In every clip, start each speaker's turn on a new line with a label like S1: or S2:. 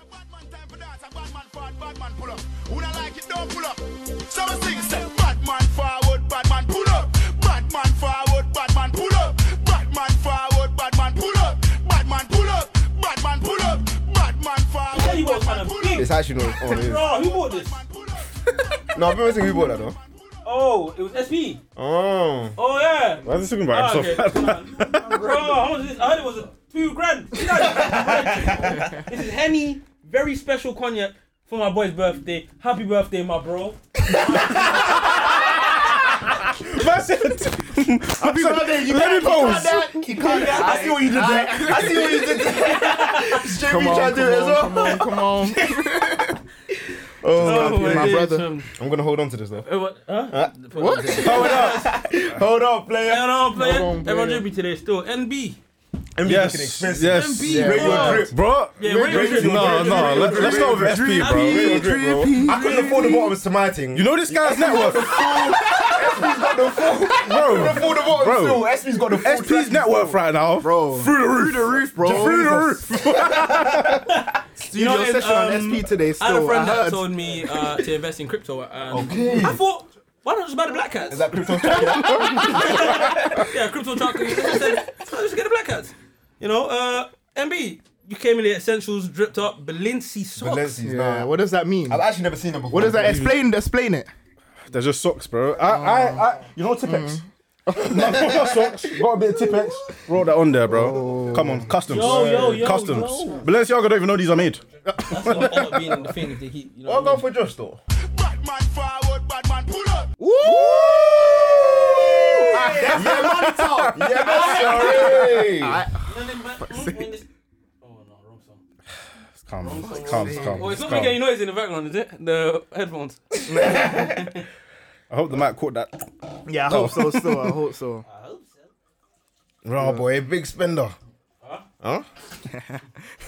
S1: Time for dance, a bad man forward, bad man pull up. Who not like it, don't pull up. So I sing, say, bad man forward, bad man pull up. Bad man forward, bad man pull up. Bad man forward, bad man pull up. Bad man pull up, bad man pull up. Bad man forward,
S2: tell you what,
S1: bad
S2: man,
S1: man
S2: I'm
S1: pull
S2: big.
S1: up.
S3: It's actually not on it.
S2: Bro, who bought this?
S1: Pull up.
S3: No, I've never seen who bought that though.
S2: Oh, it was SP.
S3: Oh.
S2: Oh yeah.
S4: Why is he talking about
S2: Ah,
S4: himself?
S2: okay. Bro, how much is this? I heard it was a two grand. You know- this is Henny, very special cognac for my boy's birthday. Happy birthday, my bro.
S4: Man said, I'm sorry, let me pose.
S3: I see what you did there. I see what you did there. Straight
S5: Come
S3: me trying
S5: on,
S3: to do it as well.
S5: come on, come on, come on.
S3: Oh,
S5: my
S3: my
S5: days,
S3: brother.
S5: um,
S3: I'm gonna hold on to this though.
S2: Uh, what? Huh?
S5: What?
S3: Hold up. Hold up, player.
S2: Hold on, player.
S5: Hold on, player.
S2: Everyone drippy today still. NB.
S4: Yes, yes.
S2: NB,
S5: Yeah.
S2: bro.
S3: Rate your drip,
S4: Bro,
S2: Yeah, rate your drip.
S4: no, no, let- let's not over SP, bro.
S2: Drippy,
S4: Rate your drip, bro.
S3: I couldn't afford the bottoms to my thing.
S4: You know this guy's net worth,
S3: got the full.
S4: bro.
S3: Afford the bottoms
S4: Bro.
S3: still. SP's got the full.
S4: SP's net worth right now,
S5: Bro.
S4: through the roof,
S5: Through the roof, bro.
S4: through the roof.
S5: Studio
S2: You know,
S5: session
S2: um,
S5: on SP today.
S2: I had a
S5: Still, I,
S2: friend that
S5: heard.
S2: told me uh, to invest in crypto. And I thought, why not just buy the black hats?
S3: Is that crypto chocolate?
S2: yeah, crypto chocolate. I said, "Oh, just get the black hats. You know, uh, MB, you came in the essentials, dripped up, Balenci socks.
S3: Balenci's,
S5: Yeah.
S3: nah.
S5: Uh, What does that mean?
S3: I've actually never seen them before.
S5: What does that explain? Explain it.
S4: They're just socks, bro. I, I, I you know Tipex. No, not socks. Got a bit of Tipex. Roll that on there, bro. Come on, customs.
S2: Yo, yo, yo,
S4: customs.
S2: yo.
S4: Balenciaga don't even know these are made.
S2: That's not end up being the thing if they keep, you know.
S3: I'll
S2: what I
S3: go
S2: mean?
S3: for Josh though.
S1: Bad man forward, bad man pull up.
S3: Yeah, man, talk. Yeah, man, sorry.
S2: Oh, no, wrong song.
S4: Come, come, come.
S2: Oh, it's not
S4: come.
S2: making any noise in the background, is it? The headphones.
S4: I hope the mic caught that.
S5: Yeah, I hope so. Still, I hope so.
S3: Raw boy, big spender. Huh?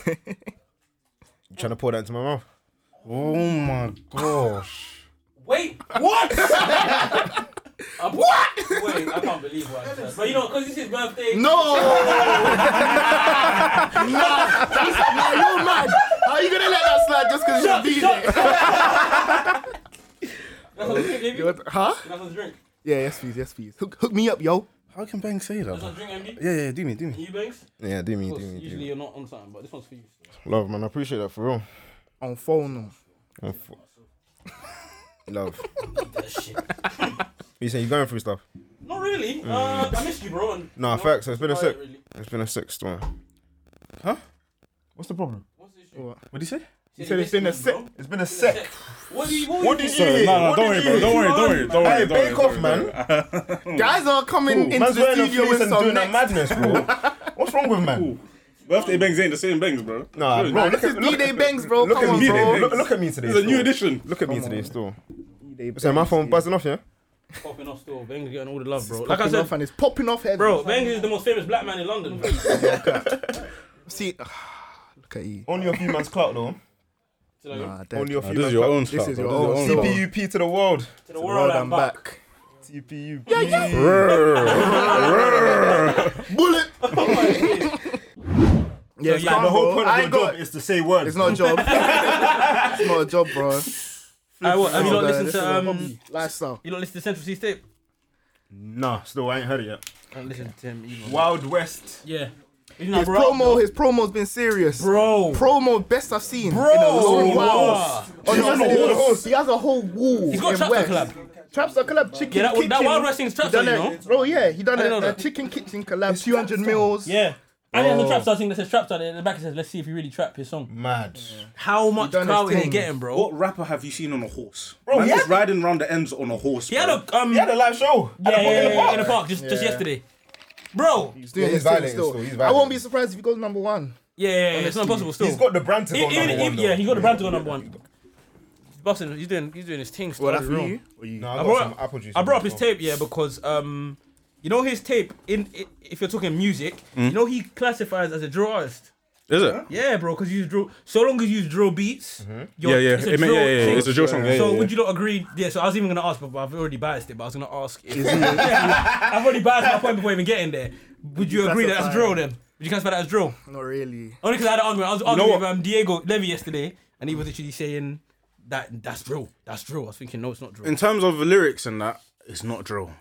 S3: you trying to pour that into my mouth?
S4: Oh my gosh.
S2: Wait, what? what? Wait, I can't believe what I said. But you know, because it's his birthday.
S5: No! nah, you're mad. How are you gonna let that slide just because
S2: Shut,
S5: you're a
S2: shut,
S5: DJ?
S2: That's on the drink, baby.
S5: You're- Huh?
S2: That's on the drink.
S5: Yeah, yes please, yes please. Hook, hook me up, yo.
S4: How can Bang say that?
S2: That's on the drink, MB.
S4: Yeah, yeah, do me, do me.
S2: You, Banks?
S3: Yeah, do me,
S2: Of
S3: do
S2: course,
S3: me, do
S2: usually
S3: me.
S2: you're not on time, but this one's for you.
S3: Love, man, I appreciate that for real.
S5: On phone them.
S3: Oh, fu- Love.
S2: shit.
S3: You saying you going through stuff?
S2: Not really. Uh, I missed you, bro. And
S3: Mm. Nah,
S2: No,
S3: facts. It's been a
S2: not
S4: Oh,
S3: sec.
S2: really.
S3: It's been a sixth one.
S4: What's the problem?
S2: What's the issue?
S4: What did he say?
S2: You
S3: said it's been a sec. It's been a sec.
S2: What do you want?
S3: What did you hear?
S4: No, no,
S3: What
S4: don't worry,
S3: did
S4: bro.
S3: you
S4: Don't
S3: hear?
S4: worry, don't worry, don't worry.
S3: Hey,
S4: don't worry,
S3: bake
S4: don't
S3: off,
S4: worry,
S3: man.
S4: don't worry.
S5: Guys are coming into
S3: Man's
S5: the
S3: wearing a
S5: studio
S3: fleece
S5: with
S3: and
S5: some
S3: doing that
S5: next.
S3: madness, bro. What's wrong with man?
S4: Birthday bangs ain't the same bangs, bro.
S3: Nah,
S4: Sure.
S3: bro,
S5: This is D-Day Banks, bro.
S3: Look
S5: Come
S3: at
S5: on,
S3: me,
S5: bro.
S3: look, look at me today.
S4: This is a new
S3: still.
S4: edition.
S3: Look at me today, still. So my phone buzzing off, yeah.
S2: Popping off still. Bangs getting all the love, bro. Like
S5: Popping
S2: I
S5: off
S2: said,
S5: and it's popping off heaven.
S2: bro, Bangs is the most famous black man in London. bro. So,
S5: See, ah, look at you.
S3: Only a few man's clout though.
S2: like,
S5: Nah, dead.
S3: Only a few
S4: This
S3: man's
S4: is your
S3: clout.
S4: own
S5: This
S4: stuff.
S5: is
S4: bro.
S5: your own
S4: stuff.
S5: stuff.
S3: CPUP to the world.
S2: To the world, I'm back.
S3: CPUP.
S5: Bullet.
S2: Oh, my days.
S5: Yeah,
S2: yeah,
S5: calm,
S2: the
S5: bro. I ain't got-
S3: is to say words.
S5: It's not a job. it's not a job, bro.
S2: Alright, what, have you not
S5: Nah,
S2: listened
S5: this
S2: to
S5: is a
S2: um?
S5: hobby. lifestyle.
S2: You not listened to Central C tape?
S3: Nah, still I ain't heard it yet.
S2: I listened to him. Either.
S3: Wild West.
S2: Yeah. His
S5: His promo, his promo's been serious.
S2: bro.
S5: Promo best I've seen
S2: Bro.
S5: in a long while.
S2: Wow.
S5: Oh,
S3: He's
S5: no,
S3: on a
S5: he has a
S3: horse.
S5: He has a whole wall.
S2: He's got
S5: in
S2: Trapster
S5: West.
S2: collab.
S5: Trapster collab, chicken
S2: Yeah, that,
S5: kitchen.
S2: that Wild Wrestling trap song,
S5: done
S2: you
S5: a,
S2: know.
S5: Oh yeah, he done
S2: I didn't
S5: a,
S2: know
S5: a
S2: that.
S5: chicken kitchen collab, 200 mils.
S2: Yeah. And there's a trap star thing that says trap star, and in the back it says, let's see if you really trap his song.
S3: Mad.
S2: How much
S5: done his
S2: clout is he
S5: thing.
S2: getting, bro?
S4: What rapper have you seen on a horse? Bro, man
S3: he
S4: was
S3: had-
S4: riding around the ends on a horse.
S2: He had
S4: bro.
S2: a um,
S3: He had a live show. at
S2: yeah,
S3: the
S2: yeah, yeah,
S3: fucking
S2: yeah, in
S3: park.
S2: the park just, just
S5: Yeah.
S2: yesterday, bro.
S5: He's doing
S3: Yeah, he's
S5: his thing
S3: violent
S5: still.
S3: still, he's
S5: I won't
S3: violent.
S5: be surprised if he goes number one.
S2: Yeah, yeah, yeah, it's not possible still.
S3: He's got the brand to
S2: He-
S3: go
S2: he-
S3: number
S2: he-
S3: one. though.
S2: yeah, he got the brand to go number one. He's busting. He's doing. He's doing his thing. Still in the room.
S3: Nah, I,
S2: I
S3: got
S2: brought,
S3: some apple juice.
S2: I
S3: in
S2: brought up
S3: there
S2: his
S3: as well.
S2: tape, yeah, because um, you know his tape. In i- if you're talking music, you know he classifies as a drill artist.
S4: Is it?
S2: Yeah, bro, because you drill. So long as you use drill beats,
S3: Mm-hmm.
S4: Yeah,
S2: you're-
S4: yeah.
S2: it's a
S4: It may-
S2: drill
S4: yeah, yeah, yeah.
S2: thing.
S4: It's a drill song. Yeah,
S2: so
S4: yeah, yeah.
S2: would you not agree? Yeah, so I was even gonna ask, but, but I've already biased it. But I was gonna ask. If, yeah, I've already biased my point before even getting there. Would you agree that that's
S5: classify
S2: drill
S5: it?
S2: then? Would you classify that as drill?
S5: Not really.
S2: Only because I had an argument. I was
S4: know
S2: arguing
S4: what?
S2: with um, Diego Levy yesterday, and he was literally saying that that's drill, that's drill. I was thinking, no, it's not drill.
S4: In terms of lyrics and that, it's not drill.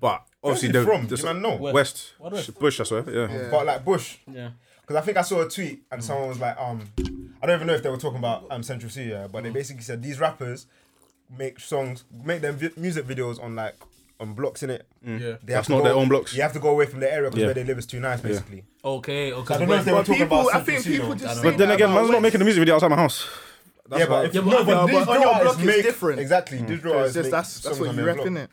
S4: But obviously,
S3: he
S4: the,
S3: from?
S4: the-
S3: Do you man know?
S4: West,
S2: Wild West.
S4: Bush, I swear. Yeah.
S3: But like Bush,
S2: yeah,
S3: because I think I saw a tweet and someone was like, um, I don't even know if they were talking about um Central C, yeah, but they basically said these rappers make songs, make their vi- music videos on like on blocks in it.
S2: yeah.
S3: They have
S4: That's
S3: to
S4: not
S3: go-
S4: their own blocks.
S3: You have to go away from the area because
S4: Yeah.
S3: where they live is too nice, basically.
S2: Okay, okay.
S3: I don't know if they were
S5: But
S3: talking
S5: people,
S3: about
S5: I
S3: Central
S5: think
S3: C,
S5: people
S3: though.
S5: just.
S4: But then again, man's not making a music video outside my house.
S3: yeah, but if
S2: Yeah, but
S3: no,
S2: I
S3: but
S2: think-
S3: these
S5: but on
S3: drill
S5: your
S3: artists
S5: block is
S3: make-
S5: different.
S3: exactly. These drill
S5: It's
S3: artists
S5: just
S3: make
S5: that's that's
S3: songs
S5: what
S3: on
S5: you
S3: their
S5: rep
S3: block.
S5: in it.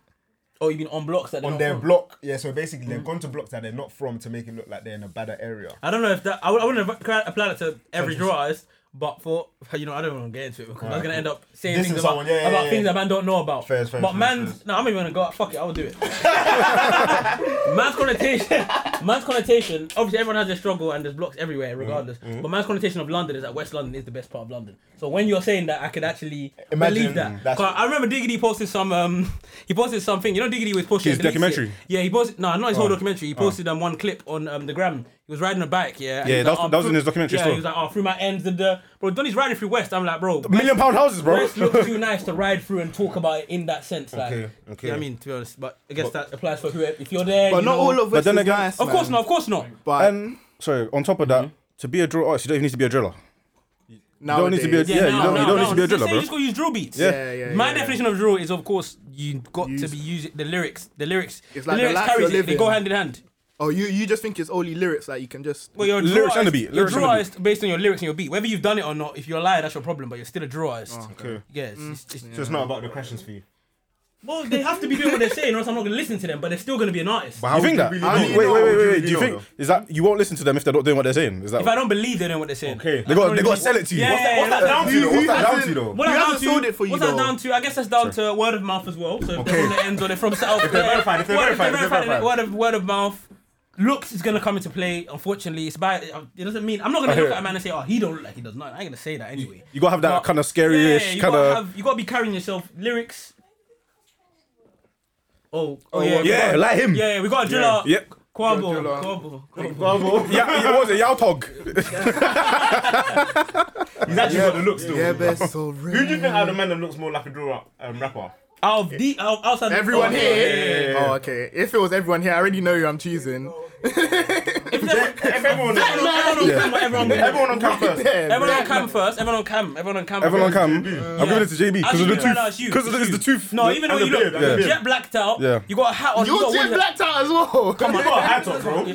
S2: oh, you mean on blocks that they're
S3: on
S2: not
S3: their
S2: from?
S3: block. Yeah, so basically they've gone to blocks that they're not from to make it look like they're in a better area.
S2: I don't know if that. I, would- I wouldn't apply apply that to every draw artist, but for you know, I don't want to get into it because I was gonna end up saying
S3: This
S2: things
S3: is
S2: about,
S3: someone- yeah, yeah,
S2: about
S3: yeah.
S2: things that man don't know about.
S3: Fair, fair,
S2: but
S3: fair,
S2: man's no, I'm not even gonna go. out. Fuck it, I will do it. man's connotation, man's connotation. Obviously, everyone has their struggle and there's blocks
S3: Mm,
S2: everywhere, regardless. But man's connotation of London is that West London is the best part of London. So when you're saying that, I could actually
S3: Imagine
S2: believe that.
S3: that's-
S2: 'Cause I remember Diggity posted some. Um, he posted something. You know, Diggity was posting
S4: His
S2: I can link it.
S4: documentary? Oh.
S2: Yeah, he posted. No, not his whole documentary. He posted um, one clip on um, the gram. He was riding a bike. Yeah. and
S4: Yeah,
S2: he
S4: that was-
S2: like, "Oh,
S4: that was
S2: through-
S4: in his documentary
S2: Yeah,
S4: still.
S2: he was like, oh, through my ends and the bro. Donny's riding through West. I'm like, bro,
S4: Million pound houses, bro.
S2: West looks too nice to ride through and talk about it in that sense. Like,
S3: Okay,
S2: you know
S3: okay.
S2: what I mean, to be honest, but I guess that applies for whoever. If you're there,
S5: But
S2: you
S5: not
S2: know-
S5: all of
S4: But
S5: us.
S4: then
S5: is
S4: again-
S5: nice,
S2: Of course
S5: man.
S2: not. Of course not.
S5: But
S4: And sorry, on top of that, to be a drill artist, you don't even need to be a driller. You don't need to be a
S5: Nowadays,
S4: yeah.
S2: no,
S4: you don't,
S2: no,
S4: you don't
S2: no.
S4: need to be
S2: They
S4: a
S2: say
S4: driller, bro.
S2: You just gotta use drill beats.
S4: Yeah.
S5: Yeah, yeah,
S2: My
S5: yeah.
S2: definition of drill is, of course, you got to
S5: Use-
S2: be using the lyrics. The lyrics.
S5: It's like the
S2: the lyrics
S5: life
S2: carries
S5: you're
S2: it. They
S5: living.
S2: go hand in hand.
S5: Oh, you you just think it's only lyrics that you can just.
S2: Well, you're a
S4: Lyrics
S2: draw
S4: and the
S2: artist-
S4: beat,
S2: You're a
S4: lyrics
S2: draw
S4: and the beat.
S2: artist based on your lyrics and your beat. Whether you've done it or not, if you're a liar, that's your problem. But you're still a draw artist.
S4: Oh,
S3: Okay.
S2: Yeah, it's,
S5: Mm,
S2: it's, it's,
S3: So it's not about the questions for you.
S2: Well, they have to be doing what they're saying, or else I'm not going to listen to them. But they're still going to be an artist.
S4: You think that?
S5: how do
S4: Wait,
S5: you know?
S4: wait, wait,
S5: How
S4: wait,
S5: would
S4: wait. Do you think is that you won't listen to them if they're not doing what they're saying? Is that
S2: If I don't believe they're doing what they're saying,
S3: Okay.
S4: they got they got to sell it to you?
S2: Yeah, yeah,
S3: What's that down to
S5: Who-
S3: though?
S5: who
S3: What's that down to
S5: hasn't-
S3: though?
S2: What
S5: You
S2: that's
S5: haven't
S2: down
S5: sold
S2: to,
S5: it for you,
S2: what's that
S5: though.
S2: down to? I guess that's down to word of mouth as well. So if
S3: Okay.
S2: they're from the ends or they're from South,
S3: they're verified, if they're
S2: word,
S3: verified, if they're
S2: verified,
S3: verified.
S2: word of word of mouth. Looks is gonna come into play. Unfortunately, it's by. It doesn't mean I'm not gonna
S4: hear
S2: look
S4: it.
S2: at a man and say, "Oh, he don't look like he does not." I ain't gonna say that anyway.
S4: You gotta have that
S2: But-
S4: kind of scary-ish
S2: Yeah, you
S4: kind
S2: gotta
S4: of.
S2: have- You gotta be carrying yourself. Lyrics. Oh, oh
S5: yeah,
S2: yeah, we
S4: Yeah,
S2: got-
S4: like him.
S2: yeah, yeah. We got a driller.
S4: Yep.
S2: Quabo,
S5: Driller.
S2: Quabo, Quabo.
S4: Yeah, what was it? Yautog.
S3: He's actually got the looks though.
S5: Yeah, but it's so real.
S3: Who do you think out of the men that looks more like a draw um, rapper?
S2: Out of the out- outside.
S5: Everyone
S2: oh,
S5: here.
S2: yeah, yeah, yeah.
S5: Oh, okay. If it was everyone here, I already know who I'm choosing.
S2: If everyone-
S3: If everyone,
S2: everyone on camera, everyone on camera.
S3: everyone on cam first.
S5: Yeah,
S2: Everyone
S5: man.
S2: on cam first. Everyone on cam. Everyone on cam.
S4: Everyone
S2: first.
S4: on cam. I'm giving it to JB because of
S2: Actually,
S4: the
S2: no, no, it's
S4: tooth.
S2: you,
S4: Because of the-
S2: it's
S4: it's the tooth.
S2: No, even though you look
S3: beard, and
S4: the
S2: jet blacked out.
S4: Yeah.
S2: You got a hat on. You, got
S5: You're Jet
S2: one-
S5: blacked out as well. Come
S3: You got a hat on, bro.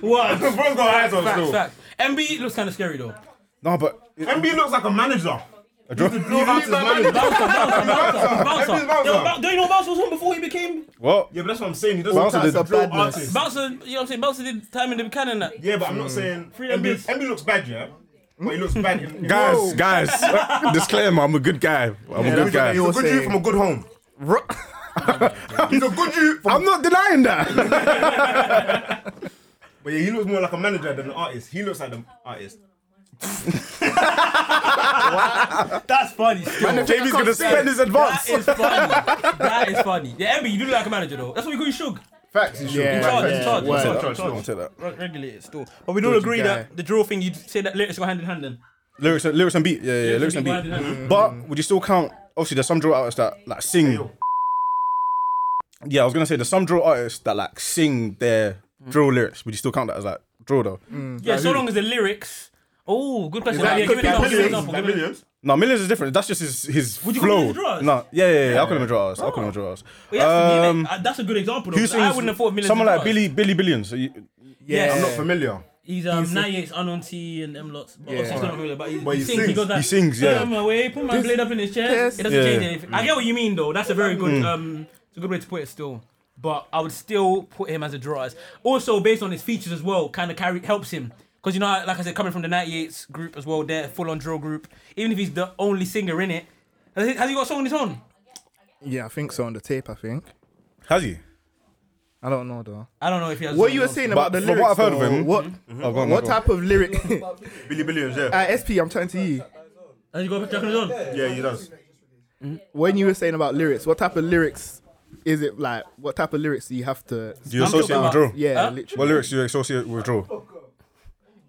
S2: What?
S3: Because bro's got hats on
S2: Facts,
S3: still.
S2: facts. MB looks kind of scary though.
S4: No, but
S3: MB looks like a manager.
S4: a draw.
S3: He's
S5: artist
S3: manager.
S2: Bouncer, bouncer, bouncer, bouncer.
S3: MB's bouncer.
S2: Yo, Bou- Don't you know bouncer was on before he became
S4: Well,
S3: Yeah, but that's what I'm saying. He
S4: Bouncer
S3: doesn't look like a
S5: did-
S3: drill
S5: badness.
S3: artist.
S2: bouncer? You know what I'm saying? Bouncer did time in the Buchanan. and That.
S3: Yeah, but I'm not saying
S2: Free
S3: MB.
S2: MBs.
S3: MB looks bad, yeah. But he looks bad. in-
S4: Hmm? guys, guys, disclaimer: I'm a good guy. I'm a good
S5: that's what
S4: guy.
S5: you
S3: He's a good
S5: saying.
S3: Jew from a good home. He's a good Jew. From,
S4: I'm not denying that.
S3: but yeah, he looks more like a manager than an artist. He looks like an artist.
S2: That's funny. still.
S4: JB's gonna spend his
S2: That
S4: advance.
S2: is funny. that is funny. Yeah, MB, you do look like a manager though. That's what we call you Shug.
S5: Facts. Yeah.
S2: Charge,
S5: yeah.
S2: charge,
S5: Word.
S2: charge, charge.
S4: I'll take that.
S2: Re- Regulate it still. But we don't
S5: Dodgy
S2: agree
S5: guy.
S2: that the draw thing, you'd say that lyrics go hand in hand then.
S4: Lyrics, and- lyrics and beat. Yeah, yeah, yeah, lyrics and
S2: go hand in
S4: beat.
S2: hand.
S4: But would you still count? Obviously, there's some drill artists that like sing. Yeah, I was gonna say there's some drill artists that like sing their
S2: Mm.
S4: drill lyrics. Would you still count that as like drill though?
S2: Yeah, so long as the lyrics. Oh, good question.
S5: that-
S2: Yeah, give it an
S3: Millions,
S2: example,
S3: like
S2: give it an-
S3: millions.
S4: No, millions is different. That's just his his
S2: Would you call him
S4: flow.
S2: a drill artist?
S4: no, yeah, yeah, yeah, I call him a drill artist. I call him a drill artist.
S2: It has to be an-
S4: Um,
S2: uh, that's a good example. Though,
S4: who
S2: 'cause I
S4: sings-
S2: wouldn't have thought millions.
S4: Someone
S2: of
S4: like
S2: dollars.
S4: Billy Billy Billions. Are you-
S2: Yes.
S5: I'm
S3: Not familiar.
S2: He's um, 98's Unknown T and them lots. But obviously he's not familiar, but he,
S3: But
S2: he
S3: he
S2: sings. He
S3: sings.
S2: goes like,
S4: He sings, yeah.
S2: "Turn my way, put my blade up in his chest.
S5: yes.
S2: It doesn't
S4: Yeah.
S2: change anything. I get what you mean, though. That's a very good. Um, it's a good way to put it still. But I would still put him as a draw. artist. Also, based on his features as well, kind of carry helps him. Because, you know, like I said, coming from the 98's group as well, they're full on drill group. Even if he's the only singer in it, has he, has he got a song on his own?
S5: Yeah, I think so on the tape. I think.
S4: Has he?
S5: I don't know though.
S2: I don't know if he has. a
S5: What
S2: song
S5: you
S2: on
S5: were
S2: his own.
S5: saying
S4: But
S5: about the
S4: from
S5: lyrics?
S4: what I've heard of
S5: though,
S4: him-
S5: what
S4: Oh, go on, go
S5: what
S4: on.
S5: type of lyric?
S3: Billy Billions, yeah.
S5: uh, SP, I'm trying to you.
S2: Has he got a track on his own?
S3: Yeah, he does.
S5: When you were saying about lyrics, what type of lyrics is it like? What type of lyrics do you have to?
S4: Do you associate with
S2: about- Oh,
S4: drill?
S5: Yeah,
S2: Huh?
S5: literally.
S4: What lyrics do you associate with drill?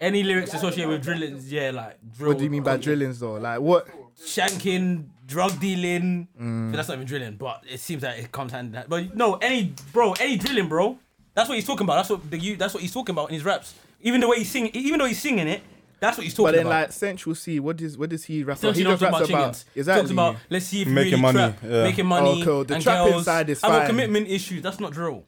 S2: Any lyrics associated with drillings, yeah, like drill.
S5: What do you mean by drillings though? Like what?
S2: Shanking, drug dealing.
S5: Mm.
S2: But That's not even drilling, but it seems that it comes hand in hand. But no, any bro, any drilling, bro. That's what he's talking about. That's what the you. That's what he's talking about in his raps. Even the way he's singing, even though he's singing it, that's what he's talking
S5: But then
S2: about.
S5: like Central C, what does what does he rap
S2: Still,
S5: about?
S2: he
S5: He
S2: don't
S5: just
S2: talk about
S5: raps about
S2: chickens.
S5: exactly.
S2: Talks about let's see if you
S4: Making
S2: really
S4: money,
S2: trap,
S4: yeah.
S2: making money,
S5: Oh, cool. The
S2: and
S5: trap
S2: girls.
S5: inside is
S2: I've got
S5: fine.
S2: commitment issues. That's not drill.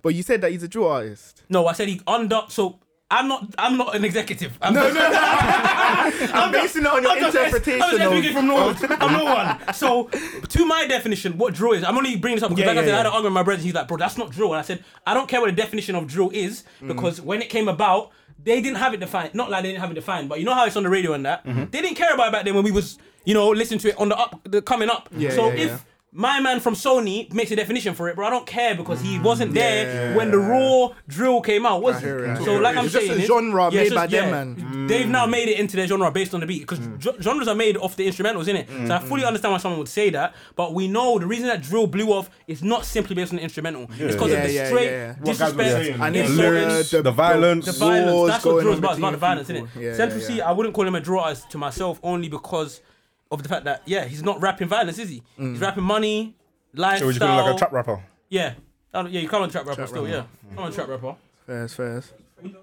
S5: But you said that he's a drill artist.
S2: No, I said he under. So I'm not. I'm not an executive. I'm no, no, no. I'm
S5: basing it on your
S2: just-
S5: interpretation
S2: I'm just
S5: of-
S2: speaking from no. I'm not one. So to my definition, what drill is? I'm only bringing this up because,
S5: Yeah,
S2: like I
S5: yeah,
S2: said, I had
S5: yeah.
S2: an argument with my brother. He's like, bro, that's not drill. And I said, I don't care what the definition of drill is
S5: Mm-hmm.
S2: because when it came about. They didn't have it defined. Not like they didn't have it defined, but you know how it's on the radio and that.
S5: Mm-hmm.
S2: They didn't care about it back then when we was, you know, listening to it on the up, the coming up. so
S5: yeah,
S2: if
S5: yeah.
S2: my man from Sony makes a definition for it, bro, I don't care because
S5: Mm.
S2: he wasn't there when the raw drill came out, was he?
S5: hear it, I
S2: So
S5: hear
S2: like
S5: it.
S2: I'm
S5: It's just
S2: saying,
S5: a
S2: it-
S5: genre
S2: yeah, it's
S5: made by
S2: just-
S5: them,
S2: yeah.
S5: man. Mm.
S2: They've now made it into their genre based on the beat because genres are made off the instrumentals, innit? So
S5: Mm.
S2: I fully understand why someone would say that, but we know the reason that drill blew off is not simply based on the instrumental. It's because
S5: Yeah,
S2: of the
S5: yeah,
S2: straight
S5: yeah, yeah. What
S3: guys were
S2: disrespect,
S3: saying.
S5: And
S2: insults,
S5: it's
S4: Yeah. Lyrics,
S5: uh,
S4: Mm. the violence.
S2: the violence.
S5: wars
S2: That's what
S5: going
S2: drill is
S5: on
S2: about. It's about the
S5: between
S2: violence, isn't it?
S5: people. Yeah,
S2: Central
S5: yeah,
S2: C,
S5: yeah.
S2: I wouldn't call him a draw as to myself only because of the fact that yeah, he's not rapping violence, is he?
S5: Mm.
S2: He's rapping money,
S4: So would you call it
S2: lifestyle.
S4: like a trap rapper?
S2: Yeah. I don't- Yeah, you can't trap rapper still, yeah. Come on, trap rapper.
S5: First, first.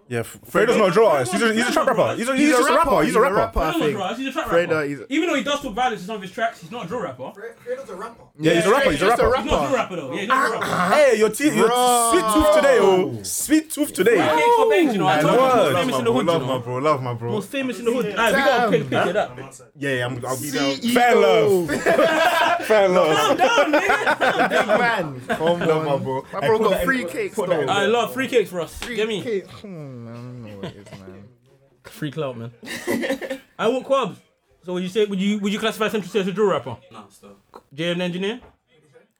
S4: Yeah, F- Fredo's not a drill artist. He's a, he's a trap rapper. He's, a, he's, just a rapper. He's a rapper.
S5: I
S2: Fredo's not a
S5: think.
S2: drill, he's a trap
S5: Fredo
S2: rapper.
S5: is-
S2: Even though he does talk violence in some of his tracks, he's not a drill rapper.
S4: Yeah, he's a rapper. He's a
S5: Just a
S4: rapper.
S2: He's not a drill rapper though. Yeah, he's not a drill rapper.
S4: Hey, your, te- your
S5: Bro.
S4: sweet tooth today, oh. Sweet tooth today.
S2: Cakes for Benz, you know. I
S4: my
S2: told you,
S4: word.
S2: most famous in the hood, you
S3: Love my
S2: know.
S3: bro, love my bro.
S2: Most famous in the hood. Aye, we gotta pick pick it up.
S3: Yeah, yeah, I'm, I'll be down.
S4: Fair love. Fair love.
S5: Big man. Come
S3: Love my
S5: on.
S3: bro.
S5: My
S3: Hey,
S5: bro
S3: put that
S5: got
S3: in-
S5: free cakes
S3: put that in.
S5: though.
S2: I love free cakes for us. Get me
S5: Cake. Hmm, I don't know what it is, man.
S2: free clout, man. I want quabs. So would you say would you would you classify Central C as a drill rapper? No, still. JM the engineer.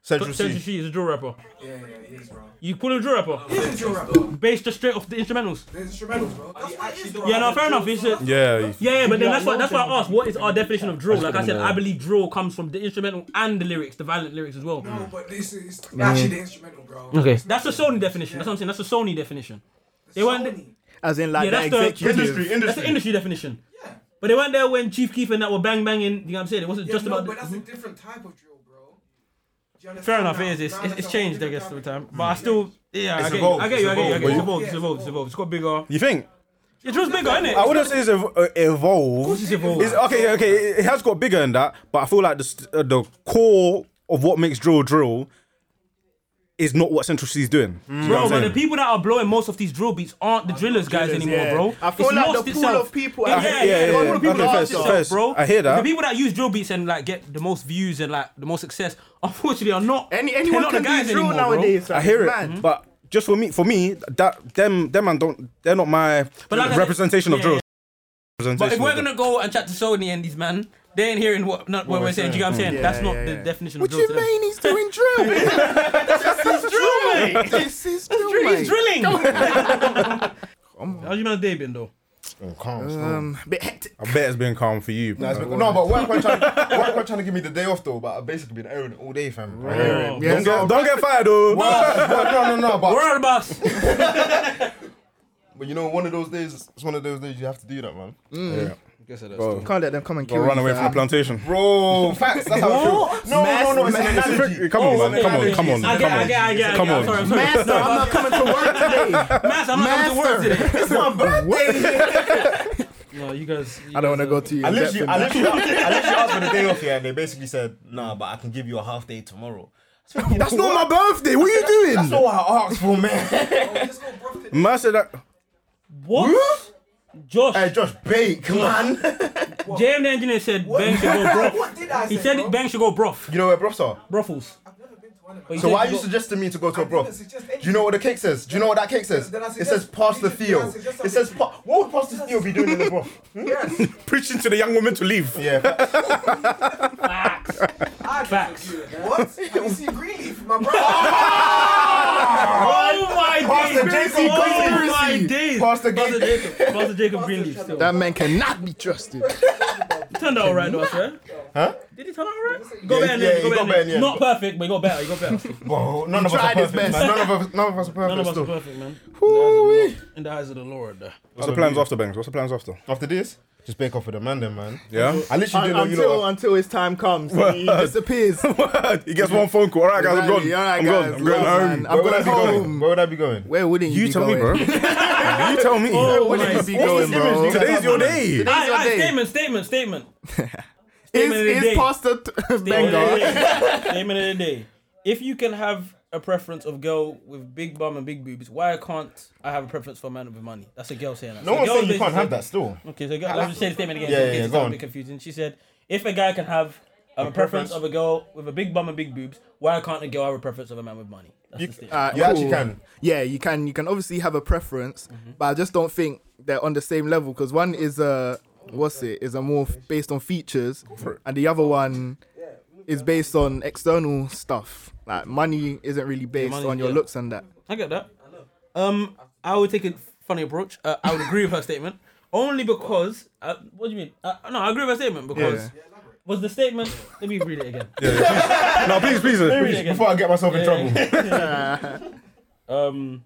S3: Central
S2: Central
S3: C.
S2: C is a drill rapper. Yeah, yeah, he is, bro. You call him a drill rapper?
S6: He's a drill rapper.
S2: Based just straight off the instrumentals.
S6: There's instrumentals, bro. That's what it is, bro.
S2: Yeah, no, fair enough. It's a,
S4: Yeah.
S2: Yeah, yeah, but then that's why that's why I asked, what is our definition of drill? Like I said, I believe drill comes from the instrumental and the lyrics, the violent lyrics as well.
S6: No, Oh, but this is actually the instrumental, bro.
S2: Okay, that's the Sony definition. That's what I'm saying. That's the Sony definition. They weren't.
S6: Sony.
S5: As in, like,
S2: Yeah,
S5: that
S2: that's the
S5: executive.
S3: Industry,
S2: That's the
S3: industry.
S2: industry definition. But they weren't there when Chief Keef and that were bang banging. You know what I'm saying? It wasn't
S6: Yeah,
S2: just
S6: no,
S2: about.
S6: But
S2: the- Mhm.
S6: that's a different type of drill, bro. Do you understand
S2: Fair enough,
S6: now?
S2: it is. It's,
S6: Now
S2: it's,
S6: that's
S2: it's
S6: a whole
S2: changed, I
S6: different
S2: guess,
S6: type
S2: over
S6: of-
S2: time. But I still, yeah, I get, you,
S3: evolved,
S2: I get
S3: it's
S2: you, I get you, I get you. It's
S4: evolved.
S2: evolved, it's evolved, it's evolved. It's got bigger.
S4: You think?
S2: Yeah, drill's bigger, isn't it?
S4: I wouldn't say it's ev- uh, evolved.
S2: It's evolved.
S4: It's, okay, okay, it, it has got bigger than that, but I feel like the st- uh, the core of what makes drill drill is not what Central C is doing. Do you know
S2: Bro,
S4: what I'm
S2: but the
S4: saying?
S2: people that are blowing most of these drill beats aren't the drillers guys anymore,
S5: yeah.
S2: bro.
S5: I feel
S2: It's
S5: like the
S2: lost
S5: pool
S2: itself.
S5: of people-
S2: Yeah,
S5: I-
S2: yeah, yeah.
S4: yeah, yeah,
S2: The
S4: yeah.
S2: pool of people
S4: Okay,
S2: that are
S4: first,
S2: itself,
S4: first,
S2: bro.
S4: I hear that.
S2: The people that use drill beats and like get the most views and like the most success, unfortunately, are not.
S5: Any,
S2: they're
S5: anyone
S2: not
S5: can
S2: the guys
S5: do drill
S2: anymore, bro.
S5: nowadays.
S4: I hear it,
S5: Man.
S4: but just for me, for me, that them them man don't they're not my
S2: like I said-
S4: representation of
S2: yeah,
S4: drill.
S2: yeah. But if we're gonna go and chat to Sony and these man, they ain't hearing what not what, we're saying. Do you know what I'm saying? That's not
S5: yeah,
S2: the
S5: yeah.
S2: definition
S5: What
S2: of drill.
S5: you
S2: to them.
S5: mean he's doing drill? this is drill, mate. This is drill,
S2: He's
S5: mate.
S2: drilling. How's your man's day been though?
S3: Oh, calm, slow.
S5: Um, bit hectic.
S4: I bet it's been calm for you. bro.
S3: That's been- No, but work quite trying, work quite trying to give me the day off though, but I've basically been airing it all day, fam. I hear it.
S2: Oh,
S5: Yeah,
S4: don't,
S5: so-
S4: get, don't get fired, though.
S3: But- but no, no, no, but,
S2: World boss.
S3: but you know, one of those days, it's one of those days you have to do that, man.
S4: Bro,
S5: Can't let them come and
S4: Or
S5: kill
S4: run
S5: you,
S4: away
S5: fam.
S4: from the plantation.
S3: Bro, facts, that's how I feel. No, no, no, it's an
S4: It's
S3: analogy.
S4: frick- Come
S2: Oh,
S4: on, man. Come on, come on,
S2: I get,
S4: come
S2: I get, I
S4: on.
S2: get, I get.
S4: Come
S2: I'm
S4: on.
S2: sorry, I'm sorry.
S5: Master, I'm not coming to work today.
S2: Mass, I'm not coming to work today.
S5: It's my birthday.
S2: No, you guys.
S5: I don't want to go to you.
S3: I
S5: in depth
S3: literally,
S5: in
S3: I
S5: that.
S3: literally, I literally asked for the day off here, and they basically said, "Nah, but I can give you a half day tomorrow."
S4: That's not my birthday. What are you
S3: That's
S4: doing?
S3: not what I asked for, man.
S4: Man said that.
S2: What? Josh,
S3: hey, Josh, bake, man.
S2: JM the engineer said Bang should go broth.
S6: What did I say?
S2: He said
S6: bro?
S2: Bang should go broth.
S3: You know where broths are?
S2: Brothels.
S6: I've never been to one of them.
S2: But he
S3: So
S2: said
S3: why are
S2: he
S3: you
S2: got-
S3: suggesting me to go to a broth?
S6: suggest
S3: Do
S6: anything.
S3: you know what the cake says? Do you know what that cake says?
S6: Then I
S3: It
S6: suggest-
S3: says pass the
S6: then I
S3: Theo.
S6: suggest
S3: It says
S6: something.
S3: pa- what would Pastor Theo be doing in the broth?
S6: Yes,
S4: Preaching to the young woman to leave.
S3: Yeah.
S2: Facts.
S6: I
S2: Facts.
S6: What? Have you seen Greenleaf, my brother?
S2: Oh my
S3: Pastor
S2: days.
S3: JC
S2: Oh my
S3: conspiracy.
S2: days. Pastor
S3: Pastor Gabriel.
S2: Jacob. Pastor Jacob Greenleaf. Still.
S5: That man cannot be trusted.
S2: Turned out alright though, I swear.
S3: Huh?
S2: Did he turn out alright? You got
S3: Yeah,
S2: better.
S3: yeah,
S2: than- you
S3: he
S2: got better. than-
S3: yeah.
S2: Not perfect, but you got better. You got better.
S3: Bro, none of us are
S5: tried his
S3: perfect.
S5: best.
S3: man. None of us, none of us are
S2: None of
S3: perfect
S2: us are
S3: still.
S2: perfect, man. In the eyes of the Lord.
S4: What's the plans after, Bangs? What's the plans after?
S2: Oh.
S3: After this, just bake off with the man, then man.
S4: Yeah?
S3: I literally
S5: Un-
S3: didn't know you
S5: until,
S3: know.
S5: until his time comes, and he disappears.
S4: he gets one phone call. All right, guys, I'm gone.
S5: Exactly. All right, guys.
S4: I'm gone. I'm going
S5: Love,
S3: Where would I
S5: man. I'm
S4: home.
S5: going
S3: be going?
S5: home.
S3: Where would I be going?
S5: Where wouldn't you,
S4: You tell
S5: be
S4: me, bro.
S5: going?
S4: you tell me.
S5: Where
S2: my
S5: wouldn't you be
S2: God.
S5: going, bro?
S3: What's this image?
S4: Today's your day.
S5: Today's your
S2: Aye, aye,
S5: day.
S2: Statement, statement, statement.
S5: Is,
S2: Statement of the day.
S5: is Pastor t-
S2: Statement of the
S5: Benga?
S2: day. Statement of the day. If you can have a preference of girl with big bum and big boobs, why can't I have a preference for a man with money? That's a girl saying that.
S3: No
S2: So
S3: one's
S2: girls
S3: saying you can't
S2: basically
S3: have
S2: said-
S3: that still.
S2: Okay, so girl, let's just say the statement again.
S3: Yeah,
S2: in
S3: yeah,
S2: case
S3: yeah,
S2: it's
S3: go
S2: not a
S3: on.
S2: bit confusing. She said, if a guy can have um, a preference
S3: preference.
S2: of a girl with a big bum and big boobs, why can't a girl have a preference of a man with money? That's the statement.
S5: Uh,
S3: You actually can. Mm-hmm.
S5: Yeah, you can. You can obviously have a preference, but I just don't think they're on the same level because one is a what's it is a more f- based on features, and the other one is based on external stuff. Like money isn't really based
S2: money,
S5: on your
S2: yeah.
S5: looks and that.
S2: I get that. Um, I would take a funny approach. Uh, I would agree with her statement only because. Uh, what do you mean? Uh, no, I agree with her statement because was the statement. Let me read it again.
S4: No, please, please. uh,
S2: Let me read
S4: please.
S2: it again.
S3: Before I get myself in trouble.
S2: Um,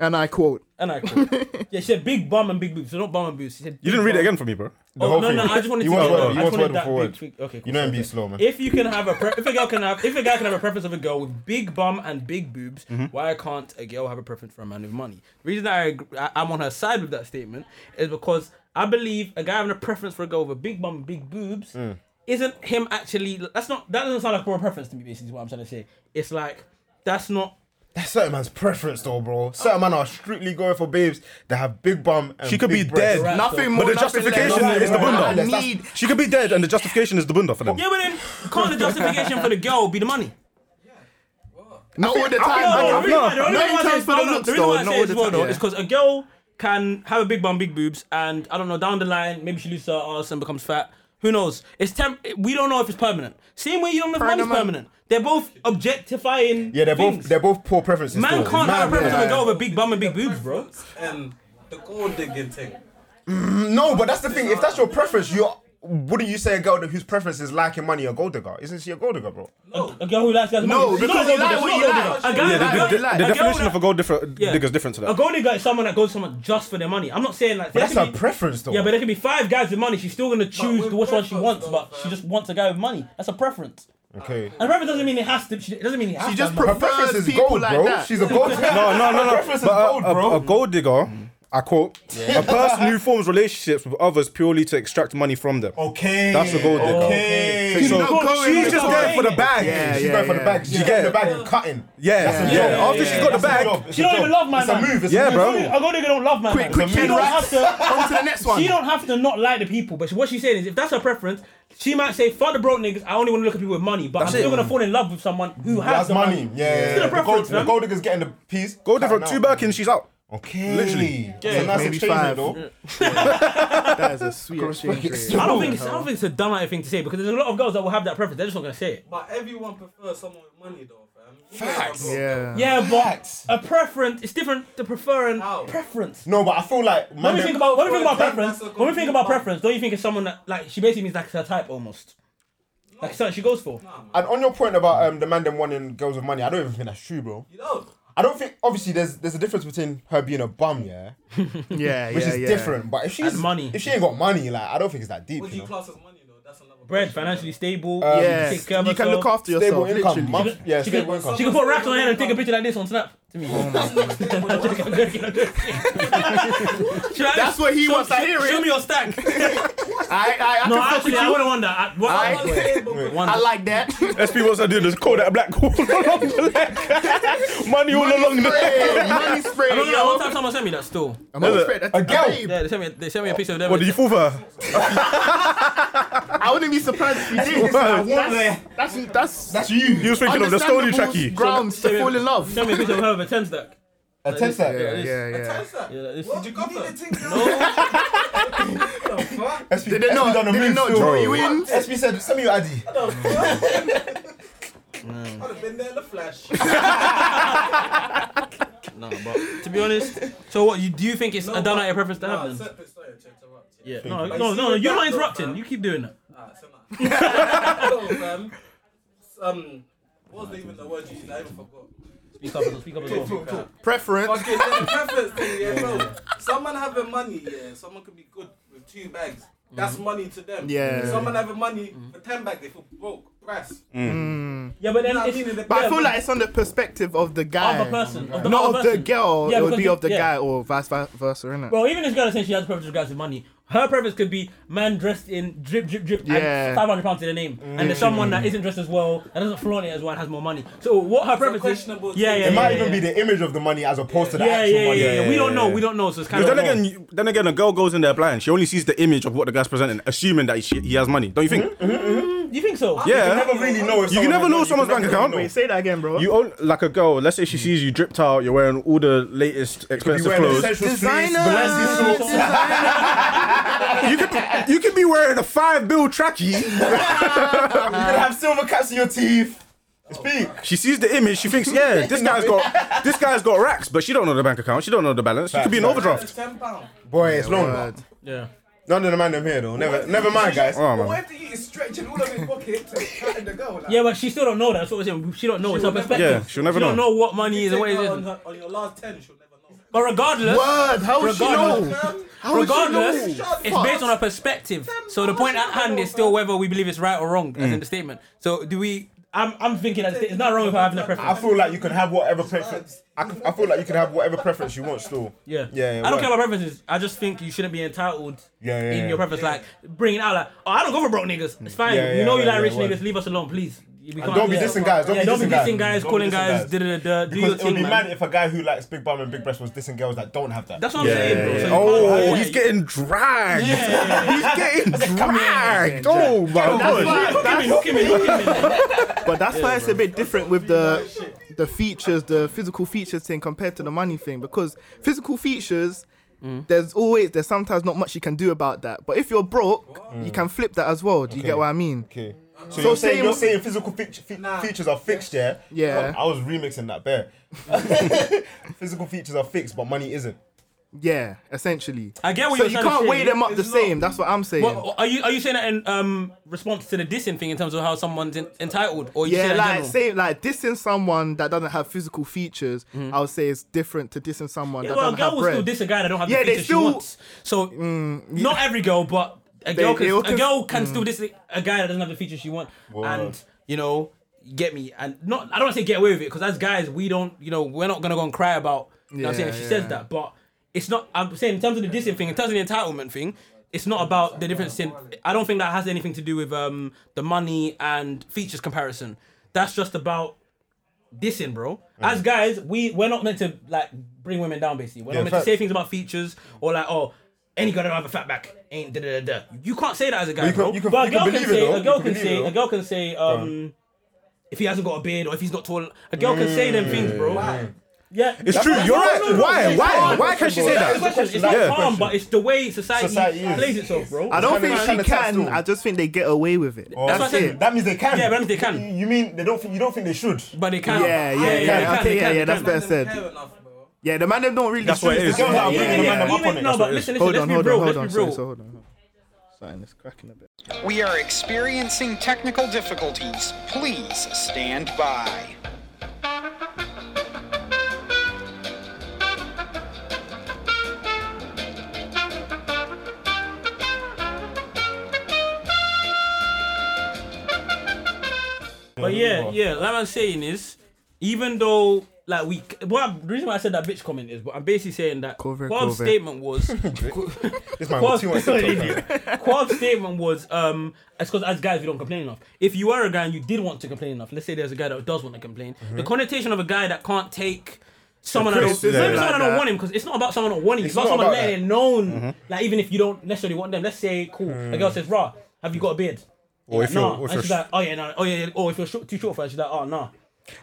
S5: And I quote,
S2: and I quote. yeah, she said big bum and big boobs. So not bum and boobs. She said
S4: You didn't read it again for me, bro.
S3: The whole
S2: no,
S3: thing.
S2: no, I just wanted
S3: You
S2: to
S3: want
S2: get that.
S3: word- you
S2: I
S3: want
S2: just wanted
S3: word
S2: that
S3: for
S2: big
S3: word.
S2: tweak- Okay, cool.
S3: You know and be slow, man.
S2: If you can have a pre- if a girl can have if a guy can have a preference of a girl with big bum and big boobs, why can't a girl have a preference for a man with money? The reason I ag- I- I'm on her side with that statement is because I believe a guy having a preference for a girl with a big bum and big boobs isn't him actually. That's not that doesn't sound like a preference to me. Basically, is what I'm trying to say. It's like that's not.
S3: That's certain man's preference, though, bro. Certain man are strictly going for babes that have big bum. And
S4: She could be
S3: big breasts.
S4: dead.
S5: nothing more.
S4: But the
S5: nothing less.
S4: justification
S3: Right,
S4: is the
S3: right,
S5: I
S3: right.
S4: bunda.
S3: That's-
S5: need.
S4: She could be dead, and the justification is the bunda for them.
S2: Yeah, but then can't the justification for the girl be the money?
S5: Not all the time.
S2: No, no, the
S5: man.
S2: reason why- the only
S5: Not
S2: reason
S5: in
S2: why I say
S5: terms
S2: it's-
S5: for the
S2: no, no,
S5: looks,
S2: the reason
S5: though.
S2: why I
S5: Not
S2: say
S5: all
S2: it's
S5: the
S2: well
S5: time.
S2: though is
S5: yeah.
S2: because a girl can have a big bum, big boobs, and I don't know, down the line, maybe she loses her ass and becomes fat. Who knows? It's temp. We don't know if it's permanent. Same way you don't know if money's
S5: Permanent.
S2: permanent. They're both objectifying.
S3: Yeah, they're
S2: things.
S3: both they're both poor preferences.
S2: Man
S3: still.
S2: can't have a preference of a
S3: yeah.
S2: girl with a big bum and big boobs, bro.
S7: and um, the gold digging thing.
S3: No, but that's the thing. If that's your preference, you wouldn't you say a girl that- whose preference is liking money a gold digger? Isn't she a gold digger, bro?
S2: A girl who likes that.
S5: No, because you like what you like.
S2: A guy, a
S5: Yeah, they-
S2: girl-
S5: they- they
S2: a
S4: The
S2: girl
S4: definition
S2: that-
S4: of a gold different
S2: Yeah.
S4: digger's different to
S2: A
S4: that.
S2: gold digger is someone that goes to someone just for their money. I'm not saying like
S3: But that's
S2: there
S3: her
S2: could be-
S3: preference, though.
S2: Yeah, but there could be five guys with money. She's still gonna choose
S7: with
S2: which one she
S7: preference,
S2: wants,
S7: though,
S2: but
S7: fam.
S2: she just wants a guy with money. That's a preference.
S3: okay.
S2: And preference doesn't mean it has to. She, it doesn't mean it has
S5: She
S2: to.
S5: just
S2: have money.
S3: Her preference is
S5: prefers people
S3: gold, bro.
S5: like that.
S3: She's a gold. digger.
S4: No, no, no, no.
S3: preference is
S4: But
S3: gold,
S4: a, a-
S3: bro.
S4: a gold digger, I quote, a person who forms relationships with others purely to extract money from them.
S3: Okay.
S4: That's a gold digger.
S3: Okay.
S4: So
S5: not going
S4: she's
S5: with
S4: just
S5: the
S4: there for the
S2: gold.
S4: bag.
S5: Yeah,
S3: She's
S5: yeah,
S3: going for the
S5: yeah.
S3: bag. She's
S4: Yeah.
S3: getting the bag and cutting.
S4: Yeah.
S3: That's a
S4: Yeah,
S3: job.
S4: yeah, After
S3: After
S4: she's
S3: she's
S4: got the bag-
S2: She don't even love my
S3: It's a
S2: man.
S3: move. It's
S4: Yeah,
S3: a
S4: bro.
S3: job.
S2: A gold digger don't love man.
S5: Quick, quick,
S3: It's a
S5: quick,
S2: she
S3: move.
S2: don't have
S5: right?
S2: to.
S5: On to the next one.
S2: She don't have to not like the people, but what she's saying is, if that's her preference, she might say, "Fuck the broke niggas. I only want to look at people with money, but I'm still gonna fall in love with someone who has,
S3: That's
S2: the
S3: money. Yeah, yeah,
S2: Still
S3: yeah.
S2: a
S3: The gold,
S2: preference,
S3: the
S2: man.
S3: gold digger's getting the piece.
S4: Gold different,
S3: cutting
S4: two
S3: out.
S4: back and she's out.
S3: Okay.
S4: Literally.
S3: Yeah, it's a nice
S5: maybe
S3: exchange rate,
S5: five.
S3: though.
S5: That is a sweet exchange rate.
S2: I don't think it's, I don't think it's a downright thing to say because there's a lot of girls that will have that preference. They're just not gonna say it.
S7: But everyone prefers someone with money, though, fam. You know
S3: Facts.
S7: that, bro.
S5: Yeah.
S2: Yeah,
S3: Facts.
S2: but a preference is different to preferring
S7: How?
S2: preference.
S3: No, but I feel like
S2: When
S3: man,
S2: we
S3: they-
S2: think about when we think about
S7: Well,
S2: preference,
S7: that's a
S2: when we think about
S7: complete
S2: preference, don't you think it's someone that like she basically means like her type almost, like something she goes for.
S3: and on your point about um, the man them wanting girls with money, I don't even think that's true, bro.
S7: You know,
S3: I don't think obviously there's there's a difference between her being a bum, yeah,
S5: Yeah,
S3: which
S5: yeah,
S3: is
S5: yeah.
S3: different. But if she's
S2: And money.
S3: if she ain't got money, like I don't think it's that deep.
S7: what do
S3: You
S7: you
S3: know?
S7: class as money, though? That's another
S2: Bread,
S7: question.
S2: financially stable.
S5: Yeah,
S2: she can take care of
S5: you can
S2: herself.
S5: look after
S3: Stable
S5: yourself.
S3: income,
S5: literally.
S3: month, yeah,
S2: She
S3: stable
S2: can,
S3: income.
S2: she can put racks on her head and take a picture like this on Snap to me.
S5: That's what he wants to hear,
S2: Show
S5: it.
S2: me your stack.
S5: I, I, I
S2: No,
S5: can fuck with
S2: actually, I
S5: you.
S2: wouldn't want that. I, what,
S5: I-
S2: One-
S5: I like that.
S4: SP wants to do this call that a black hole along the leg. Money all along the leg.
S5: Hey, money spray.
S2: I remember that one
S5: yo.
S2: time someone sent me that still.
S5: Money spray. That's
S3: A girl.
S5: babe.
S2: Yeah, they sent me, they sent me a picture of them.
S4: What did you fall for? her?
S5: I wouldn't be surprised if you did.
S4: Wow.
S5: That's that's that's
S3: That's you.
S4: He was thinking of the story
S5: understandable
S4: tracky.
S5: grounds to fall in love.
S2: Send me a picture of her with a 10 stack.
S3: A ten stack.
S5: Yeah, yeah, yeah.
S2: Yeah, like this.
S7: Did you got that?
S3: SP,
S5: Did they not?
S3: done a
S5: Did they
S3: move
S5: not
S3: still.
S5: draw you in?
S3: SP said, "Send me your ID."
S7: I'd have been there in the flash.
S2: Nah, but to be honest, so what, you, do you think it's a downright preference to have then?
S7: Sorry, check her up.
S2: Yeah, no, no, no, you're not interrupting. You keep doing that.
S7: Ah, semi. no, fam. Um, what was even the word you used? I even forgot.
S2: Speak up, speak up as well.
S5: Preference.
S7: Okay, yeah, the preference thing, yeah, bro. Someone having money, yeah, someone could be good with two bags. That's
S2: Mm.
S7: money to them.
S5: Yeah.
S7: Someone having money for ten bags, they feel broke. Price. You
S2: Yeah, but then
S7: know what I
S2: it's
S7: mean? In the
S5: But I
S7: yeah,
S5: feel like it's on the perspective of the guy.
S2: other person, of the
S5: Not
S2: other
S5: of the
S2: person.
S5: girl,
S2: Yeah,
S5: it would
S2: because
S5: be
S2: you-
S5: of the
S2: yeah.
S5: guy or vice vi- versa, innit?
S2: Well, even this girl is saying she has preference regards with money. Her preference could be man dressed in drip, drip, drip,
S5: Yeah.
S2: and five hundred pounds to the name, and there's someone that isn't dressed as well, that doesn't flaunt it as well, and has more money. So what her preference is?
S7: questionable
S2: Yeah,
S7: thing.
S2: yeah,
S3: It
S2: yeah,
S3: might
S2: yeah,
S3: even
S2: yeah.
S3: be the image of the money as opposed to the
S2: Yeah,
S3: actual
S2: yeah, yeah,
S3: money.
S2: yeah, We don't know.
S4: yeah.
S2: We don't know. So it's kind
S4: Because
S2: of.
S4: then
S2: wrong.
S4: again, you- then again, a girl goes in there blind. She only sees the image of what the guy's presenting, assuming that she, he has money. Don't you think?
S2: you think so?
S4: Yeah.
S3: You never really know. If
S4: You
S3: someone
S4: can never
S3: has
S4: know
S3: money, you can
S4: someone's bank
S3: never
S4: account.
S3: know.
S5: Wait, say that again, bro.
S4: You own like a girl. Let's say she sees you dripped out. You're wearing all the latest
S3: You
S4: expensive
S3: wear the
S4: clothes.
S3: essential suits,
S5: Designer.
S3: Balenciaga suits.
S4: You could you could be wearing a five bill trackie.
S3: You're gonna have silver caps in your teeth. It's peak.
S4: She sees the image. She thinks, yeah, this guy's got this guy's got racks, but she don't know the bank account. She don't know the balance. She could be an
S3: Facts,
S4: overdraft.
S7: ten pound.
S3: Boy, it's long.
S2: Yeah.
S3: None of the man them here though. Never, Uh, never mind, guys.
S4: Oh
S6: But what
S4: man.
S6: if the youth is stretching all of his pocket to threaten the girl? Like,
S2: Yeah, but she still don't know that. That's what I'm saying. She don't know. It's her perspective.
S4: Yeah, she'll never
S2: she don't
S4: know.
S2: know what money is and
S7: Take
S2: what it
S7: her on,
S2: isn't.
S7: her, on your last ten, she'll never know.
S2: But regardless,
S5: Word, how would she
S2: Regardless.
S5: know? How would she
S2: regardless,
S5: know?
S2: it's based on her perspective. So the point at hand is still whether we believe it's right or wrong, as in the statement. So do we? I'm, I'm thinking that it's not wrong if I have a
S3: I
S2: preference.
S3: feel like you can have whatever preference. I, can, I feel like you can have whatever preference you want still.
S2: Yeah.
S3: Yeah, yeah,
S2: I don't
S3: word.
S2: care about preferences. I just think you shouldn't be entitled
S3: Yeah, yeah,
S2: in
S3: yeah.
S2: your preference. Like bringing out like, oh, I don't go for broke niggas. It's fine.
S3: Yeah, yeah,
S2: you know you
S3: yeah,
S2: like
S3: yeah,
S2: rich
S3: word.
S2: niggas. Leave us alone, please. We can't
S3: Don't
S2: do
S3: be
S2: that.
S3: dissing guys. Don't
S2: Yeah,
S3: be
S2: don't be
S3: dissing
S2: dissing guys,
S3: guys. Don't
S2: calling
S3: be dissing
S2: guys, da da da. Do your
S3: Because it would
S2: thing,
S3: be mad
S2: man.
S3: if a guy who likes big bum and big breasts was dissing girls that don't have that.
S2: That's what I'm saying, bro. So you can't-
S4: Oh,
S2: yeah,
S4: he's
S2: you-
S4: getting dragged. He's getting dragged.
S5: Come
S4: Oh my god.
S5: But that's-
S2: Hook him in, hook him in, hook him in.
S5: But that's why it's a bit different with the the features, the physical features thing compared to the money thing. Because physical features,
S2: Mm.
S5: there's always there's sometimes not much you can do about that. But if you're broke,
S2: Mm.
S5: you can flip that as well. Do you
S3: Okay.
S5: get what I mean?
S3: Okay. So,
S5: So
S3: you're saying,
S5: saying
S3: you're
S5: what-
S3: saying physical feat- fe- features are fixed, yeah?
S5: Yeah.
S3: Oh, I was remixing that bear. physical features are fixed, but money isn't.
S5: Yeah, essentially.
S2: I get what
S5: so
S2: you're
S5: you
S2: trying to
S5: can't
S2: say.
S5: weigh them up the
S7: It's
S5: same. That's what I'm saying.
S2: Well, are you are you saying that in um, response to the dissing thing in terms of how someone's en- entitled, or you
S5: yeah,
S2: saying that in
S5: like
S2: general?
S5: say like dissing someone that doesn't have physical features, I would say is different to dissing someone
S2: Yeah,
S5: that
S2: Mm-hmm. well, a
S5: doesn't
S2: girl
S5: have
S2: will still
S5: bread.
S2: diss a guy that don't have
S5: Yeah,
S2: the
S5: they
S2: features
S5: still- Mm,
S2: she wants. So not every girl, but a girl
S5: they mm. all
S2: can, a
S5: can-
S2: girl can still diss a guy that doesn't have the features she wants, and you know, get me and not. I don't want to say get away with it because as guys, we don't. You know, we're not gonna go and cry about. You know, what I'm saying
S5: Yeah,
S2: if she
S5: yeah.
S2: says that, but it's not. I'm saying in terms of the dissing thing, in terms of the entitlement thing. It's not about the difference in. I don't think that has anything to do with um the money and features comparison. That's just about dissing,
S3: Mm.
S2: bro. As guys, we we're not meant to like bring women down. Basically, we're
S3: Yeah,
S2: not meant
S3: facts.
S2: to say things about features or like, oh, any girl that don't have a fat back ain't da da da. da. You can't say that as a guy,
S3: you can-
S2: bro.
S3: you can-
S2: but a
S3: you can
S2: girl can
S3: believe it, though.
S2: say, a
S3: You
S2: girl
S3: can
S2: can
S3: believe it,
S2: say,
S3: though.
S2: a girl can say, um, if he hasn't got a beard or if he's not tall, a girl
S3: Mm.
S2: can say them things, bro. Yeah,
S4: It's true. You're right. Why? Why? Why can she say
S2: That's the
S4: that?
S2: question. It's not
S4: Yeah.
S2: calm, but it's the way society,
S3: Society is.
S2: plays itself, bro.
S5: I don't
S3: Kinda
S5: think
S3: like
S5: she
S3: Shannon Taps
S5: can.
S3: too.
S5: I just think they get away with it.
S3: Oh.
S5: That's
S2: That's what I said.
S5: it.
S3: That means they can.
S2: Yeah, that means they can.
S3: You- You mean they don't think you don't think they should?
S2: but they can.
S5: Yeah, yeah, yeah.
S2: they can,
S5: Okay,
S2: they can,
S5: yeah, yeah.
S2: they
S5: That's
S2: can.
S5: fair said.
S7: Fair enough, bro.
S5: Yeah, the man them don't really.
S4: That's what it
S5: shoot
S4: is.
S5: the
S3: Girls are
S5: girl.
S3: winning,
S2: Even,
S3: the man them
S2: yeah,
S3: up on
S2: even,
S3: it.
S2: no,
S3: That's
S2: but
S3: what it is.
S2: listen, listen,
S5: Hold
S2: let's
S5: on,
S2: be
S5: hold on,
S2: real, let's
S5: hold
S2: be
S5: on.
S2: real.
S5: Sorry, so hold on. Something is cracking a bit.
S8: We are experiencing technical difficulties. Please stand by.
S2: But yeah, yeah, like I'm saying is, even though like we, well, I'm- the reason why I said that bitch comment is, but I'm basically saying that
S5: Cover,
S2: Quab's
S5: cover.
S2: statement was,
S3: This man
S2: Quab's,
S3: too much TikTok time.
S2: Quab's statement was, um, it's because as guys we don't complain enough. If you are a guy and you did want to complain enough, let's say there's a guy that does want to complain, the connotation of a guy that can't take. Someone I don't,
S4: criticism
S2: not even
S5: like
S2: someone I don't
S5: that.
S2: want him because it's not about someone not wanting. It's,
S3: It's
S2: about
S3: not
S2: someone
S3: about
S2: letting it known. Like even if you don't necessarily want them, let's say cool. A girl says, "Raw, have you got a beard?"
S4: Or if
S2: nah.
S4: you're, or
S2: and
S4: if
S2: she's
S4: you're
S2: like, "Oh yeah, nah. oh yeah." yeah. Or if you're short, too short for her, she's like, "Oh nah."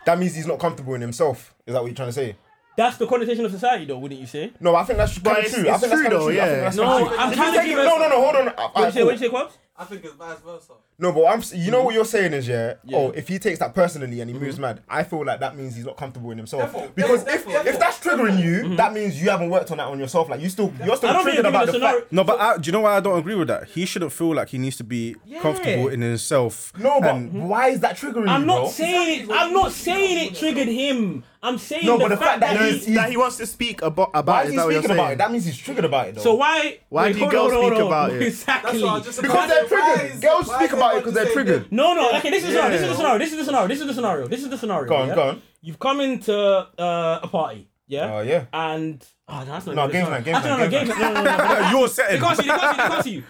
S3: That means he's not comfortable in himself. Is that what you're trying to say?
S2: That's the connotation of society, though, wouldn't you say?
S3: No, I think that's kind of
S5: it's-
S3: true. I
S5: it's
S3: think that's
S5: true
S3: kind of
S5: though,
S3: true. I
S5: yeah.
S3: think that's
S2: No,
S3: kinda true.
S2: I'm
S3: If
S2: trying
S3: you
S2: to
S3: take
S2: give
S3: it-
S2: us-
S3: No, no, no. Hold on.
S2: What
S3: Alright,
S2: you say? What you
S3: cool.
S2: say, Quabs?
S7: I think it's vice versa.
S3: No, but I'm. s- You know what you're saying is yeah. Oh, if he takes that personally
S2: Mm-hmm.
S3: and he moves mad, I feel like that means he's not comfortable in himself.
S7: Therefore,
S3: because
S7: therefore,
S3: if
S7: therefore.
S3: if that's triggering you, that means you haven't worked on that on yourself. Like you still, you're
S2: Mm-hmm.
S3: still
S2: I don't really
S3: triggered
S2: give it
S3: about
S2: a
S3: the
S2: scenario.
S3: fact.
S4: No, but I, do you know why I don't agree with that? He shouldn't feel like he needs to be comfortable in himself.
S3: No, but
S4: and-
S3: why is that triggering you?
S2: Mm-hmm. I'm not
S3: bro?
S2: saying I'm not saying it triggered him. I'm saying
S3: No,
S2: the,
S3: but the fact that
S2: he.
S3: he's-
S5: that he wants to speak about about
S3: Why
S5: it,
S3: is
S5: is
S3: he
S5: that what you're
S3: speaking about
S5: saying?
S3: it? That means he's triggered about it. Though.
S2: so why?
S5: Why
S2: wait,
S5: do
S2: hold
S5: girls
S2: on, hold
S5: speak
S2: on.
S5: about it?
S2: Exactly.
S7: That's what I just
S3: Because they're triggered. Girls speak about it because they're triggered.
S2: No, no. Okay, this is the- this is the scenario. This is the scenario. This is the scenario. This is the scenario.
S3: Go on,
S2: yeah?
S3: go on.
S2: You've come into uh, a party, yeah.
S3: Oh, yeah.
S2: And oh, that's not
S3: No,
S2: good,
S3: game
S2: sorry.
S3: night, game
S2: Actually,
S3: night,
S2: no, no,
S3: game
S2: game night. No, no, no, no.
S4: You're setting.
S2: They can't see you. They can't see you. They can't see you.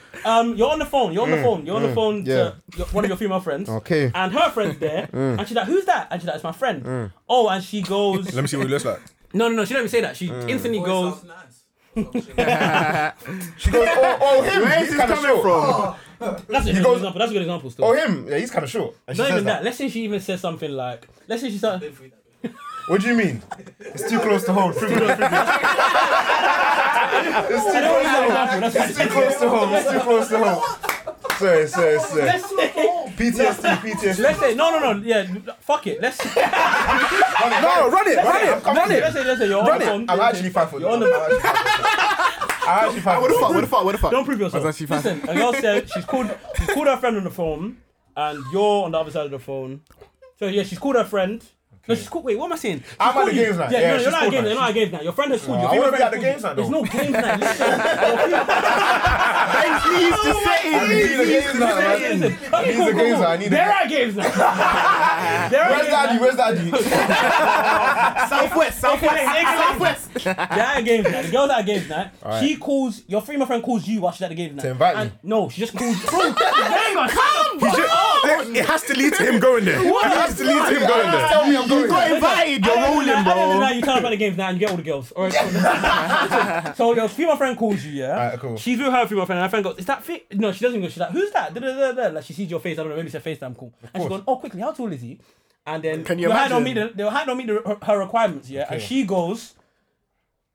S2: Um, you're on the phone. You're on
S3: Mm,
S2: the phone. You're on the phone
S5: yeah.
S2: to your, one of your female friends.
S5: Okay.
S2: And her friend's there,
S3: Mm.
S2: and she's like, "Who's that?" And she's like, "It's my friend." Oh, and she goes,
S4: Let me see what he looks like.
S2: "No, no, no." She doesn't even say that. She
S3: Mm.
S2: instantly goes,
S7: Nice.
S3: She goes, oh, oh him.
S5: Where
S3: he's
S5: is this
S3: kinda short.
S5: coming from?
S2: "That's a good
S3: goes-
S2: example. That's a good example." Still.
S3: Oh him. Yeah, he's kind of short. And she
S2: Not
S3: says
S2: even that. Let's say she even says something like, "Let's say she starts."
S3: What do you mean? It's too close to home. Privilege, privilege. it's too close to home. It's too close to home. It's too close to home. Sorry, sorry, sorry.
S2: Let's say,
S3: PTSD, PTSD.
S2: let's say, no, no, no, yeah, fuck it. Let's
S4: No, run it, run it.
S2: run it. Let's say, let's say, you're on
S3: Run
S2: the phone.
S3: it. I'm actually five foot.
S2: You're on the-
S3: I'm actually five foot. I'm actually five
S5: What the fuck? What
S3: foot.
S5: the fuck? What the fuck?
S2: Don't prove yourself.
S5: That's actually fine.
S2: Listen, a girl said she's called she's called her friend on the phone, and you're on the other side of the phone. So yeah, she's called her friend. No, she's called. Wait, what am I saying? She's
S3: I'm at
S2: called
S3: the
S2: you.
S3: games night.
S2: Yeah,
S3: Yeah,
S2: no, no, you're
S3: she's
S2: not at
S3: called
S2: games.
S3: her.
S2: You're not at games night. Your friend has called you.
S3: I
S2: Your
S3: wanna
S2: female
S3: be at
S2: friend
S3: the
S2: has called you. There's
S3: games
S2: no games night. Listen. Listen.
S3: I
S2: Okay,
S3: need
S2: cool,
S3: the
S2: cool,
S3: games.
S2: cool.
S3: I need the
S2: There are games night. There are
S3: Where's
S2: games night.
S3: daddy? Where's daddy?
S5: Southwest,
S2: Southwest. They're at games night. The girl's at games night. She calls your female friend calls you while she's at the games night. To
S3: invite
S2: and,
S3: me.
S2: No, she just calls. Bro, hang on. Come.
S4: He ju- It has to lead to him going there. It has to lead to him going there.
S3: Tell me I'm going.
S5: got invited. You're rolling,
S2: Now
S5: bro.
S2: you turn up at the games now and you get all the girls. All right. so your female friend calls you, yeah.
S3: Alright, cool.
S2: She's with her female friend. And her friend goes, "Is that fit?" No, she doesn't go. She's like, "Who's that?" Da, da, da, da. Like she sees your face. I don't know. Maybe it's a FaceTime call. And she's going, "Oh, quickly, how tall is he?" And then
S5: Can you
S2: your height don't meet
S5: imagine?
S2: the, your height don't meet the, her, her requirements, yeah. And she goes.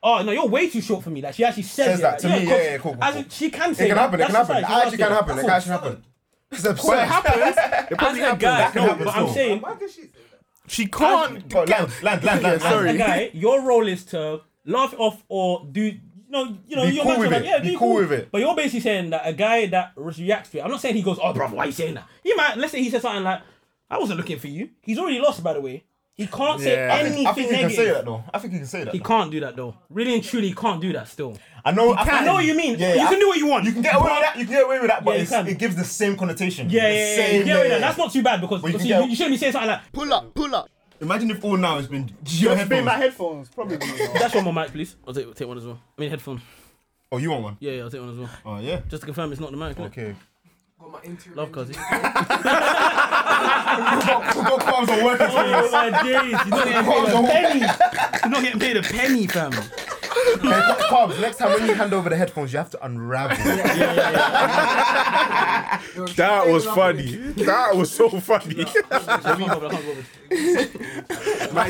S2: Oh no, you're way too short for me. Like she actually says,
S3: Says that
S2: it,
S3: to
S2: like,
S3: me,
S2: of
S3: yeah, yeah, cool,
S2: course.
S3: cool,
S2: As
S3: cool.
S2: in, she can say
S3: It can
S2: that.
S3: happen. It
S2: That's
S3: can
S2: the
S3: happen. It
S2: fact, she's
S3: actually can
S2: asking.
S3: happen. It can actually happen. It's absurd.
S5: It
S2: As
S5: probably
S2: a guy,
S5: happens.
S3: can
S2: no,
S3: happen
S2: but I'm
S3: still.
S2: saying,
S7: Why can she say that?
S5: She can't.
S3: Bro, land, land, land, land.
S5: Sorry.
S2: a guy, your role is to laugh it off or do you know you know
S3: Be
S2: you're
S3: cool
S2: not
S3: with
S2: like,
S3: it.
S2: yeah,
S3: Be
S2: be
S3: cool
S2: cool
S3: with it.
S2: But you're basically saying that a guy that re- reacts to it. I'm not saying he goes, oh, bro, why are you saying that? He might let's say he says something like, I wasn't looking for you. He's already lost, by the way. He can't
S5: Yeah. I
S2: say anything
S5: think-
S3: I think you can
S2: negative.
S3: say that though. I think you can say that.
S2: He can't do that though. Really and truly, he can't do that still.
S3: I know. I,
S2: I know what you mean. you can do what you want.
S3: You can get away with that. You can get away with that, but
S2: Yeah, you
S3: it's,
S2: can.
S3: it gives the same connotation.
S2: Yeah,
S3: The
S2: yeah, yeah.
S3: same-
S2: yeah, yeah, yeah. That's not too bad because
S3: But you
S2: you,
S3: can
S2: you,
S3: get-
S2: shouldn't be saying something like,
S5: Pull up, pull up.
S3: Imagine if all now has been your headphones.
S5: headphones, probably.
S2: that's one more mic, please. I'll take, take one as well. I mean, headphone.
S3: Oh, you want one?
S2: Yeah, yeah, I'll take one as well.
S3: Oh yeah.
S2: Just to confirm, it's not the mic. innit?
S3: Okay.
S6: Got my interior.
S2: Love, Kazi.
S3: Football clubs are working for you.
S2: Oh my days, you're not getting
S3: Oh,
S2: paid a penny. You're not getting paid a penny, fam.
S3: Hey, Clubs, next time when you hand over the headphones, you have to unravel.
S4: That was funny. That was so funny.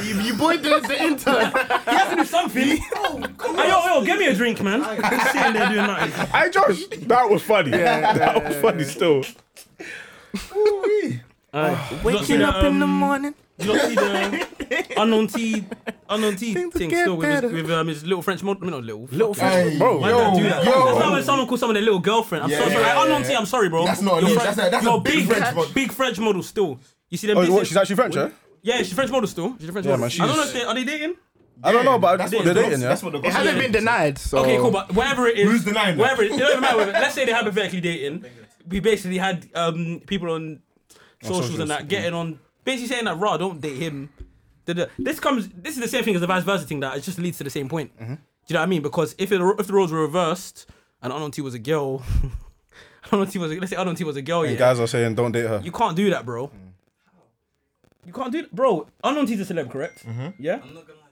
S5: you, you boy did the intern.
S2: He has to do something. Hey, yo, yo, give me a drink, man. He's sitting there doing nothing.
S4: I Josh, that was funny. that was funny still.
S2: Waking up in the
S5: morning.
S2: um, You not see the unknown tea, unknown tea
S5: Things
S2: thing
S5: get
S2: still with his,
S5: better.
S2: with um, his little French mod. I mean, not little. Little
S3: Hey,
S4: Bro,
S2: Why did I do that?
S3: yo.
S2: That's not when someone calls someone their little girlfriend. I'm so sorry.
S3: yeah,
S2: I- unknown
S3: yeah.
S2: tea, I'm sorry, bro.
S3: That's not a
S2: Your
S3: little-
S2: French-
S3: that's a- that's a
S2: your
S3: big French mod.
S2: Big French model still. You see them?
S4: Oh, what,
S2: business-
S4: she's actually French, huh?
S2: yeah, she's French model still. She's a French
S4: Yeah,
S2: model.
S4: man,
S2: I don't know
S4: she's-
S2: if they are they dating.
S4: I don't know, but
S3: That's what
S4: they're
S3: the
S4: dating,
S3: gossip-
S4: yeah?
S3: That's what the
S5: It
S3: gossip
S5: hasn't been denied, so.
S2: Okay, cool, but whatever it is,
S3: Who's denying that?
S2: whatever it, it doesn't matter. Whether, let's say they're hypothetically dating. We basically had um, people on socials,
S4: socials,
S2: and that getting on, basically saying that raw, don't date him. Da-da. This comes. This is the same thing as the vice versa thing. That it just leads to the same point. Do you know what I mean? Because if it, if the roles were reversed and Anonti was a girl, Anonti was a, let's say Anonti was a girl, yeah,
S4: Guys are saying don't date her.
S2: you can't do that, bro. You can't do, that. bro. Anonti's a celeb, correct? Yeah.
S7: I'm not gonna lie,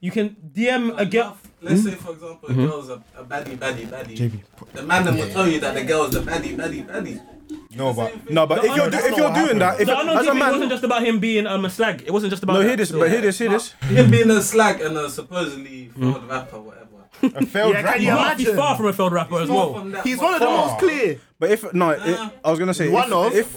S7: you can though.
S2: You can DM a girl. Hmm?
S7: Enough. Let's say, for example, a girl's a, a baddie, baddie, baddie. The man that will tell you that the girl's a baddie, baddie, baddie.
S3: No, but
S4: No, but if you're do-
S3: that's
S4: if
S3: not
S4: you're
S3: what
S4: doing
S3: happened.
S4: that, if
S2: The Arnold
S4: as a
S2: TV wasn't
S4: man,
S2: just about him being um, a slag. It wasn't just about.
S4: no,
S2: that.
S4: hear this,
S2: So-
S4: but hear this, hear this.
S7: Him being a slack and a supposedly fraud rapper, whatever.
S3: A failed
S5: Yeah,
S3: rapper.
S5: can you
S2: Might be
S5: imagine?
S2: far from a failed rapper as
S7: Far
S2: well.
S7: from that,
S5: He's
S7: but
S5: one of the
S7: far.
S5: most clear.
S4: But if no, it, I was gonna say
S5: One
S4: if,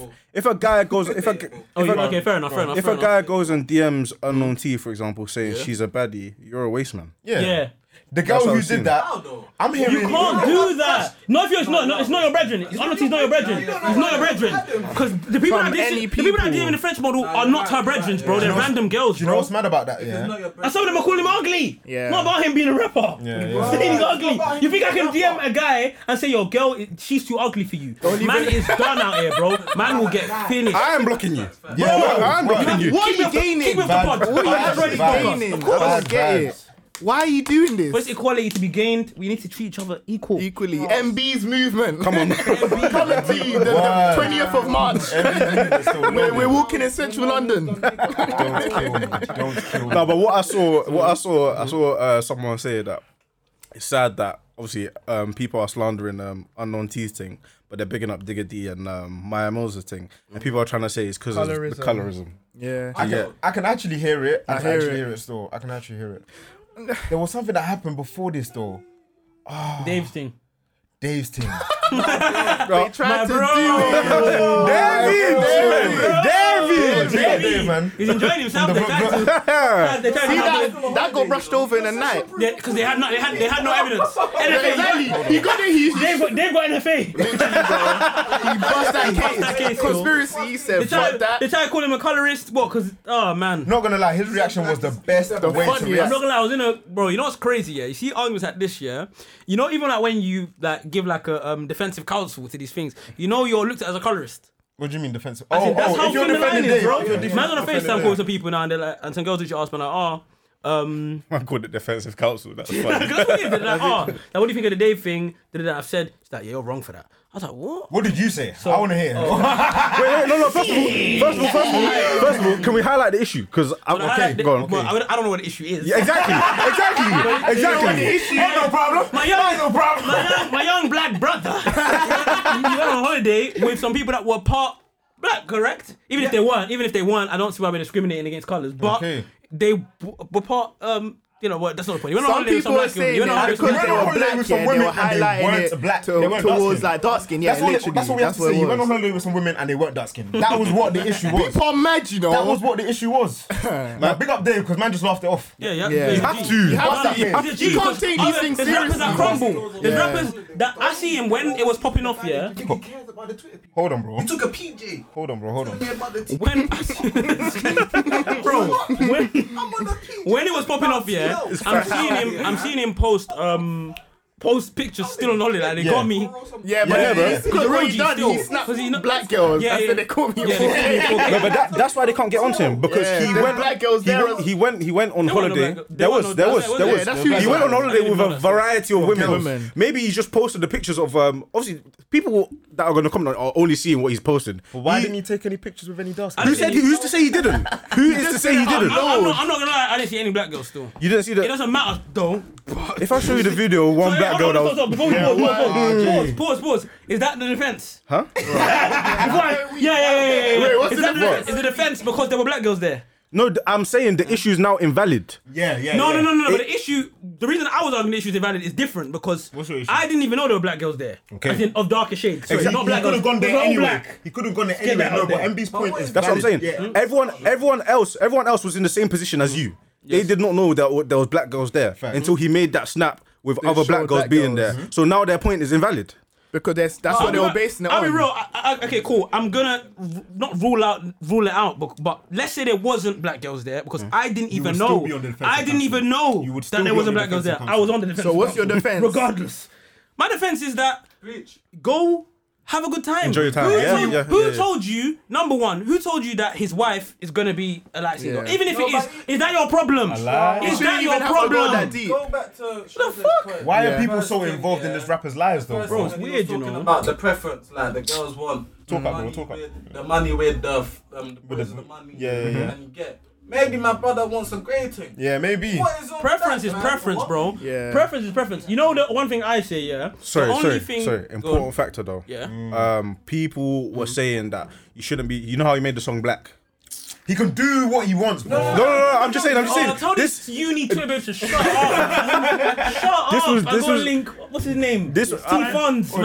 S5: of-
S4: if if a guy goes if a if
S2: Oh, you-
S4: a-
S2: okay, fair enough, fair enough.
S4: if
S2: fair
S4: a guy goes and DMs unknown T, for example, saying she's a baddie, you're a waste man.
S3: Yeah.
S2: enough. yeah.
S3: The girl
S4: That's how
S3: who
S4: I've seen
S3: did
S4: it.
S7: How
S3: that,
S7: though?
S3: I'm hearing.
S2: You can't do that. No, if you're it's not, no, it's not your brethren. It's honestly it's not your brethren. It's not your brethren. Because the people that
S5: From
S2: did, the
S5: any
S2: people that
S5: people.
S2: did in the French model are
S7: you're
S2: not
S7: right,
S2: her
S7: you're right,
S2: brethren,
S7: yeah.
S2: bro. They're
S3: You know-
S2: random girls,
S3: You know
S2: bro.
S3: what's mad about that? Yeah.
S7: Not your
S2: And some of them are calling him ugly.
S5: Yeah.
S2: Not about him being a rapper.
S3: Yeah,
S2: They
S3: yeah.
S2: think he's ugly.
S7: about
S2: You think I
S7: him
S2: can
S7: being a
S2: DM a guy and say, "Yo, girl, it- she's too ugly for you"? Man is done out here, bro. Man will get finished.
S4: I am blocking you.
S3: Yeah,
S4: I- I am blocking you.
S5: What are
S2: Keep me
S5: you
S2: off the- Keep me
S5: gaining?
S2: off the pod.
S5: What
S2: I
S5: are
S2: already
S5: you
S2: got us.
S5: gaining?
S3: Of
S5: Of
S3: course.
S5: course, I don't get
S3: Vibes.
S5: it. Why are you doing
S2: But it's
S5: this?
S2: equality to be gained. We need to treat each other equal.
S5: Equality, MB's movement.
S4: Come on, man.
S5: Equality, the- the
S3: Wow.
S5: twentieth of March. We're, we're walking in central London.
S3: Don't kill me. Don't kill me.
S4: no, but what I saw, what I saw, I saw uh, someone say that it's sad that obviously um, people are slandering um, unknown T's thing, but they're bigging up Digger D and um, Maya Mills' thing, and people are trying to say it's because of the
S5: Colorism.
S4: colorism.
S5: Yeah.
S3: I can, I can actually hear it. I, can
S5: hear
S3: actually
S5: it.
S3: hear it still. I can actually hear it. There was something that happened before this though.
S2: Dave's thing.
S3: Dave's team.
S5: They
S2: My
S5: tried to do it.
S2: bro.
S3: David! David, man.
S2: He's enjoying himself. They tried to. They tried to.
S5: See
S2: have
S5: that, that got brushed over in a night.
S2: Because they had no, they had, they had no evidence. NFA.
S5: Exactly. He got it. He, he
S2: They've got, they've got NFA.
S5: bust that case.
S2: that case, yo.
S5: Conspiracy. He
S2: They
S5: said,
S2: try,
S5: fuck
S2: they
S5: that.
S2: try to call him a colorist. What? Because oh man.
S3: Not gonna lie, his reaction was the best
S5: The
S3: way to
S5: funniest.
S3: react.
S2: I'm not gonna lie, I was in a bro. You know what's crazy? Yeah, you see arguments like this. Yeah, you know even like when you like give like a um, defensive counsel to these things, you know you're looked at as a colorist.
S3: What do you mean defensive?
S2: As in,
S3: Oh,
S2: that's
S3: oh,
S2: how
S3: if you're
S2: thin the line
S3: defending
S2: is,
S3: Dave,
S2: bro.
S3: if you're
S2: Man's
S3: def-
S2: on a
S3: defending
S2: FaceTime
S3: Dave.
S2: calls to people now and they're like, and some girls do ask me like, oh, um,
S4: I called it defensive counsel. That's funny.
S2: 'cause that's what it is. They're like, oh, like, what do you think of the Dave thing? That I've said, she's like, yeah, you're wrong for that. I was like, what?
S3: What did you say? I wanna hear.
S4: Wait, wait, no, no. First of all, first of all, first of all, first of all can we highlight the issue? Because I'm
S2: But I
S4: okay.
S2: like the-
S4: Go on.
S2: well, I, don't- I don't know what the issue is.
S4: Yeah, exactly, exactly, exactly.
S3: Ain't no problem.
S2: My young,
S3: Ain't no problem.
S2: my young, my young black brother, you went on holiday with some people that were part black, correct? Even if they weren't, even if they weren't, I don't see why we're discriminating against colors. But
S3: Okay.
S2: they w- were part. Um, you know what? That's not the point. You went on
S5: Some
S2: holiday with some
S5: people were
S2: black women.
S5: saying
S2: You went on
S5: that
S2: holiday with some black women.
S3: women
S5: because they were black,
S3: with some
S5: yeah, they were
S3: women and they
S5: highlighting
S3: weren't
S5: it
S3: black.
S5: to-
S3: They weren't dark-skinned.
S5: towards like dark skin. Yeah,
S3: that's, what,
S5: literally.
S3: that's what we have
S5: That's
S3: to say.
S5: what
S3: You went
S5: it
S3: on
S5: was.
S3: holiday with some women and they weren't dark skinned. That was what the issue was.
S5: Paul Madge, you know.
S3: That was what the issue was. Now, big up Dave because man just laughed it off.
S2: Yeah, yeah,
S5: Yeah.
S2: You
S4: Have to.
S5: have to- you have to- you can't take these things
S2: There's rappers that
S5: seriously.
S2: crumble. There's rappers that I see him when it was popping off. Yeah,
S6: He cares about the Twitter people.
S3: Hold on, bro.
S6: He took a PJ.
S3: Hold on, bro. Hold on.
S6: Care about the T-
S2: when bro, when
S6: I'm on a PJ.
S2: when it was popping off, yeah,
S6: It's
S2: I'm seeing him. I'm seeing him post um post pictures still on holiday. Like, they
S3: Yeah.
S2: got me.
S5: Yeah, but
S4: Yeah, bro.
S5: it's because
S2: He's a
S5: what
S2: roadie
S5: he done,
S2: still.
S5: he snapped
S2: 'Cause he not-
S5: black girls.
S2: Yeah,
S5: Yeah,
S2: yeah.
S5: they called me a
S2: Yeah,
S5: fool.
S2: they- they-
S4: No, but that, that's why they can't get onto him because
S5: Yeah.
S4: he
S5: There
S4: went.
S5: were black girls
S4: he,
S5: there
S4: went
S5: as-
S4: he went. He went on
S2: There were no
S4: holiday.
S2: black- there
S4: there
S2: were
S4: was.
S2: no-
S4: There
S2: that's
S4: was.
S2: right,
S4: There
S2: wasn't
S5: it?
S4: was.
S5: That's who
S4: He
S5: he
S4: went on
S5: was.
S2: I
S4: holiday
S2: didn't
S4: with
S2: know
S4: a
S2: that.
S4: variety of women.
S5: women.
S4: Maybe he just posted the pictures of um. Obviously, people that are going to comment on are only seeing what he's posted.
S3: Why didn't you take any pictures with any dark
S4: Who
S3: skin?
S4: said? he- Who's to say he didn't? Who is to say he
S2: I'm,
S4: didn't?
S2: I'm not, I'm not gonna lie, I didn't see any black girls still.
S4: You didn't see
S2: It
S4: the.
S2: doesn't matter though.
S4: If I show you the video, of one
S2: Sorry,
S4: black girl
S2: hold
S4: that
S2: on, stop,
S4: was.
S2: stop, Pause, pause, pause, pause, pause, pause. Is that the defense?
S4: Huh?
S2: Before I- yeah, yeah, yeah, yeah, yeah.
S5: Wait, what's
S2: is
S5: the
S2: that the
S5: difference?
S2: defense? Is the defense because there were black girls there?
S4: No, th- I'm saying the issue is now invalid.
S3: Yeah, yeah.
S2: No,
S3: yeah.
S2: no, no, no, no. But the issue, the reason I was arguing the issue is invalid is different because
S3: What's your issue?
S2: I didn't even know there were black girls there.
S3: Okay.
S2: As in, of darker shades. Sorry,
S3: He-
S2: not black
S3: he could
S2: girls.
S3: have gone there
S2: They're all
S3: anyway.
S2: black.
S3: He could have gone there
S2: get
S3: anyway.
S2: that
S3: No,
S2: out
S3: but
S2: there.
S3: MB's point is
S4: That's what I'm saying.
S3: valid. Yeah.
S4: Everyone, everyone else, everyone else was in the same position as you. They did not know that there was black girls there until he made that snap with other black
S5: showed
S4: girls Mm-hmm.
S5: black
S4: being
S5: girls.
S4: there. So now their point is invalid.
S5: Because that's that's what they were basing it
S2: I'll
S5: on.
S2: be real. I, I, I- okay, cool. I'm gonna r- not rule out rule it out, but, but let's say there wasn't black girls there because I didn't even
S3: would still
S2: know.
S3: be on the defensive
S2: I didn't
S3: counsel.
S2: even know
S3: You would
S2: that
S3: still
S2: there
S3: be
S2: wasn't
S3: on the
S2: black girls there.
S3: defensive
S2: I was
S3: counsel.
S2: on the defense.
S5: So what's your defense?
S2: Regardless, my defense is that
S7: Bitch.
S2: go have a good time.
S4: Enjoy your time.
S2: Who,
S4: Yeah,
S2: told,
S4: yeah,
S2: who
S4: yeah, yeah.
S2: told you? Number one, who told you that his wife is gonna be a light skin girl?
S5: Yeah.
S2: Even if it is, is that your problem?
S3: lie.
S2: Is
S5: Shouldn't
S2: that
S5: even
S2: your
S5: have to go
S2: problem?
S5: that deep.
S7: Go back to Shazam's
S2: fuck?
S7: point.
S3: Why are
S5: Yeah.
S3: people so
S7: First thing,
S3: involved in
S7: yeah.
S3: this rapper's lives though?
S7: First
S3: Bro,
S2: it's
S7: thing, he was
S2: weird, you
S7: talking
S2: know.
S7: About the preference, like the girls
S3: Talk
S7: want the
S3: about it,
S7: money
S3: we'll talk about
S7: with the money with the f- um, the boys
S3: the-
S7: with the money.
S3: yeah, yeah, yeah.
S7: And you get maybe my brother wants a great thing.
S3: yeah, maybe.
S7: What is all
S2: Preference
S7: that,
S2: is
S7: man?
S2: preference,
S7: What?
S2: bro.
S5: Yeah.
S2: Preference is preference. You know the one thing I say, yeah.
S4: Sorry,
S2: the only
S4: sorry,
S2: thing,
S4: sorry.
S2: Go on.
S4: Important factor though.
S2: Yeah.
S4: Mm. Um, people were saying that you shouldn't be. You know how he made the song black.
S3: He can do what he wants, bro.
S4: No, no, no, I'm just saying, I'm just
S2: Oh, I
S4: saying.
S2: told
S4: This, uh,
S2: this uni Twitter to shut up. shut
S4: This
S2: up.
S4: was-
S2: I
S4: this
S2: got
S4: was-
S2: a link. What's his name?
S4: this-
S2: Steve
S4: I-
S2: Fonz,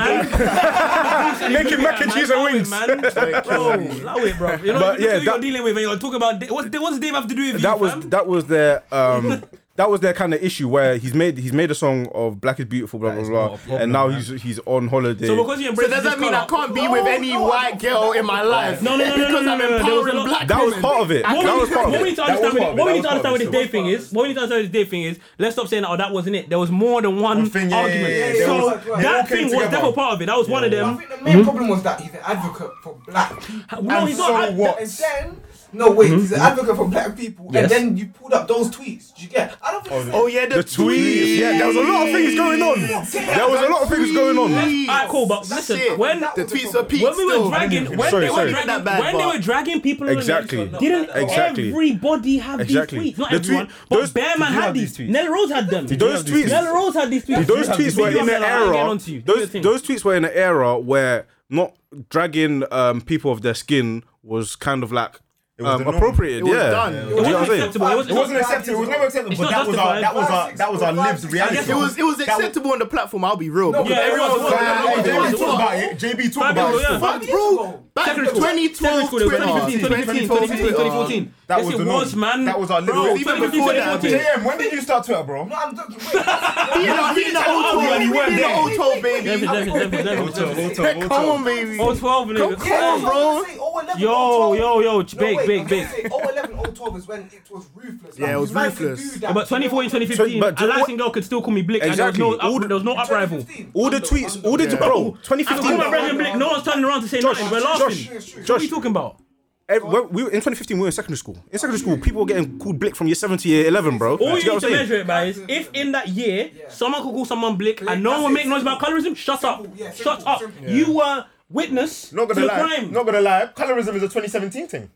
S2: man.
S4: Making mac and cheese and
S2: Allow it,
S4: wings.
S2: man. Bro, allow it, bro. You know
S4: But,
S2: what
S4: yeah,
S2: you're
S4: that-
S2: dealing with, and you're talking about what's what's Dave have to do with you?
S4: that was
S2: fam?
S4: that was their um that was their kind of issue where he's made he's made a song of black is beautiful blah blah blah and now he's he's on holiday
S2: So because you
S5: So
S2: embrace
S5: does that
S2: this
S5: mean I
S2: colour-
S5: can't be with any white girl in my life?
S2: No, no, no, no,
S5: Because
S2: no, no,
S5: I'm
S2: no, no, there was a
S5: empowering
S2: lot-
S5: black
S4: that was
S5: women.
S4: part of it
S2: What
S4: that was
S2: we,
S4: part of
S2: what we
S4: it
S2: need to understand
S3: was part
S2: with
S3: of it,
S2: what we
S3: that
S2: need to
S3: was
S2: understand
S3: part of
S2: with
S3: it,
S2: this
S3: that
S2: day thing is what we need to understand with this day thing is let's stop saying oh that wasn't it. There was more than one,
S3: One thing, yeah,
S2: argument.
S3: yeah,
S2: so
S3: yeah, they all- they all
S2: that
S3: came
S2: thing was
S3: together.
S2: definitely part of it. That was one of
S6: I
S2: them.
S6: think the main problem was that he's an advocate for black people.
S2: No, he's not.
S3: so
S2: I-
S3: what?
S6: And then, no, wait, he's an advocate for black people.
S2: Yes.
S6: And then you pulled up those tweets. Do you get? I don't think.
S5: Oh yeah, the,
S4: the tweets yeah there was a lot of things going on there was a lot of things going on
S2: Alright, cool, but listen, when-
S5: the tweets were peaked,
S2: when we were
S5: still,
S2: dragging, when
S4: Sorry,
S2: they were
S4: sorry.
S2: dragging,
S5: That bad
S2: when they
S5: part.
S2: were dragging people, on the
S4: Exactly.
S2: next one, didn't
S4: Exactly.
S2: everybody have
S4: Exactly.
S2: these tweets? Not
S4: The
S2: everyone,
S4: tweet-
S2: but
S4: those-
S2: Bearman
S4: did you
S2: had
S4: have
S2: these.
S4: these tweets?
S2: Nell Rose had them.
S4: those tweets
S2: Nell Rose had these tweets.
S4: those tweets were
S2: Big up
S4: in an
S2: Nell, I'll get
S4: era.
S2: onto you. Do your
S4: Those
S2: thing.
S4: those tweets were in an era where not dragging um, people of their skin was kind of like
S3: was
S4: um,
S3: the norm.
S4: appropriate.
S5: It was
S4: yeah,
S5: done.
S4: Do
S5: It
S2: It
S4: you know what
S2: wasn't
S4: I'm saying?
S2: acceptable. It wasn't-
S3: It wasn't acceptable. It was never acceptable.
S2: It's
S3: But
S2: not
S3: that was our
S2: justified.
S3: that was our that was our lived reality.
S5: It was it was
S3: That
S5: acceptable on the platform. I'll be real. because
S2: yeah, it
S5: everyone
S2: was, it
S5: was
S2: was, it
S5: like,
S2: was,
S5: "Oh,
S2: it
S5: they
S2: was,
S5: were
S2: it
S3: JB talked about
S5: talking about
S3: it. JB talked
S2: Five
S3: about
S2: people,
S3: it.
S2: yeah.
S3: Fuck.
S5: Fuck, bro. Back in
S2: Secondary school. Secondary school, it was
S5: 2012, 2015,
S2: 2015, 2015,
S5: 2015.
S2: 2015.
S3: That
S2: Yes,
S3: was
S2: it
S3: the norm.
S2: was, man.
S3: That was our
S2: Bro,
S3: lived
S5: even
S2: 2015,
S5: before that,
S2: 2014.
S3: JM, when did you start Twitter, bro?
S6: No, I'm joking. Wait.
S5: He in the- he in the O2, he in the O2,
S2: Devin,
S5: baby.
S2: Devin, Devin, Devin, Devin.
S5: Come on, baby.
S2: Oh, 12, nigga.
S5: Come on, bro.
S6: Oh,
S2: Yo, yo, yo, big, big, big.
S6: 011, 012 oh, is when it was ruthless.
S5: Yeah,
S6: Like,
S5: it was
S6: you man could
S5: ruthless.
S6: do that.
S2: But 2014, 2015,
S4: But- but
S2: a
S4: do you know
S2: Latin girl could still call me Blick.
S4: Exactly.
S2: And there was no,
S4: All the-
S2: up, there was no uprival.
S6: 2015.
S4: All the
S6: Under-
S4: tweets,
S6: under-
S4: all the bro,
S2: I call my brother
S4: 2015.
S2: Blick. No one's turning around to say nothing. We're
S4: Josh,
S2: laughing. What are
S4: Josh,
S2: you talking about?
S4: every- when we were in 2015. We were in secondary school. In secondary school, people were getting called Blick from year seven to year 11, bro. Do
S2: All
S4: get
S2: you need
S4: what
S2: to
S4: I'm saying?
S2: measure it by is if in that year someone could call someone Blick and no one
S6: that's
S2: would make
S6: it.
S2: noise about colorism, shut up.
S6: Simple, yeah,
S2: Shut
S6: simple,
S2: up.
S6: simple.
S2: You were witness
S3: Not
S2: to
S3: gonna
S2: the
S3: lie.
S2: crime.
S3: Not gonna lie. Colorism is a 2017 thing.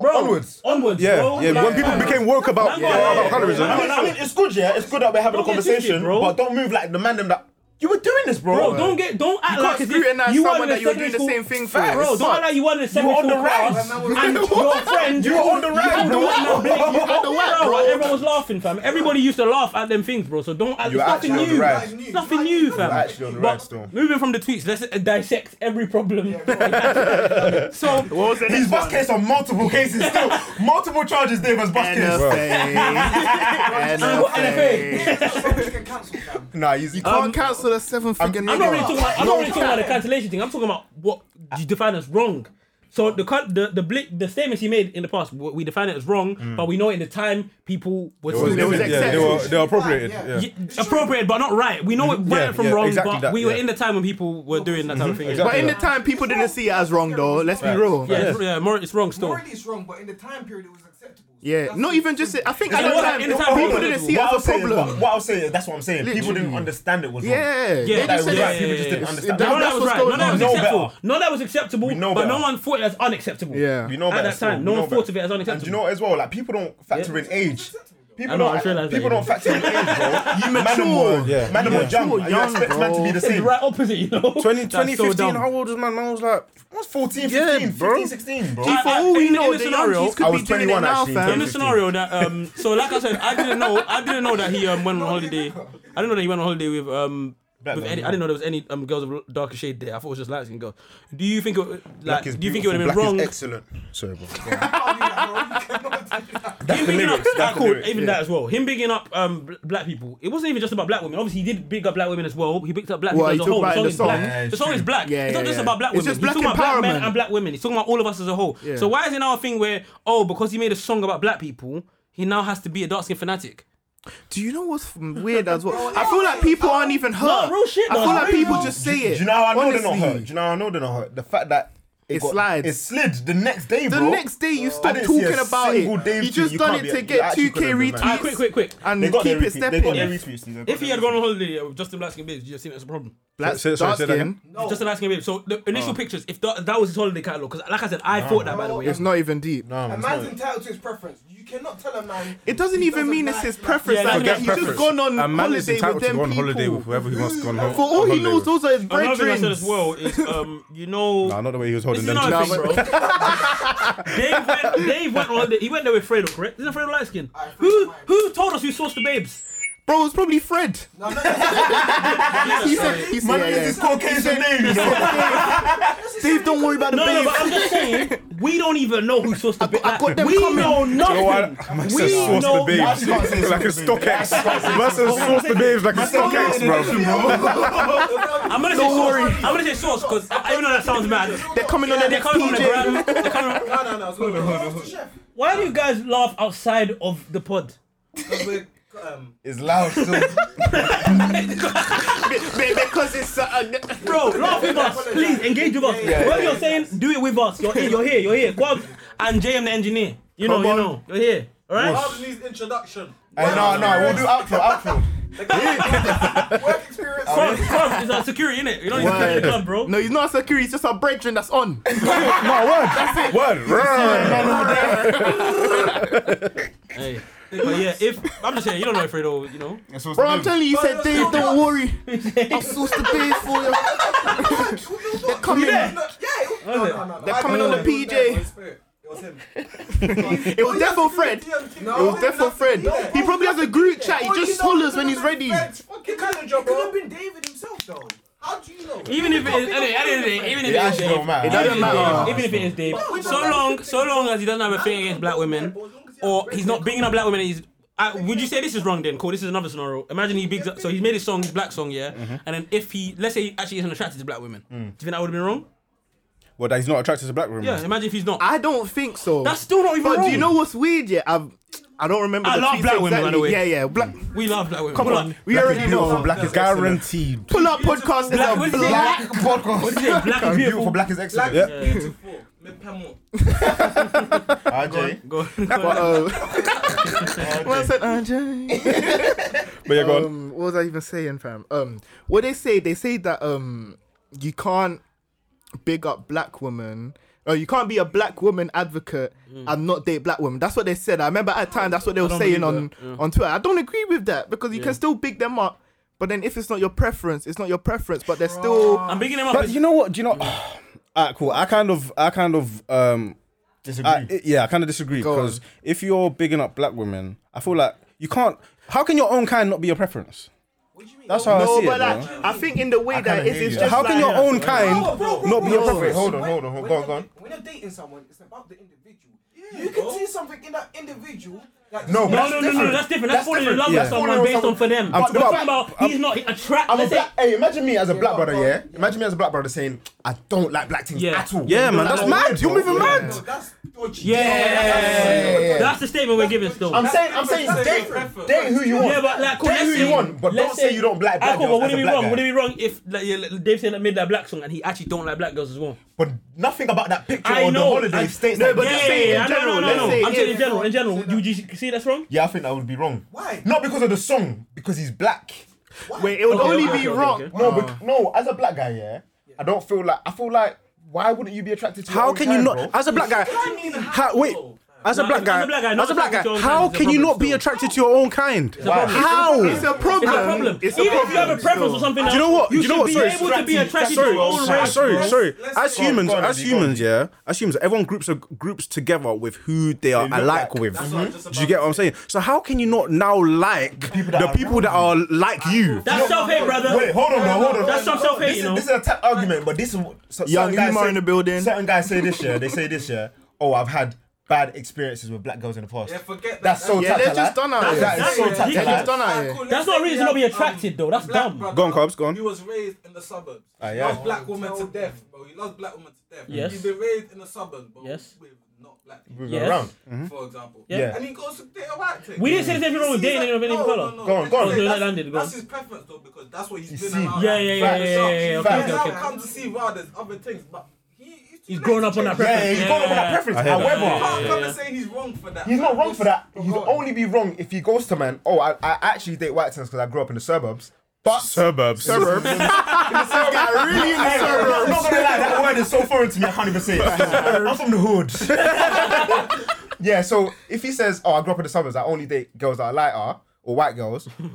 S2: Bro,
S3: Onwards.
S2: Onwards.
S4: Yeah,
S2: bro.
S4: yeah. When
S2: Like,
S4: people
S2: man.
S4: became woke
S2: Man,
S4: about
S2: go
S4: about
S2: ahead.
S4: colorism,
S3: I mean, I mean, it's good, yeah. It's good that we're having
S2: Don't
S3: a
S2: get twisted,
S3: conversation,
S2: bro.
S3: but don't move like the man them that you were doing this, bro.
S2: Bro, don't get, don't act
S5: You
S2: like
S5: can't
S2: as
S5: scrutinize
S2: if you
S5: someone
S2: were
S5: that you're doing the same thing for.
S2: Bro,
S5: It's
S2: don't act
S5: fucked.
S2: like you were in the
S3: were
S2: secondary
S3: on the
S2: school class
S3: rise.
S2: and your friend,
S3: You were on the rise,
S2: had the
S3: bro.
S2: whack, bro.
S5: You had the whack,
S2: Bro,
S5: bro.
S2: Everyone was laughing, fam. Everybody used to laugh at them things, bro. So don't act.
S3: You
S2: It's
S3: were
S2: nothing
S3: actually on the
S2: new.
S3: rise.
S2: It's nothing new, fam.
S3: actually on the
S2: But
S3: rise still.
S2: Moving from the tweets, let's uh, dissect every problem. so
S3: He's bus case on multiple cases still. multiple charges, Dave, as bus
S2: uh,
S3: case.
S2: what NFA?
S3: Nah, he's,
S5: You can't cancel a seven figure
S2: I'm not really
S5: nigga.
S2: talking about. I'm not really talking about the cancellation thing. I'm talking about what you define as wrong. So the cut- the the blick, the statements he made in the past, we we define it as wrong, but we know in the time people were still
S5: it was
S4: yeah, they
S5: accepted.
S4: were they were appropriated.
S6: Yeah.
S4: yeah.
S2: Y- appropriate but not right. We know it right
S4: Yeah,
S2: from
S4: yeah,
S2: wrong,
S4: exactly
S2: but
S4: that,
S2: we were
S4: yeah.
S2: in the time when people were doing that type of thing.
S5: But
S4: exactly
S5: in the
S4: that.
S5: time, people didn't see it as wrong though. Let's be real.
S2: Yeah, it's- yeah, more, it's wrong still.
S6: Morally, it's wrong, but in the time period, it was acceptable. So
S5: Yeah,
S6: that's
S5: not
S6: the
S5: even
S6: thing.
S5: just. I think
S2: It
S5: at the
S2: wasn't-
S5: time,
S2: in the time, it
S5: people didn't
S2: wasn't.
S5: see it
S3: I'll
S5: as a
S3: say is-
S5: problem.
S3: what I'll say is that's what I'm saying. People
S5: Literally.
S3: didn't understand it was wrong.
S5: Yeah,
S2: Yeah,
S5: they
S2: that was
S5: just said
S2: right. Yeah,
S5: that-
S3: People
S2: yeah,
S3: just didn't
S2: yeah.
S3: understand.
S5: That-
S2: None of that was
S5: That's what's
S2: right. None of that was
S5: going on.
S3: We know
S2: acceptable.
S3: better.
S2: None of that was acceptable.
S3: We know
S2: but no
S3: better.
S2: one thought it as unacceptable.
S5: Yeah.
S3: We know
S2: At
S3: better
S2: that
S3: still.
S2: time,
S3: We
S2: no
S3: know
S2: one
S3: better.
S2: thought of it as
S3: And do you
S2: unacceptable.
S3: know what as well? Like people don't factor in age. People
S2: I know, I
S3: don't.
S2: just realised that, yeah.
S3: people don't factor in age, bro. You
S5: mature.
S4: Yeah.
S3: Man,
S4: You
S3: yeah. young. You
S5: young,
S3: expect man to be the
S2: It's the
S3: same.
S2: right opposite, you know.
S4: 20,
S2: That's
S4: 2015,
S2: dumb.
S4: how old was my man? I was like,
S3: What's 14,
S4: Yeah,
S3: 15,
S4: bro.
S3: 15, 16, bro?
S2: I-
S5: For
S2: I-
S5: all we
S2: in- in
S5: know,
S2: the
S5: the
S2: scenario-
S3: I
S5: young could be
S3: was
S5: doing it
S3: 21
S5: now,
S3: actually,
S2: in
S5: fam.
S2: the scenario that um so like I said I didn't know I didn't know that he um went on holiday I didn't know that he went on holiday with um with
S3: man,
S2: any, I didn't know there was any um girls of darker shade there I thought it was just light skin girls do you think it, like
S3: is
S2: do you think it would have been
S3: beautiful,
S2: wrong
S3: black is excellent. Sorry, bro.
S2: him bigging up
S3: lyrics, that's
S2: ah,
S3: the
S2: cool,
S3: lyrics,
S2: even that as well him bigging up um bl- black people it wasn't even just about black women obviously he did big up black women as well he picked up black
S5: Well,
S2: people
S5: he
S2: as a
S5: talked
S2: whole
S5: about it in
S2: the
S5: the
S2: song is
S5: song.
S2: black the song is black
S5: Yeah, Yeah,
S2: it's not
S5: yeah,
S2: just
S5: yeah.
S2: about black
S5: It's
S2: women
S5: just
S2: he's talking
S5: black
S2: about black men
S5: empowerment.
S2: and black women he's talking about all of us as a whole
S5: Yeah.
S2: so why is it now a thing where oh because he made a song about black people he now has to be a dark skin fanatic
S5: Do you know what's weird as well? I feel like people aren't even hurt.
S2: real shit,
S5: I
S2: though.
S5: feel like
S2: Real.
S5: people just say it.
S3: Do you know how I know they're not
S5: Honestly.
S3: hurt? Do you know how I know they're not hurt? The fact that
S5: It slides.
S3: It slid the next day,
S5: The
S3: bro.
S5: next day you
S3: I
S5: stop
S3: didn't see a
S5: talking about
S3: single
S5: it.
S3: Dave
S5: You
S3: tweet.
S5: just
S3: You
S5: done
S3: can't
S5: it
S3: be-
S5: to
S3: you
S5: get
S3: actually
S5: 2k
S3: couldn't have been mad.
S2: ah
S5: retweets
S2: quick quick quick
S5: and
S3: They got
S5: keep
S3: their
S5: it
S3: retweet. They got their
S5: stepping.
S3: retweets. They got
S2: If he
S3: their
S2: had gone
S3: retweets.
S2: on holiday with Justin Black Skin Babes, you'd have seen it as a problem.
S5: Black
S4: Say- say- sorry,
S5: dark
S4: say that again.
S5: skin.
S6: No,
S2: Justin Black Skin Babes. So the initial pictures, Ah. if that, that was his holiday catalogue, because like I said, I thought that by the way.
S5: It's not even deep.
S3: No, man,
S6: A
S3: it's not.
S6: man's entitled to his preference. You cannot tell a man.
S5: It doesn't
S6: he
S5: even mean it's
S6: like
S5: his
S6: you.
S5: preference.
S2: Yeah,
S5: like
S2: forget
S5: that. He's just gone on
S4: a man is
S5: holiday
S4: entitled
S5: with
S4: to
S5: them
S4: go on
S5: people.
S4: holiday with whoever he wants to go on ho-
S5: For all he
S4: on holiday
S5: knows,
S4: with.
S5: those are his
S2: Another thing I
S5: brethren.
S2: said as well is, um, you know,
S4: Nah, not the way he was holding
S2: This is
S4: them.
S2: another thing,
S4: two.
S2: bro. Dave went, Dave went on holiday. He went there with Fredo, correct? Isn't Fredo light skin? Who who told us who sourced the babes?
S5: Bro, it's probably Fred.
S6: No, no, no,
S5: He said, he said, yeah, yeah.
S3: Caucasian name, you know?
S5: Dave, don't worry about the
S2: No, no,
S5: babe.
S2: but I'm just saying we don't even know who sourced the babes.
S5: I got them
S2: we
S5: coming.
S2: know nothing.
S4: You know what? Man said
S2: we
S4: source
S2: know
S4: the babes
S3: you can't say
S4: like a
S3: source the babes.
S4: StockX. Man said source the babes like a StockX, bro.
S2: I'm gonna say source. I'm gonna say source because I even know that sounds mad.
S5: They're coming on their
S2: They're
S5: next
S2: coming from the
S5: PJ.
S2: ground. They're coming.
S6: no, no, no. it's not the chef.
S2: Why do you guys laugh outside of the pod?
S6: Because we're, um,
S3: It's loud still.
S5: Because it's uh,
S2: Bro, laugh with us. Please engage with us. Whatever you're saying, do it with us. You're here, you're here, you're here. Quab and JM the engineer. You know, you know, you're here. Alright?
S7: Harvey needs introduction.
S3: Hey, no, no, we'll do outro, outro.
S6: work experience.
S2: Quab, Quab is our security, innit? You know, he's
S5: Word.
S2: the club, bro.
S5: No, he's not a security. He's just a brethren that's on.
S4: No, word. That's it. Word. Run.
S2: Hey. But yeah, if I'm just saying, you don't know Fredo, you know.
S3: It's supposed
S5: Bro,
S3: to
S5: I'm
S3: be.
S5: telling you, he said, Dave, don't worry. I'll source the babe for you. They're coming.
S6: Yeah, no, no, no.
S5: They're coming on the PJ.
S6: It was him.
S5: It was there for Fred. It was there for Fred. He probably has a group chat. He just hollers when he's ready.
S6: Fucking kind of job, bro. Could have been David himself, though. How do you know?
S2: Even if it is, at the end of the day, even if it
S3: It
S2: is
S3: actually
S2: Dave,
S3: don't matter.
S2: even if it is
S5: matter.
S2: Dave, even if it is Dave, so long, so long as he doesn't have a thing against black women, or he's not bigging up black women, he's. I, would you say this is wrong then? Cool, this is another scenario. Imagine he bigs up, so he's made his song, his black song, yeah? And then if he, let's say he actually isn't attracted to black women, do you think that would have been wrong?
S4: Well, that he's not attracted to black women.
S2: Yeah, imagine if he's not.
S5: I don't think so.
S2: That's still not even
S5: But
S2: wrong.
S5: do you know what's weird? Yeah, I've. I don't remember.
S2: I
S5: the
S2: love
S5: tweets
S2: black women, by
S5: exactly.
S2: the way.
S5: Yeah, yeah, black.
S2: we love black women.
S5: Come
S2: Pull
S5: on,
S2: up.
S5: we already know.
S4: Black is guaranteed.
S5: Pull up podcast is
S2: Black-
S5: a
S2: what is it?
S5: black.
S2: What is it? Black is beautiful.
S3: Beautiful black is excellent.
S4: Yeah.
S7: Beautiful. Mepemo.
S3: RJ.
S2: Go on.
S5: But, uh, Well, I said, uh, Jay.
S4: But yeah, go on.
S5: um, what was I even saying, fam? Um, what they say, they say that um, you can't big up black women. Or you can't be a black woman advocate and not date black women. That's what they said. I remember at a time that's what they were
S2: don't
S5: saying on
S2: believe that,
S5: on Twitter. I don't agree with that because you can still big them up, but then if it's not your preference, it's not your preference. But they're still
S2: I'm bigging him up.
S4: But you know what? Do you know? Alright, cool. I kind of, I kind of, um,
S3: Disagree.
S4: I, I- yeah, I kind of disagree
S5: Go
S4: because
S5: on.
S4: if you're bigging up black women, I feel like you can't. How can your own kind not be your preference? That's how I
S5: no.
S4: see
S5: But
S4: it.
S5: like,
S4: bro.
S5: I think in the way that
S3: kinda
S5: it's,
S3: hear
S5: it's
S3: you.
S5: just
S4: How can
S5: like-
S4: your own kind
S6: Bro,
S7: Oh,
S6: Oh, bro, bro,
S4: not be your
S6: bro.
S4: preference?
S3: Wait, hold on, hold on, hold
S6: When
S3: on. Go
S6: you're
S3: on, go on.
S6: da- When you're dating someone, it's about the individual. You can see something in that individual. that-
S3: No,
S2: No,
S3: that's
S2: no, no, no,
S3: different.
S2: that's different. That's, falling in love
S4: Yeah.
S2: with someone
S3: Falling in
S2: based on
S3: love
S2: for them.
S4: I'm-
S2: But we're
S4: no,
S2: talking about he's not attracted.
S3: I'm a
S2: Let's say
S3: black, hey, imagine me as a black brother, yeah? Imagine me as a black brother saying, I don't like black things
S2: Yeah.
S3: at all.
S4: Yeah, man, that's
S3: Like,
S4: mad. You're moving mad.
S6: No, that's dodgy.
S2: Yeah.
S3: Yeah, yeah, yeah.
S2: That's the statement we're giving still.
S3: I'm saying, I'm saying,
S6: That's your
S3: date,
S6: preference.
S3: date who you want.
S2: yeah, but like, cool,
S3: date who
S2: let's
S3: you
S2: say-
S3: want, but
S2: let's
S3: don't say you don't like
S2: Ah,
S3: black
S2: cool,
S3: girls.
S2: but would
S3: as a
S2: it be
S3: black
S2: wrong?
S3: guy.
S2: Would it be wrong if like, yeah, like, Dave said that made that black song and he actually don't like black girls as well?
S3: But nothing about that picture
S2: I
S3: or the
S2: know,
S3: holiday
S2: I-
S3: states
S5: No,
S3: that.
S5: but
S2: yeah,
S5: just
S2: yeah,
S5: saying
S2: yeah,
S5: in
S2: no,
S5: general,
S2: no, no,
S5: let's
S2: no.
S5: say
S2: I'm saying in
S6: if-
S2: general, in general. Do you see that's wrong?
S3: Yeah, I think that would be wrong.
S6: Why?
S3: Not because of the song, because he's black.
S5: Wait, it would
S2: Okay,
S5: only
S2: okay, okay,
S5: be wrong.
S2: okay.
S3: No, but no, as a black guy, yeah, I don't feel like I feel like why wouldn't you be attracted to? your
S4: How
S3: own
S4: can
S3: kind,
S4: you not,
S3: bro?
S4: as a black guy? How, wait, as a
S2: No,
S4: black
S2: as a
S4: guy,
S2: black guy, not
S4: as a black guy,
S2: attracted to your own
S4: how
S2: kind is a
S4: can you
S2: problem
S4: not be
S2: still.
S4: attracted to your own kind? How?
S5: It's a problem.
S2: It's a problem.
S5: It's a
S2: Even if
S5: problem.
S2: you have a preference or
S5: still.
S2: something,
S4: Do you know what?
S2: You
S4: Do you know
S2: should
S4: what?
S2: be able to be attracted to your own
S4: sorry,
S2: race.
S4: sorry, sorry. As
S7: go on,
S4: humans,
S3: go on,
S4: as
S3: Andy, go on.
S4: humans, yeah, as humans, everyone groups are groups together with who they are
S3: look
S4: alike
S3: like.
S4: with.
S7: That's what I was just
S4: Do you get what I'm saying? So how can you not now like the people
S3: people that
S4: that, are,
S3: are
S4: like you?
S2: That's self hate, brother.
S3: Wait, hold on, no, hold on.
S2: That's some self
S3: This
S2: hate,
S3: is,
S2: you know.
S3: this is a tap argument, but this is what- so,
S5: Young
S3: certain guys
S5: Umar
S3: say-
S5: in the building.
S3: Certain guys say this year, they say this year, oh, I've had bad experiences with black girls in the past.
S7: Yeah, forget that.
S3: That's so
S5: Yeah, they're
S3: tactile.
S5: just done out
S3: That
S5: here.
S3: is
S2: That's
S3: so
S2: ridiculous.
S3: tactile.
S2: They're
S5: just done out here.
S2: That's not a reason to be attracted, though. That's
S7: um, black
S2: dumb.
S7: brother.
S4: Go on, Cobbs, go on.
S7: He was raised in the suburbs.
S3: Ah,
S7: He
S3: yeah.
S7: loves black women to death, bro. He loves black women to death.
S2: Yes.
S7: He's been raised in the suburbs, bro.
S2: Yes.
S7: With not black people, Mm-hmm.
S3: Moving
S2: Yes.
S3: around.
S7: for example.
S2: Yeah.
S7: And he goes to date a white chick.
S2: We didn't say there's anything wrong with
S7: See,
S2: dating
S7: like,
S2: anyone of any
S7: no,
S2: color.
S7: no, no.
S3: Go on, go on.
S7: That's-
S2: Go on, Landon, go
S7: That's
S2: on.
S7: his preference, though, because that's what he's
S3: You
S7: been
S3: see,
S7: around.
S2: Yeah, yeah, yeah,
S3: Facts.
S2: yeah, yeah, yeah. Okay,
S3: Facts.
S2: okay,
S7: He's
S2: okay.
S7: now come to see why there's other things, but he, he's,
S2: He's grown up on that
S3: Yeah,
S2: preference.
S3: he's gone over that preference.
S4: I hear that.
S3: However,
S7: You can't
S2: Yeah,
S7: come
S2: yeah.
S7: and say he's wrong for that.
S3: He's not wrong for that. He'd
S7: Go on.
S3: only be wrong if he goes to man. Oh, I, I actually date white because I grew up in the suburbs. But
S4: Suburbs.
S3: suburbs. in the suburbs. I really in the suburbs. I'm not gonna lie, that word is so foreign to me. I can't even say it. I'm from the hood. yeah, so if he says, "Oh, I grew up in the suburbs. I only date girls that are lighter or white girls,"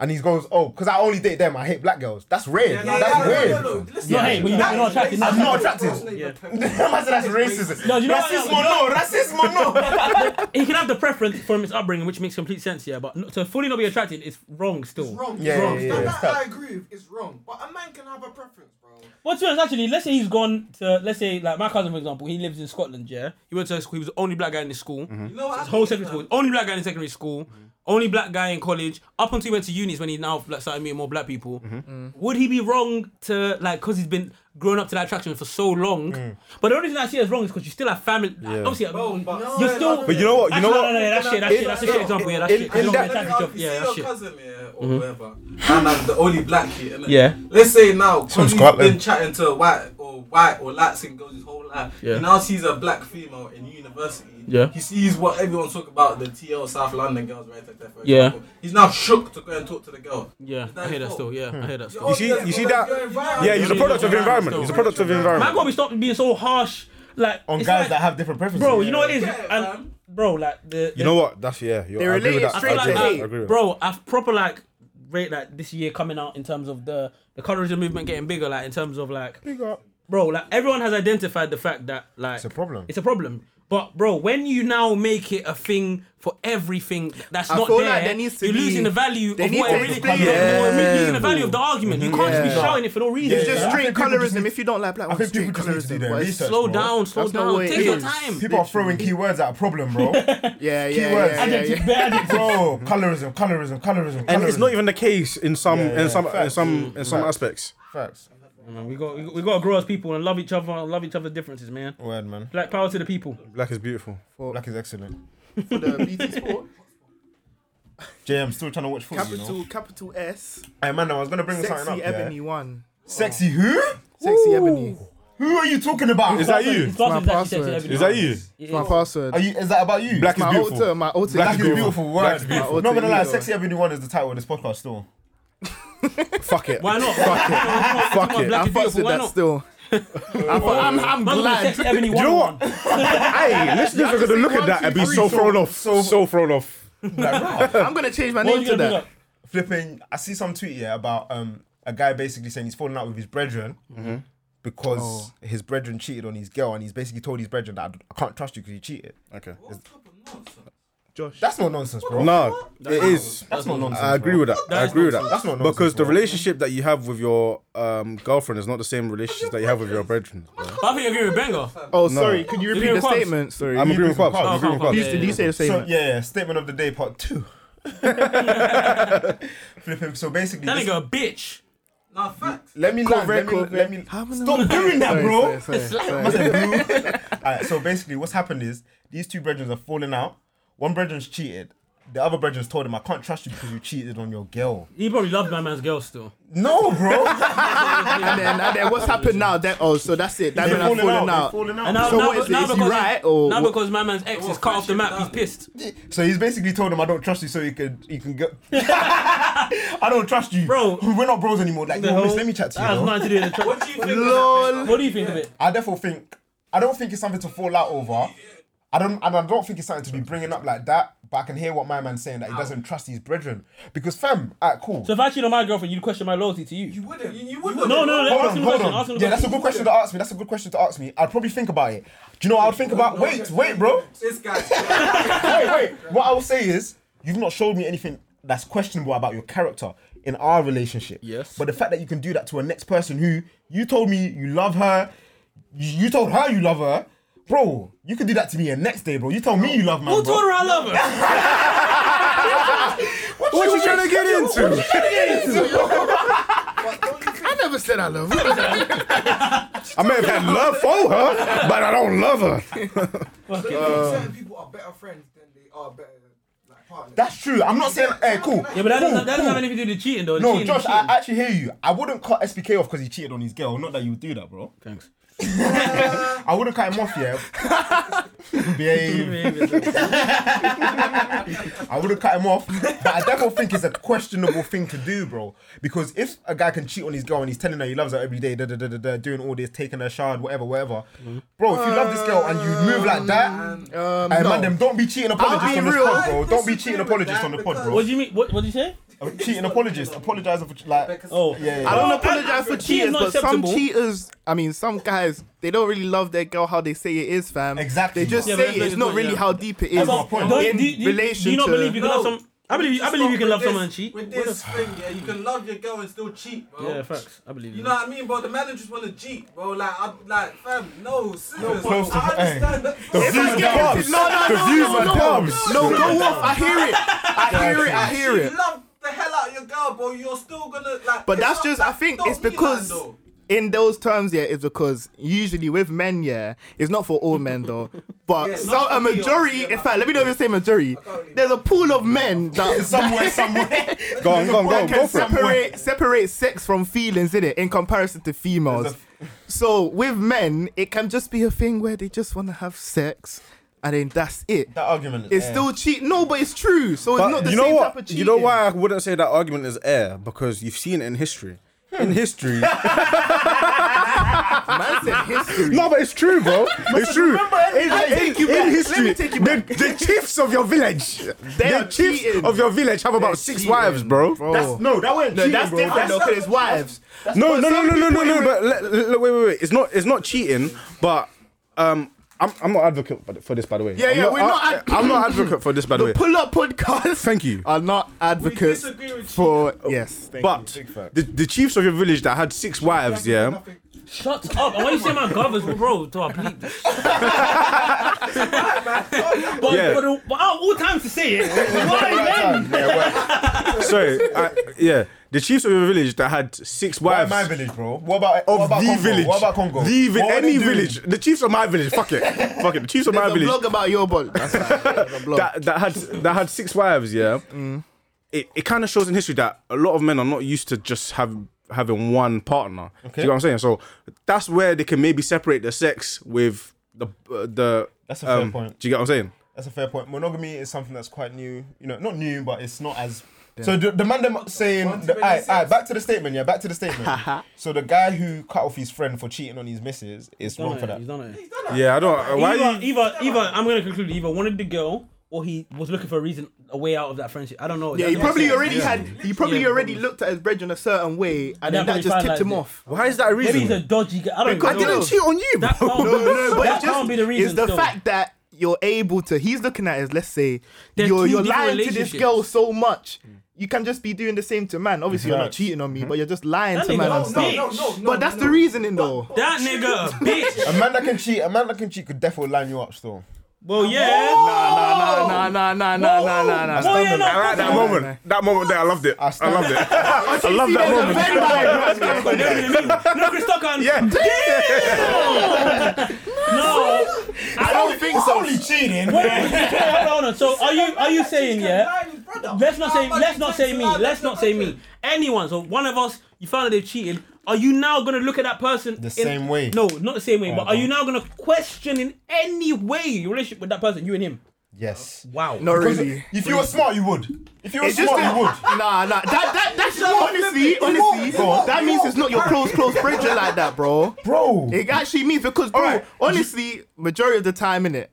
S3: and he goes, "Oh, because I only date them. I hate black girls." That's weird.
S7: no,
S3: that's
S7: no, no,
S3: weird.
S7: no, no, no, listen,
S2: Yeah, hey, but you're not- you're not attracted.
S3: I'm not attracted.
S7: attracted.
S3: I said that's racism.
S2: No, you know what?
S3: racism, no, racism, no.
S2: he can have the preference from his upbringing, which makes complete sense, yeah. But not, to fully not be attracted is wrong still.
S6: It's wrong.
S3: Yeah,
S6: it's wrong.
S3: yeah, yeah,
S6: That-
S3: yeah,
S6: that
S3: it's tough.
S6: I agree with. It's wrong. But a man can have a preference, bro.
S2: Well, to be honest, actually, let's say he's gone to, let's say, like my cousin, for example, he lives in Scotland, yeah. He went to school, he was the only black guy in his school.
S4: Mm-hmm.
S7: You know
S2: His
S7: what happened,
S2: whole secondary school,
S7: man?
S2: only black guy in secondary school, only black guy in college. Up until he went to unis when he now like, started meeting more black people.
S4: Mm-hmm.
S2: Would he be wrong to, like, because he's been grown up to that attraction for so long?
S4: Mm.
S2: But the only thing I see as wrong is because you still have family. Obviously, um,
S7: Bro, but-
S2: you're
S7: No,
S2: still.
S7: no,
S4: But you know what? You know
S2: Actually, no, no,
S4: what?
S2: no, that's shit, that's
S4: In-
S2: shit, that's a shit
S4: in-
S2: example, yeah, that's
S4: in-
S2: shit.
S4: in
S2: Don't be
S4: that-
S7: Let me
S2: attracted
S7: ask
S2: to-
S7: you,
S2: yeah,
S7: see
S2: that's
S7: your
S2: shit. Mm-hmm.
S7: cousin yeah, or whoever, and I'm the only black here. innit?
S2: Yeah. eh?
S7: Let's say now,
S4: from
S7: because he's
S4: Scotland.
S7: been chatting to white or white or Latin girls his whole life.
S2: Yeah.
S7: He now sees a black female in university.
S2: Yeah.
S7: He sees what everyone's talking about the TL South London girls, right? Like that, for
S2: Yeah.
S7: example. He's now shook to go and talk to the girl.
S2: Yeah, I hear that still. Yeah, I hear that still.
S4: You see, you see that? Yeah, he's a product of environment. He's a product of
S2: Man,
S4: environment.
S2: gotta be stopped being so harsh. Like
S3: On
S2: it's
S3: guys
S2: like-
S3: that have different preferences.
S2: bro, you know what it is,
S7: Yeah,
S2: and
S7: man.
S2: bro, like the
S4: You know what? That's yeah. You're,
S5: They're
S4: I agree
S5: related
S4: with that. I
S5: straight like
S4: agree with that.
S5: that.
S4: I agree with that.
S2: bro, I've proper like rate like this year coming out in terms of the the colorism movement getting bigger, like in terms of like bro, like everyone has identified the fact that like it's
S3: a problem.
S2: It's a problem. But bro, when you now make it a thing for everything that's
S5: I
S2: not
S5: feel
S2: there,
S5: like there needs to
S2: you're
S5: be-
S2: losing the value of
S5: they
S2: what
S5: need to
S2: it really
S5: explain
S2: you're
S4: it.
S2: losing the value of the argument. You can't just be shouting it for no reason.
S5: Mm-hmm. It's just
S3: I
S5: straight
S3: think people just
S5: colorism.
S3: need-
S5: If you don't like black,
S3: I
S5: ones,
S3: think
S5: straight
S3: people just need to
S5: colorism.
S3: do their
S5: but it's-
S3: research.
S2: Slow
S3: bro.
S2: down, slow
S5: That's not what
S2: down.
S5: it
S2: Take your
S5: is.
S2: time.
S3: People are throwing keywords at a problem, bro.
S5: Yeah, yeah,
S3: Keywords.
S5: yeah, yeah, yeah.
S3: bro, colorism, colorism, colorism.
S4: And
S3: colorism.
S4: it's not even the case in some
S3: Yeah,
S4: in some
S3: yeah.
S4: in some in some aspects.
S3: facts.
S2: Man, we got we got- we got to grow as people and love each other and love each other's differences, man.
S3: Word, man.
S2: Black power to the people.
S4: Black is beautiful.
S3: Black is excellent.
S5: For the BT Sport,
S3: JM, still trying to watch football, you know.
S5: capital capital S,
S3: Hey, man, I was gonna bring something up.
S5: sexy
S3: yeah.
S5: ebony one,
S3: Sexy who?
S5: sexy ebony.
S3: Who are you talking about?
S4: Is that you?
S2: His glasses actually
S5: my
S2: sexy
S5: password.
S2: every
S4: Is
S2: now
S4: that you?
S2: and
S5: My
S2: then.
S5: password.
S3: Are you? Is that about you?
S4: Black is
S5: my alter,
S4: beautiful.
S5: my alter.
S4: Black
S3: Black is beautiful. Word.
S4: Black is beautiful.
S3: Not gonna lie,
S5: Alter ego.
S3: sexy ebony one is the title of this podcast. Still,
S2: Why not?
S4: Fuck
S5: I
S4: it.
S2: Black is
S5: fucks
S2: beautiful.
S5: with
S2: Why
S5: that
S2: not?
S5: still. I fuck- I'm,
S2: Man's
S5: I'm
S2: gonna
S5: glad.
S2: text Ebony
S4: You know what? Hey, listeners are gonna look at that and be so thrown off. So thrown off.
S5: I'm gonna change my name to that.
S3: flipping. I see some tweet here about um a guy basically saying he's falling out with his brethren because
S5: Oh.
S3: his brethren cheated on his girl, and he's basically told his brethren that I can't trust you because you cheated.
S4: Okay.
S3: That's not nonsense, bro.
S4: No, it is.
S3: That's not nonsense.
S4: I agree
S3: bro.
S4: with that. I
S2: is
S4: agree with that.
S2: nonsense.
S3: That's not nonsense,
S4: because the
S3: bro.
S4: relationship that you have with your um, girlfriend is not the same relationship that you have with your brethren. bro.
S2: But I think you're with Benga.
S5: Oh, sorry. Could you
S2: You're
S5: repeat
S2: doing
S5: the
S2: quads.
S5: statement? Sorry.
S4: I'm agreeing with Pops.
S3: Oh,
S4: I'm agreeing with
S2: oh,
S4: Pops.
S2: yeah,
S5: Did you say the
S3: So
S5: statement?
S3: yeah, yeah, statement of the day part two. Flipping. So basically,
S2: That
S3: this-
S2: nigga a bitch.
S7: Nah, facts.
S3: let me land, let me,
S5: Corvette,
S3: let me
S5: Corvette.
S3: stop doing that,
S5: Sorry,
S3: bro.
S5: sorry, sorry, sorry.
S3: Alright, so basically, what's happened is these two brethren are falling out. One brethren's cheated. The other brethren's told him, "I can't trust you because you cheated on your girl."
S2: He probably loved my man's girl still.
S3: No, bro.
S5: And then, and then what's happened now? Then oh, so that's it. That's
S3: They're
S5: when I'm
S3: falling,
S5: falling
S3: out. they're
S5: out.
S3: falling out.
S2: And now,
S5: So
S2: now,
S5: what is it?
S2: now
S5: Is he
S2: because
S5: right or
S2: now
S5: what?
S2: because my man's ex is cut off the map, he's pissed.
S3: So he's basically told him, "I don't trust you," so he could he can go. I don't trust you,
S2: Bro.
S3: We're not bros anymore. Like, yo, miss, let me chat to you.
S2: That has
S3: bro.
S2: nothing to do with the tra-
S7: What do you think?
S5: Lol.
S2: What do you think of it?
S3: I therefore think I don't think it's something to fall out over. I don't, and I don't think it's something to be bringing up like that. But I can hear what my man's saying that he doesn't trust his brethren because, fam, alright, cool.
S2: So if I cheat on my girlfriend, you'd question my loyalty to you.
S7: You wouldn't. You, you wouldn't.
S2: No, no, no.
S3: Hold
S2: Ask
S3: on,
S2: him a
S3: hold
S2: question.
S3: on.
S2: Ask him a
S3: Yeah, that's a
S2: question.
S3: good question to ask me. That's a good question to ask me. I'd probably think about it. Do you know what I would think about? Wait, wait, bro.
S7: This guy.
S3: Wait, wait. What I will say is, you've not showed me anything that's questionable about your character in our relationship.
S4: Yes.
S3: But the fact that you can do that to a next person who you told me you love her, you, you told her you love her, bro. You can do that to me the next day, bro. You told me you love man,
S2: Who
S3: bro.
S2: told her I love her?
S4: What you trying to get into?
S5: I never said I love you.
S4: I may have had love for her, but I don't love her. Uh.
S6: certain people are better friends than they are better like partners.
S3: That's true. I'm not saying, hey, cool.
S2: Yeah, but that
S3: cool,
S2: doesn't, that doesn't have
S3: cool.
S2: anything to do with cheating, though.
S3: No,
S2: cheating,
S3: Josh,
S2: cheating.
S3: I actually hear you. I wouldn't cut SPK off because he cheated on his girl. Not that you would do that, bro.
S2: Thanks.
S3: I wouldn't cut him off, yeah. Behave. I wouldn't cut him off, but I definitely think it's a questionable thing to do, bro. Because if a guy can cheat on his girl and he's telling her he loves her every day, da da da da, da doing all this, taking her shard, whatever, whatever, bro. If you love this girl and you move like that,
S5: Um,
S3: hey,
S5: no.
S3: man, them don't be cheating apologists
S5: be
S3: on this
S5: real.
S3: pod, bro. Don't be
S7: disagree
S3: cheating
S7: with
S3: apologists
S7: that
S3: on the pod,
S7: because-
S3: bro.
S2: What do you mean? What What did you say?
S3: I'm cheating apologists. Apologize for ch- like.
S2: Oh,
S3: Yeah, yeah.
S5: I don't
S2: No, I- I-
S5: apologize for
S2: cheating
S5: cheaters,
S2: is not
S5: but some
S2: acceptable.
S5: cheaters, I mean, some guys, they don't really love their girl how they say it is, fam.
S3: Exactly.
S5: They just
S2: Yeah, but
S5: say
S2: that's
S5: it.
S2: not
S5: it's
S2: his
S5: not
S2: point,
S5: really
S2: yeah.
S5: how deep it is.
S3: my point.
S2: Don't-
S5: in
S2: do, you- do
S5: relation
S2: you not
S5: to-
S2: believe you can
S7: No.
S2: love some? I believe I believe you can love someone and cheat.
S7: With this thing, yeah, you can love your girl and still cheat, bro.
S2: Yeah, facts. I believe
S7: You know what I mean, bro? The man who just want to cheat, bro. Like, I'm like, fam, no, serious.
S3: close to-
S7: I understand that.
S3: The views and dubs.
S5: No, no,
S3: The
S5: no,
S3: views
S5: no,
S3: and
S5: no.
S3: dubs.
S5: No, go off. I hear it. I hear it. I hear
S7: You
S5: it.
S7: love the hell out of your girl, bro. You're still gonna like.
S5: But
S7: it's
S5: that's
S7: not
S5: just,
S7: like-
S5: I think
S7: don't
S5: it's
S7: be like
S5: because
S7: though.
S5: in those terms, yeah, it's because usually with men, yeah, it's not for all men though. But
S7: Yeah,
S5: so
S7: not
S5: a
S7: for me,
S5: majority,
S7: obviously,
S5: in fact, let me know if it's the same majority.
S7: really-
S5: There's a pool of men that
S3: Somewhere, somewhere.
S4: Go on, go on, go on, go
S5: can
S4: for it.
S5: separate separate sex from feelings, in it, in comparison to females. so with men, it can just be a thing where they just want to have sex, and then that's it.
S3: That argument is
S5: it's
S3: air.
S5: still cheat. No, but it's true. So it's not
S4: But
S5: the
S4: you know
S5: same type of
S4: what?
S5: cheating.
S4: You know why I wouldn't say that argument is air because you've seen it in history.
S5: Hmm.
S4: In history,
S5: Man said history.
S4: no, but it's true, bro. It's true. In,
S5: I take you
S4: in
S5: back. Let
S4: history,
S5: me take you
S4: the, the chiefs of your village,
S5: They're
S4: the chiefs
S5: cheating.
S4: of your village have about
S5: They're
S4: six
S5: cheating,
S4: wives, bro.
S5: Bro.
S3: No, that wasn't
S5: No,
S3: cheating,
S5: that's
S3: bro.
S5: different though,
S3: That's-
S5: because it's wives. But
S4: no, no, no,
S5: some
S4: no, no, no,
S5: people
S4: no.
S5: in-
S4: But le- le- le- wait, wait, wait. It's not. It's not cheating. But um, I'm I'm not advocate for th- for this, by the way.
S5: Yeah,
S4: I'm
S5: yeah,
S4: Not,
S5: we're not
S4: I,
S5: ad-
S4: I'm not advocate for this, by the way.
S5: The pull up podcast.
S4: Thank you.
S5: Are not advocates
S7: disagree with
S5: for yes.
S4: but the, the chiefs of your village that had six wives, yeah.
S2: Shut up! And why you say my govers, bro? Do I bleep this? but,
S4: Yeah.
S2: but, but out of all times to say it. Why then?
S4: Sorry, I, yeah. The chiefs of your village that had six
S3: Why
S4: wives.
S3: my village, bro? What about
S4: of
S3: what about
S4: the
S3: Congo?
S4: village.
S3: What about Congo?
S4: The vi-
S3: What were they
S4: any
S3: doing?
S4: village. The chiefs of my village. Fuck it. Fuck it. The chiefs of my
S5: There's a
S4: village
S5: blog about your body. That's right. There's a blog.
S4: that, that had that had six wives. Yeah.
S3: Mm.
S4: It it kind of shows in history that a lot of men are not used to just have having one partner. Do you know what I'm saying? So that's where they can maybe separate the sex with the uh, the. um,
S3: That's a fair point.
S4: Do you get what I'm saying?
S3: That's a fair point. Monogamy is something that's quite new. You know, not new, but it's not as. So the, the man them saying, the, aye, aye, back to the statement, yeah, back to the statement. so the guy who cut off his friend for cheating on his missus is wrong for that.
S2: He's done it.
S4: Yeah, I don't. uh, Why?
S2: Either,
S4: you,
S2: either, either, I'm gonna conclude. Either wanted the girl, or he was looking for a reason, a way out of that friendship. I don't know.
S5: Yeah, he
S2: That's what I'm
S5: probably
S2: saying.
S5: already had. He probably
S2: Yeah,
S5: already
S2: probably.
S5: looked at his brethren a certain way, and then
S2: Yeah,
S5: that
S2: probably
S5: just tipped him
S2: finalised it.
S5: off.
S4: why is that a
S2: Maybe
S4: reason?
S2: he's a dodgy guy. I don't
S5: Because-
S2: know.
S5: I didn't
S4: cheat on you,
S2: That
S4: bro.
S2: can't,
S5: No, but
S2: that
S5: it's just
S2: can't be the reason.
S5: it's the
S2: still.
S5: fact that you're able to. He's looking at it. Let's say
S2: They're
S5: you're
S2: two
S5: you're
S2: different
S5: lying to this
S2: relationships.
S5: girl so much. You can just be doing the same to man. Obviously, you're not
S3: Facts.
S5: cheating on me, but you're just lying
S2: That
S5: to
S2: nigga
S5: man
S2: a
S5: and stuff.
S2: bitch.
S7: No, no, no.
S5: but that's the reasoning, though.
S2: that nigga a bitch.
S3: A man that can cheat, a man that can cheat could definitely line you up still.
S2: Well, yeah.
S5: Nah, nah, nah, nah, nah, nah, nah, nah.
S2: Well, yeah, no,
S4: I like that
S2: fuck
S4: moment. That moment there, I loved it. I
S3: stand-
S4: loved it. I love that
S5: There's a
S4: moment.
S5: Venn diagram.
S2: it. They don't even mean it. No, Chris Tucker.
S4: Yeah.
S2: No.
S5: I don't think so.
S3: cheating.
S2: Wait, wait, wait, hold on. So are you are you saying yeah? Let's not say let's not say me. Let's not say me. Anyone. So one of us, you found that they cheated. Are you now gonna look at that person the
S3: same way?
S2: No, not the same way. but
S3: go
S2: are you
S3: on.
S2: now gonna question in any way your relationship with that person, you and him?
S3: Yes.
S2: Wow.
S5: Not
S3: Because
S5: really.
S3: If you were smart, you would. If you were
S5: It's just
S3: smart,
S5: that,
S3: you would.
S5: nah, nah. That, that, that's honestly, honestly,
S3: Go on.
S5: that means it's not your close, close friend like that, bro.
S3: Bro.
S5: It actually means because, bro,
S3: Alright. Mm-hmm.
S5: honestly, majority of the time, innit?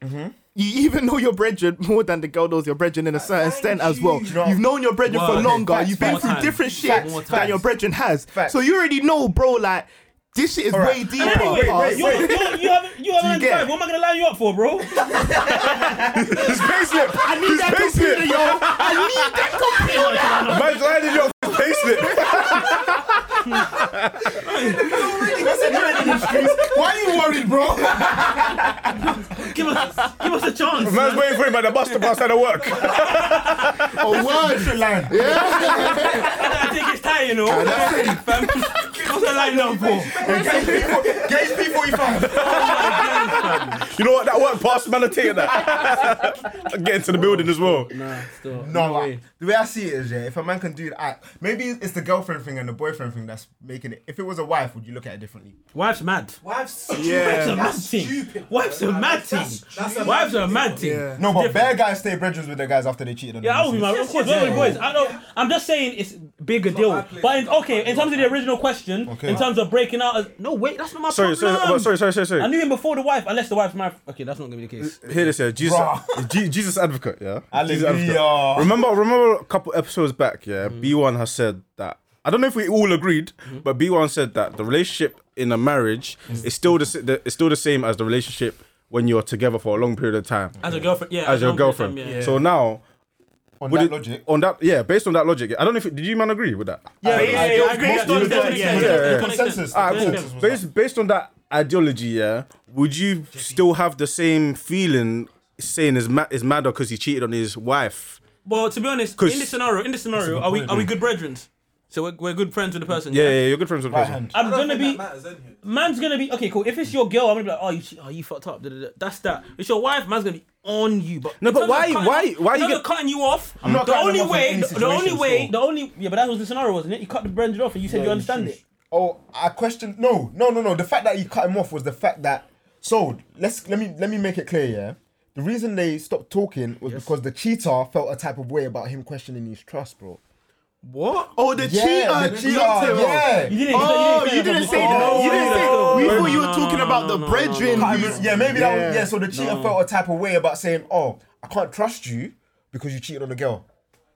S5: You even know your brethren more than the girl knows your brethren in a certain extent as well.
S3: you.
S5: You've known your brethren for
S2: Word.
S5: longer.
S2: Facts,
S5: You've been
S2: more
S5: through
S2: time.
S5: different shit
S2: Facts, more
S5: than
S2: time.
S5: your brethren has.
S3: Facts.
S5: So you already know, bro. Like this shit is
S3: Alright.
S5: way
S3: And
S5: deeper.
S2: Anyway,
S5: cuz.
S2: you, you, you haven't you haven't
S5: Do you get
S2: had
S5: it?
S2: What am I gonna line you up for, bro?
S4: His payslip.
S5: I need that
S4: His
S5: computer, yo.
S4: payslip.
S5: I need that computer.
S4: Man's lining your payslip.
S3: Why are you worried, bro?
S2: give us give us a chance.
S4: Man's waiting for him at the bus stop outside of work.
S5: A word.
S3: line.
S2: I think it's time, you know. Um, Fam, What's the line up for? Oh
S3: Gage P45.
S4: You know what? That worked past meditating that. Get into the building as well.
S2: Nah, still.
S3: No, like, the way I see it is, yeah, if a man can do that, maybe it's the girlfriend thing and the boyfriend thing that's making it. If it was a wife, would you look at it differently?
S2: Wife's mad.
S6: Wives, stupid.
S2: Wife's a mad
S6: That's
S2: thing.
S6: stupid.
S2: Wife's a
S6: Nah,
S2: mad
S6: that's-
S2: thing.
S6: that's- that's a
S2: Wives
S6: mad
S2: are a mad
S6: thing.
S2: thing.
S5: Yeah.
S3: No, but
S2: Different.
S3: bare guys stay brethren with their guys after they cheated on
S2: Yeah, I would be
S3: them.
S2: mad. Of course, where are the boys? I know. I'm just saying it's bigger deal.
S6: our place.
S2: But in, okay, in terms of the original question,
S3: Okay.
S2: in terms of breaking out, as, no wait, that's not my
S4: Sorry, sorry,
S2: problem.
S4: but sorry, sorry, sorry, sorry.
S2: I knew him before the wife, unless the wife's my. Okay, that's not gonna be the case.
S4: Hear this, yeah. Jesus,
S3: Bruh.
S4: Je- Jesus advocate, yeah. Jesus
S3: Hallelujah.
S4: advocate. Remember, remember a couple episodes back, yeah.
S2: Mm.
S4: B1 has said that. I don't know if we all agreed,
S2: Mm-hmm.
S4: but B1 said that the relationship in a marriage
S2: Mm.
S4: is still the, s- the it's still the same as the relationship when you're together for a long period of time
S2: As a girlfriend, yeah.
S4: as your
S2: long period of
S4: girlfriend.
S2: time, yeah.
S4: So now,
S3: On
S4: would
S3: that
S4: it-
S3: logic.
S4: on that, yeah, based on that logic, I don't know if did you man agree with that? Uh,
S2: Yeah, yeah, yeah,
S3: I
S2: I agree.
S3: don't-
S2: That's what I'm
S3: Yeah,
S2: saying. Yeah,
S3: yeah,
S4: yeah.
S2: yeah, yeah.
S3: Consensus.
S4: All
S2: Yeah,
S4: right,
S2: yeah.
S4: cool. Based, based on that ideology, yeah, would you still have the same feeling saying is ma- is madder because he cheated on his wife?
S2: Well, to be honest,
S4: 'Cause-
S2: in this scenario, in this scenario, are we are we good brethren? So we're, we're good friends with the person.
S4: Yeah, yeah, you're good friends with the
S3: Right
S4: person.
S3: hand.
S2: I'm
S7: I don't
S2: gonna
S7: think
S2: be.
S7: that matters anyway.
S2: Man's gonna be okay, cool. If it's your girl, I'm gonna be like, oh, you, che- oh, you fucked up. da, da, da. That's that. It's your wife. Man's gonna be on you. But
S4: No,
S2: in
S4: but
S2: terms of
S4: why-
S2: cutting
S4: why-
S2: off-
S4: why
S2: in
S4: you
S2: terms
S4: get-
S2: of cutting you off?
S3: I'm not
S2: the
S3: cutting
S2: only
S3: them off in
S2: way,
S3: any
S2: the, the only
S3: situation,
S2: way,
S3: so-
S2: the only yeah, but that was the scenario, wasn't it? You cut the brand off, and you said you understand it.
S3: Oh, I question. No, no, no, no. The fact that you cut him off was the fact that. So let's let me let me make it clear. Yeah, the reason they stopped talking was because the cheater felt a type of way about him questioning his trust, bro.
S2: What?
S5: Oh, the
S3: Yeah,
S5: cheater.
S3: the cheater. Yeah.
S2: You didn't. Oh,
S5: Oh, you didn't say that. You didn't say that. We thought you were
S2: No, no,
S5: talking
S2: no,
S5: about
S2: no,
S5: the
S2: no,
S5: brethren.
S3: I
S5: who's-
S3: mean, yeah, maybe that. Was,
S5: Yeah.
S3: yeah, so the cheater felt a type of way about saying, "Oh, I can't trust you because you cheated on the girl."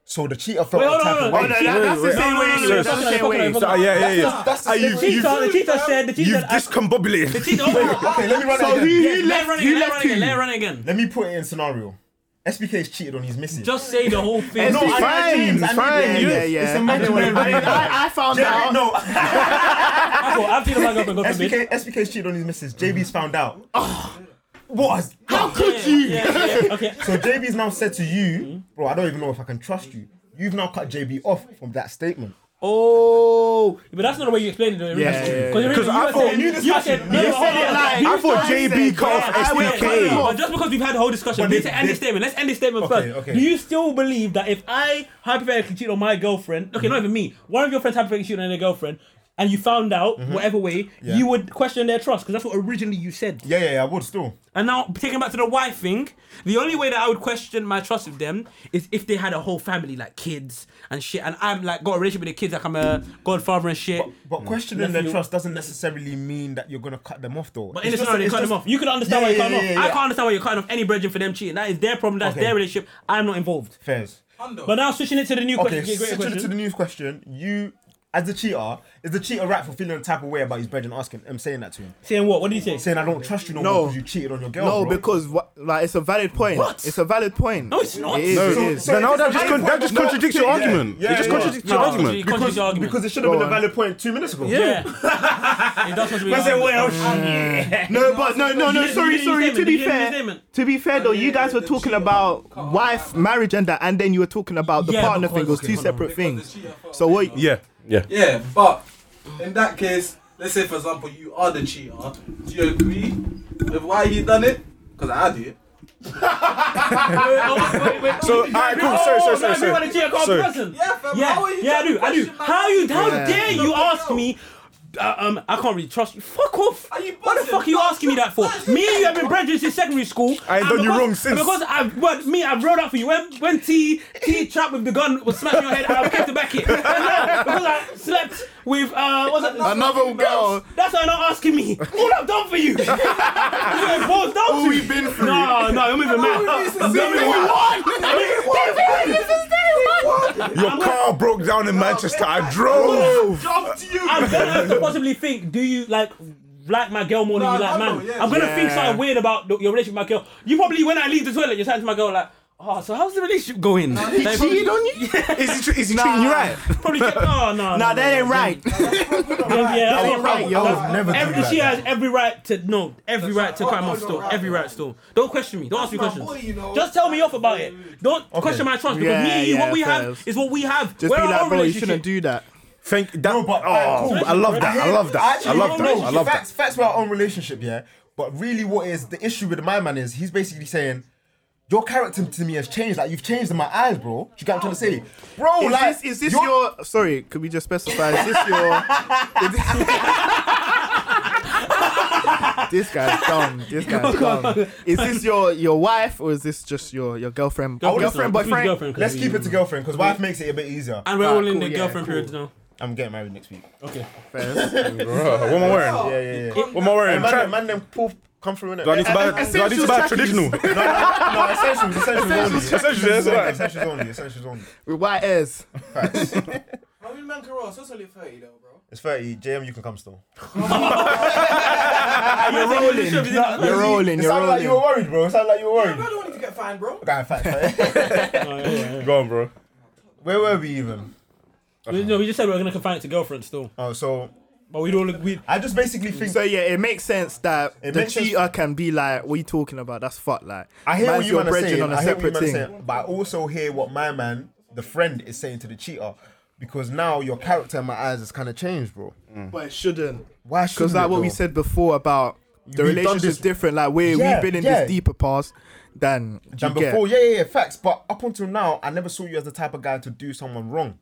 S3: So the cheater felt
S2: Wait, hold
S3: a
S2: on,
S3: type
S2: hold on.
S3: of way.
S2: Oh, no,
S5: that- that's the
S4: Wait, wait,
S5: same
S4: wait.
S5: way.
S4: No, no, no,
S5: That's
S4: no,
S5: the same
S2: no,
S5: way.
S2: no, no,
S5: So-
S4: Ah, yeah, yeah, yeah.
S3: That's the
S4: Ah,
S3: same
S4: you,
S2: The
S3: thing.
S4: you,
S2: cheater, the cheater said, the cheater.
S4: you've discombobulated.
S2: the cheater. Oh,
S3: Okay, let me run
S5: So
S3: it
S5: who
S3: again.
S5: you
S2: yes, let it
S5: left?
S2: run again.
S5: You
S2: Let it run
S5: left
S2: again. Let it
S5: who?
S2: run again.
S3: Let me put it in scenario. SBK's cheated on his missus.
S2: Just say the whole thing.
S5: No,
S3: I-
S5: I-
S3: I-
S4: fine,
S3: I-
S4: fine,
S3: I-
S4: you-
S5: Yeah, yeah.
S3: It's a
S5: I didn't wanna- I
S3: man-
S5: I- I found
S3: Jerry,
S5: out.
S3: no,
S2: I thought, I've taken my girlfriend. God forbid.
S3: SBK, SBK's cheated on his missus. JB's found out. What? a-
S5: Oh. How could you?
S2: Yeah, yeah, Okay.
S3: So JB's now said to you, bro, I don't even know if I can trust you. You've now cut JB off from that statement.
S2: Oh, but that's not the way you explained it.
S5: Yeah, yeah, yeah.
S2: Because
S4: I thought-
S2: you
S3: you
S2: you said, no, no, hold
S5: said it
S2: on.
S5: like-
S4: I thought
S5: I
S4: JB
S5: said,
S4: cut off
S5: yeah, I went-
S2: Wait,
S5: Hey.
S4: SDK.
S2: but just because we've had a whole discussion,
S3: But
S2: we need
S3: they-
S2: to end this
S3: they-
S2: statement. Let's end this statement
S3: Okay,
S2: first.
S3: okay.
S2: Do you still believe that if I hypothetically cheat on my girlfriend, okay, not even me, one of your friends hypothetically cheated on their girlfriend, and you found out whatever way, you would question their trust because that's what originally you said.
S3: Yeah, yeah, yeah, I would still.
S2: And now taking back to the wife thing, the only way that I would question my trust with them is if they had a whole family, like kids and shit, and I'm like got a relationship with the kids, like I'm a godfather and shit.
S3: But questioning their trust doesn't necessarily mean that you're gonna cut them off, though.
S2: But in the scenario, they cut them off. You can understand
S3: Yeah,
S2: why you
S3: yeah,
S2: cut them off.
S3: yeah, yeah,
S2: I
S3: yeah.
S2: can't understand why you're cutting off any brethren for them cheating. That is their problem. That's
S3: Okay.
S2: their relationship. I'm not involved.
S3: Fairs.
S7: Hundo.
S2: But now switching it to the new
S3: Okay,
S2: question. Great
S3: switching
S2: question.
S3: to the news question. You, as the cheater, is the cheater right for feeling the type of way about his bread and asking, um, saying that to him,
S2: Saying what? What do you say?
S3: saying I don't trust you no,
S5: No.
S3: more because you cheated on your girl.
S5: No,
S3: bro.
S5: because wha- like it's a valid point.
S2: What?
S5: It's a valid point. No,
S2: it's not.
S5: It is.
S4: No,
S5: it
S4: so-
S5: is.
S4: so- No, no, that just con- that just
S3: No,
S4: contradicts your
S3: yeah,
S4: argument.
S3: yeah,
S4: It just
S3: yeah.
S4: contradicts your argument.
S2: Because,
S3: because, because it should have
S5: Go
S3: been a
S5: on.
S3: valid point two minutes ago.
S2: yeah, it does supposed to be.
S3: I said,
S2: argument.
S4: Mm.
S3: well,
S5: No, but no, no, no.
S2: You-
S5: Sorry,
S2: you-
S5: sorry. To
S2: statement,
S5: be
S2: you- you
S5: fair,
S2: statement.
S5: to be fair though, you guys were
S7: the
S5: talking
S7: cheater.
S5: about wife, marriage, and that, and then you were talking about the
S2: Yeah,
S5: partner
S2: because-
S5: thing. It was two
S2: okay, hold on.
S5: separate things.
S7: cheater felt
S5: So what?
S4: Yeah, yeah.
S7: Yeah, but in that case, let's say for example you are the cheater. Do you agree with why he done it? Because I did.
S4: So, alright, cool. Sorry, sorry, sorry,
S2: Oh, You want to cheer a
S4: sorry.
S2: cold
S4: Sorry.
S2: person?
S7: Yeah, fam,
S2: yeah,
S7: how are you
S2: yeah, I
S7: trying
S2: do,
S7: to
S2: I do.
S7: question my
S2: How you? How
S5: Yeah.
S2: dare you
S7: Look,
S2: ask
S7: yo.
S2: me? Uh, um, I can't really trust you. Fuck off!
S7: Are you
S2: what the
S7: buzzing?
S2: fuck are you
S7: No,
S2: asking me that for? me and you have been brethren since secondary school.
S4: I
S2: and
S4: ain't done you
S2: because-
S4: wrong since.
S2: Because I, but me, I've rolled out for you. When when T T trap with the gun was smashing your head, I kept it back it. And now, because I slept with uh, what's it?
S5: Another girl.
S2: That's why you're not asking me. All I've done for you. That's what it boils down to.
S5: we've been through.
S2: No, no, you're moving mad. You're moving mad.
S4: Your car broke down in Manchester. I drove.
S2: I'm gonna have to possibly think. Do you like like my girl more than
S7: No,
S2: you like
S7: I
S2: man?
S7: know, yeah.
S2: I'm gonna think
S5: Yeah.
S2: something weird about the, your relationship with my girl. You probably when I leave the toilet, you're saying to my girl like, "Oh, so how's the relationship going?" He
S5: Cheated on you?
S4: Is he, is he treating you right?
S2: Probably kept, oh no, no,
S5: Nah,
S2: no,
S5: that
S2: no.
S5: ain't right.
S2: Yeah, yeah,
S5: That
S2: oh,
S5: ain't right,
S2: no,
S5: yo.
S2: that's-
S3: Never do
S2: every,
S3: that.
S2: she has every right to no, every right to
S7: oh,
S2: cry
S7: no,
S2: off
S7: you're
S2: still,
S7: right,
S2: every
S7: you're
S2: right
S7: right.
S2: still. Don't question me. Don't ask me
S7: my
S2: questions.
S7: boy, you know.
S2: Just tell me off about it. Don't question my trust because
S5: Yeah,
S2: me, what
S5: yeah,
S2: we
S5: fairs.
S2: have is what we have.
S5: Just
S2: We're
S5: be
S2: our
S5: like,
S2: own
S5: bro, you
S2: relationship.
S5: shouldn't do that.
S4: Thank that.
S3: No, but
S4: oh, I love that. I love that. I love that. I love that.
S3: Facts, facts about our own relationship, yeah. But really, what is the issue with my man is he's basically saying. Your character to me has changed. Like you've changed in my eyes, bro. Do You got what I'm trying to say, bro.
S5: Is
S3: like,
S5: this, is this
S3: you're-
S5: your, Sorry, could we just specify? Is this your? is this- this guy's dumb. This guy's dumb. Is this your your wife or is this just your your girlfriend?
S2: Girlfriend,
S5: girlfriend, boyfriend.
S2: girlfriend, 'cause
S3: Let's
S2: we-
S3: keep it to girlfriend because wife makes it a bit easier.
S2: And we're all in
S5: cool,
S2: the
S5: yeah,
S2: girlfriend
S5: cool.
S2: periods now.
S3: I'm getting married next week.
S2: Okay.
S5: Fair.
S4: Bro, what am I wearing?
S3: Yeah, yeah, yeah.
S4: What am I wearing?
S3: Man,
S4: Tra-
S3: man, man, them poor come through in it.
S4: do I need to buy? Do I need to buy
S5: Essentials
S4: traditional?
S3: No, no, no, essentials, essentials only.
S4: Essentials, that's
S3: only,
S4: right.
S3: essentials only. Essentials only.
S5: With white ears.
S3: Facts.
S6: How many man can roast? That's only 30 though, bro.
S3: It's 30. JM, you can come still.
S2: You're rolling.
S5: You're rolling.
S3: It
S5: You're
S3: sounded like
S5: rolling.
S3: you were worried, bro. It sounded like you were
S6: I
S3: worried.
S6: don't want to get fined, bro.
S3: Okay, facts. right?
S4: Go on, bro.
S3: Where were we even?
S2: No, we just said we were gonna confine it to girlfriend still,
S3: Oh, so
S2: but we'd all we
S3: I just basically think.
S5: So yeah, it makes sense that
S3: It
S5: the
S3: makes sense-
S5: cheater can be like, "What you talking about? That's fuck." Like,
S3: I hear what
S5: man's
S3: you
S5: your
S3: man are
S5: brethren
S3: saying.
S5: on a
S3: I hear what you man
S5: separate
S3: are
S5: thing.
S3: saying, but I also hear what my man, the friend, is saying to the cheater, because now your character in my eyes has kind of changed, bro.
S5: But it shouldn't.
S3: Why?
S5: Because
S3: shouldn't
S5: like
S3: it,
S5: what we
S3: bro?
S5: said before about the
S3: We've done
S5: relationship's
S3: this-
S5: different. Like we
S3: Yeah,
S5: we've been in
S3: yeah.
S5: this deeper past than
S3: than
S5: you get.
S3: before. Yeah, yeah, yeah, facts. But up until now, I never saw you as the type of guy to do someone wrong.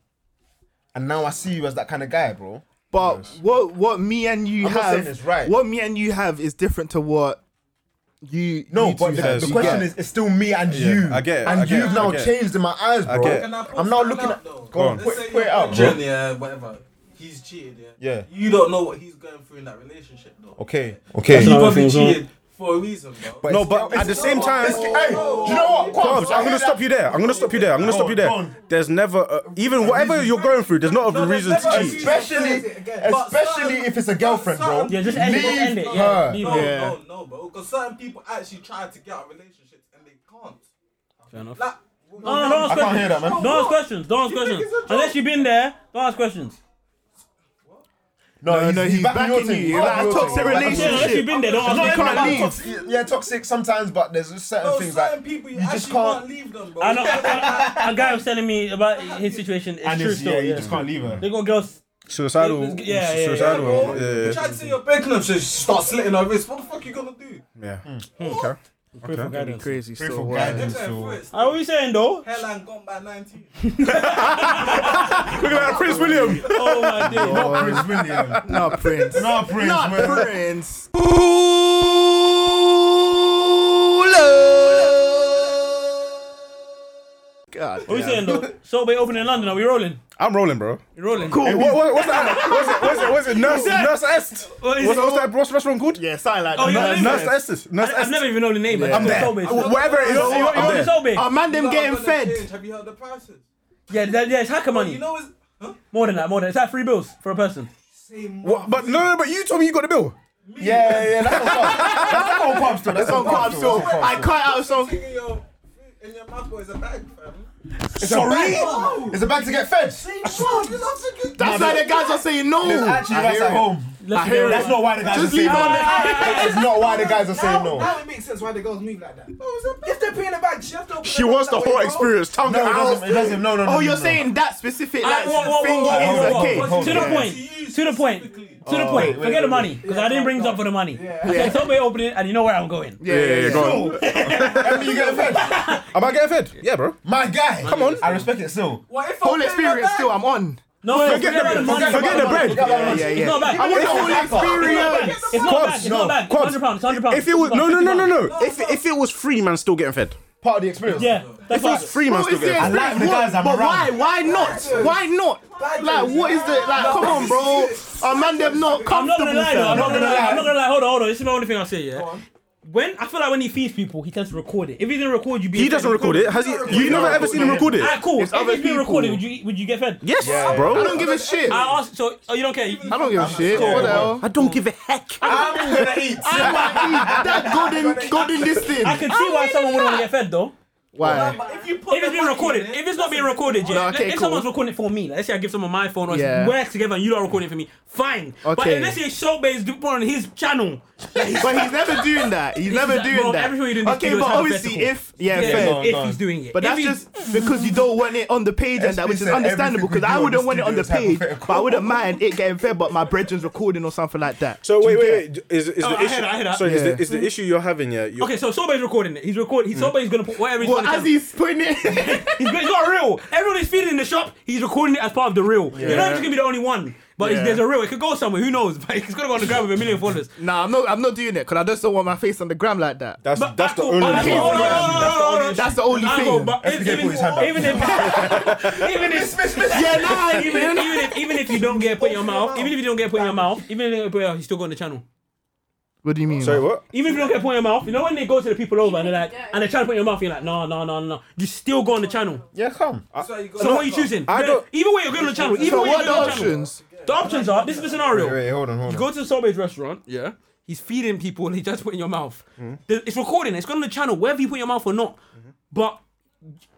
S3: And now I see you as that kind of guy, bro.
S5: But what what me and you
S3: I'm not
S5: have,
S3: saying it's right.
S5: what me and you have is different to what you.
S3: No,
S5: you
S3: but
S5: two
S3: the,
S5: have.
S3: the
S5: You
S3: question
S5: get.
S3: is, it's still me and you.
S4: I get it,
S3: And
S4: I get
S3: you've
S4: it,
S3: now
S4: I get it.
S3: changed in my eyes, bro.
S4: get it.
S6: Can I put
S3: I'm now
S6: something
S3: looking
S6: out,
S3: at.
S6: though?
S3: Go on,
S4: Let's
S3: put,
S6: Let's say
S3: put it
S6: your
S3: out, bro.
S7: Journey, uh, whatever. He's cheated, yeah.
S3: Yeah.
S7: You don't know what he's going through in that relationship, though.
S3: Okay, okay.
S7: He
S2: Another
S7: probably
S2: thing as
S7: cheated for a reason, bro.
S3: But
S4: No,
S3: it's-
S4: but at the same time,
S3: it's- hey, do you know what?
S4: Bobs,
S3: Quabs, I
S4: I'm
S3: hear
S4: gonna stop
S3: that.
S4: you there. I'm gonna stop you there. I'm gonna
S3: Go
S4: stop you
S3: on, go
S4: there.
S3: on.
S4: There's never a, even whatever you're going through. There's not a reason to
S7: never a
S4: cheat.
S7: reason.
S3: Especially,
S6: Say it again. But
S3: especially
S7: certain-
S3: if it's a girlfriend, bro.
S7: certain-
S2: yeah, just end it. Just
S3: Leave
S2: end it.
S3: her.
S2: Yeah, leave
S7: No,
S2: it.
S5: Yeah.
S7: no, no, bro. Because certain people actually try to get out of relationships and they can't.
S2: Fair enough.
S7: Like,
S2: No, no, don't ask
S3: I can't hear
S2: questions.
S3: that, man.
S2: Don't ask questions. Don't ask questions.
S7: it's a joke?
S2: Unless you've been there, don't ask questions.
S5: no, no, he's
S3: in your
S5: backing
S3: team. He's
S5: you. Like,
S3: backing your
S5: a
S3: team.
S5: toxic
S3: He's backing your
S2: Yeah,
S3: team.
S2: unless you've been there, don't
S5: No,
S2: ask
S5: you can't
S2: questions.
S5: leave.
S3: Toxic- yeah, toxic sometimes, but there's just certain
S7: no,
S3: things
S7: certain
S3: like
S7: people you,
S3: you
S7: actually
S3: just
S7: can't,
S3: can't-
S7: leave them, bro.
S2: I know. a- a- A guy was telling me about his situation. It's
S3: and
S2: true
S3: it's, yeah,
S2: still.
S3: you
S2: Yeah,
S3: just can't leave her.
S2: they got girls.
S4: Suicidal.
S2: Yeah, yeah, yeah.
S4: Suicidal. Yeah,
S7: You
S4: yeah.
S7: try to say your big club, so she starts slitting her wrist. What the fuck you gonna do?
S4: yeah. Okay. Okay.
S5: That'd be crazy.
S3: Pray
S5: So
S3: for
S5: what?
S3: guidance.
S7: Yeah,
S3: So-
S7: first.
S2: Are we saying though?
S7: Hairline gone by 19.
S4: Look at that, Prince William.
S2: Oh my dear.
S3: Not Prince William.
S5: Not Prince.
S3: Not Prince.
S5: Not
S3: man.
S5: Prince. God.
S2: Are we saying though? So we opening in London. Are we rolling?
S4: I'm rolling, bro.
S2: You rolling?
S4: Hey, what, what, what's that? What's it? What's it? What's it? Nurse, nurse Est.
S2: What is
S4: What's,
S2: it?
S4: what's that bro- restaurant called?
S5: Yeah, something like
S2: Oh,
S5: that.
S2: you're
S5: Nurse-
S2: living-
S5: nurse-
S4: Nurse Est's. Nurse
S2: I- I've
S4: Est.
S2: never even known the name. man.
S4: I'm there.
S2: So
S4: Wh-
S2: basic.
S4: Whatever it is,
S2: You know- you know
S4: I'm
S2: what
S4: there.
S2: it's so big.
S5: Oh, man, them
S7: You know
S5: getting
S7: I'm gonna
S5: fed.
S7: change. Have you heard the prices?
S2: Yeah, that, yeah, it's hacker money.
S7: You know it's. Huh?
S2: More than that, more than that. It's like three bills for a person.
S7: Same
S4: What- But no, no, but you told me you got the bill.
S3: Yeah, yeah, yeah. That's on Quabs. That's on Quabs still. That's on Quabs still.
S5: Oh, I'm so I cut out so
S7: thing in your, in your mouth, boy, is a bag, fam.
S3: Sorry? It's about to get fed.
S5: that's why the guys are
S3: There's
S5: saying no.
S3: actually guys at home.
S2: Let's
S5: hear
S2: go.
S5: it.
S3: That's not why the guys
S5: Just
S3: are saying
S5: leave
S3: no.
S5: it on
S3: That's not why the guys are saying
S6: Now,
S3: no.
S6: now it makes sense why the girls move like that. If they're paying the bag, she has to open
S4: She
S6: it up
S4: wants the
S6: that way,
S4: whole
S6: bro.
S4: experience. Tongue
S3: No, it
S4: out.
S3: doesn't. It doesn't. No, no, no.
S5: Oh, you're
S3: no.
S5: saying that specific
S2: Alright,
S5: like
S2: whoa, whoa,
S5: thing
S2: whoa, whoa,
S5: is
S2: whoa, whoa.
S5: okay. Oh,
S3: hold
S2: To the
S3: on.
S2: point. To the point. To the point.
S3: wait,
S2: Forget
S3: wait,
S2: the money. Because I didn't bring this up for the money.
S5: Yeah.
S2: Okay, somebody open it and you know where I'm going.
S5: Yeah, yeah, yeah.
S4: go on.
S3: Emily, you get fed.
S4: Am I getting fed? Yeah, bro.
S3: My guy. Come on. I respect it still.
S7: What if
S5: Whole experience still I'm on.
S2: No, no,
S4: Forget the
S2: about
S4: bread.
S2: the money.
S4: Forget the bread.
S3: Forget about the money.
S5: Yeah,
S2: It's
S5: yeah.
S2: not bad. I
S5: The whole experience.
S2: It's not bad. It's not bad. It's
S4: Quabs.
S2: hundred pounds. Hundred pounds.
S4: If it was no, no, no, no, no. If if it was free, man, still getting fed.
S3: Part of the experience.
S2: Yeah, that's
S4: If it was
S2: what.
S4: free, man,
S5: What is
S4: still
S5: the
S4: getting fed.
S3: like the guys I'm
S5: But why?
S3: around.
S5: Why not? Why not? Like, what is the like? Come on, bro. Our man, them not
S2: I'm not gonna
S5: comfortable.
S2: lie though. I'm
S5: fam.
S2: not gonna lie. I'm not gonna lie. Hold on, hold on. This is my only thing I'll say. Yeah. When I feel like when he feeds people, he tends to record it. If he didn't record, you be
S4: He doesn't record it. Has he? You've never ever seen him record it?
S2: Ah, cool. If
S5: other
S2: he's been
S5: people.
S2: recorded, would you would you get fed?
S4: Yes, bro.
S5: I don't give a shit. I
S2: I asked. So oh, you don't care. You-
S5: don't give a shit. What the hell?
S4: I don't give a heck.
S3: I'm gonna eat.
S5: I might eat that golden, golden this thing.
S2: I can see why someone wouldn't want to get fed though.
S5: Why?
S7: If you put
S2: If it's
S7: the
S2: being
S7: money
S2: recorded,
S7: in it,
S2: if it's not being recorded yet,
S5: No,
S2: like,
S5: okay,
S2: if
S5: cool.
S2: someone's recording it for me, like, let's say I give someone my phone or
S5: Yeah.
S2: yeah. work together and you don't record it for me, fine. But
S5: Okay.
S2: if, let's say Showbiz do put on his channel
S5: but he's never doing that. He's never
S2: like,
S5: doing
S2: bro,
S5: that.
S2: everything we do needs to
S5: okay,
S2: do is
S5: but obviously,
S2: hypothetical.
S5: if yeah,
S2: Yeah,
S5: fair.
S3: no,
S2: if
S3: no.
S2: he's doing it.
S5: But that's
S2: If he-
S5: just because you don't want it on the page and that, which is
S3: Especially everything
S5: understandable. Because
S3: we do
S5: I
S3: on
S5: wouldn't
S3: the
S5: want it on the
S3: studio is
S5: page, but I wouldn't mind it getting fair. But my brethren's recording or something like that.
S4: So wait, wait, wait. Is, is
S2: Oh, I
S4: the
S2: hear
S4: issue?
S2: that, I Oh, hear that.
S4: So is,
S5: Yeah.
S4: the, is the issue you're having? Yeah. You're,
S2: Okay, so Sobe's recording it. He's recording. He's Sobe's gonna put whatever he's
S5: Mm. well,
S2: gonna
S5: as he's putting it,
S2: He's got, he's got a reel. Everyone is feeding in the shop. He's recording it as part of the reel. You're not just gonna be the only one. But if there's a reel. It could go somewhere. Who knows? But it's gonna go on the ground with a million followers.
S5: nah, I'm not. I'm not doing it because I just don't want my face on the gram like that.
S4: That's
S2: But Oh,
S4: that's the
S2: cool.
S4: only.
S2: But
S4: thing.
S2: cool. Hold on, hold on, hold on, hold on.
S5: That's the only
S2: I
S5: thing.
S2: know, but
S3: That's
S2: if-
S3: the gay
S2: even
S3: boy's hand back.
S2: even if even if
S5: yeah, nah,
S2: even even if even if you don't get put in your mouth, even if you don't get put in your mouth, even if you don't get put in your mouth, you still go on the channel.
S5: What do you mean?
S4: Sorry, what?
S2: Even if you don't get put in your mouth, you know when they go to the people over and they're like, and they're trying to put in your mouth, you're like, no, no, no, no, you still go on the channel.
S3: Yeah, come.
S4: Uh,
S2: So what are you choosing?
S4: I don't-
S2: Either way, you're going on the channel. Either
S5: So
S2: way, you're
S5: what
S2: going
S5: are
S2: on
S5: the
S2: the channel.
S5: options?
S2: The options are this is the scenario.
S3: Wait, hold on, hold
S2: You
S3: on.
S2: go to Sobe's restaurant, yeah. He's feeding people and he just put it in your mouth.
S3: Mm-hmm.
S2: The- It's recording, it's going on the channel, whether you put it in your mouth or not. But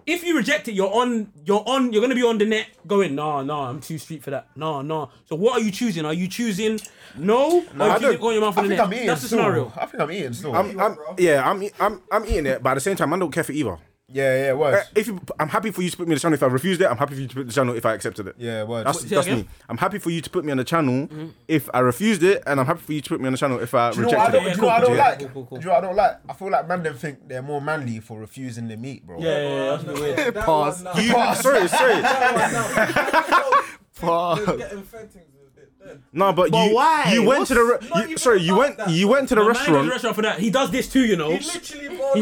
S2: if you reject it, you're on, you're on, you're gonna be on the net going, nah, nah, I'm too street for that. Nah, nah. So what are you choosing? Are you choosing no? or
S4: I
S2: are you choosing
S4: don't-
S2: go in your mouth
S3: I
S2: on the
S3: think
S2: net?
S3: I'm eating
S2: That's the
S3: still.
S2: scenario.
S3: I think I'm eating still.
S4: I'm, I'm, yeah, I'm, I'm, I'm eating it, but at the same time, I don't care for either.
S3: yeah, yeah,
S4: Uh,
S3: worse.
S4: If you, I'm happy for you to put me on the channel. If I refused it, I'm happy for you to put the channel. If I accepted it,
S3: Yeah, word.
S4: That's,
S3: Say
S4: that's
S2: again?
S4: me. I'm happy for you to put me on the channel. If I refused it, and I'm happy for you to put me on the channel. If I
S3: Do you know what I
S4: rejected
S3: don't,
S4: it,
S3: do you know what I don't
S4: Yeah.
S3: like?
S2: Cool, cool, cool.
S3: Do you know what I don't like? I feel like man them think they're more manly for refusing the meat, bro.
S2: Yeah, yeah, yeah, that's the way.
S5: Pause.
S4: You- sorry, sorry.
S5: Fuck.
S4: No, but,
S5: But
S4: you,
S5: why?
S4: you went to the re-
S7: Not
S4: you-
S7: even
S4: sorry, you
S7: about
S4: went
S7: that.
S4: you went to the
S2: The man goes to
S4: restaurant.
S2: the restaurant for that. He does this too, you know. He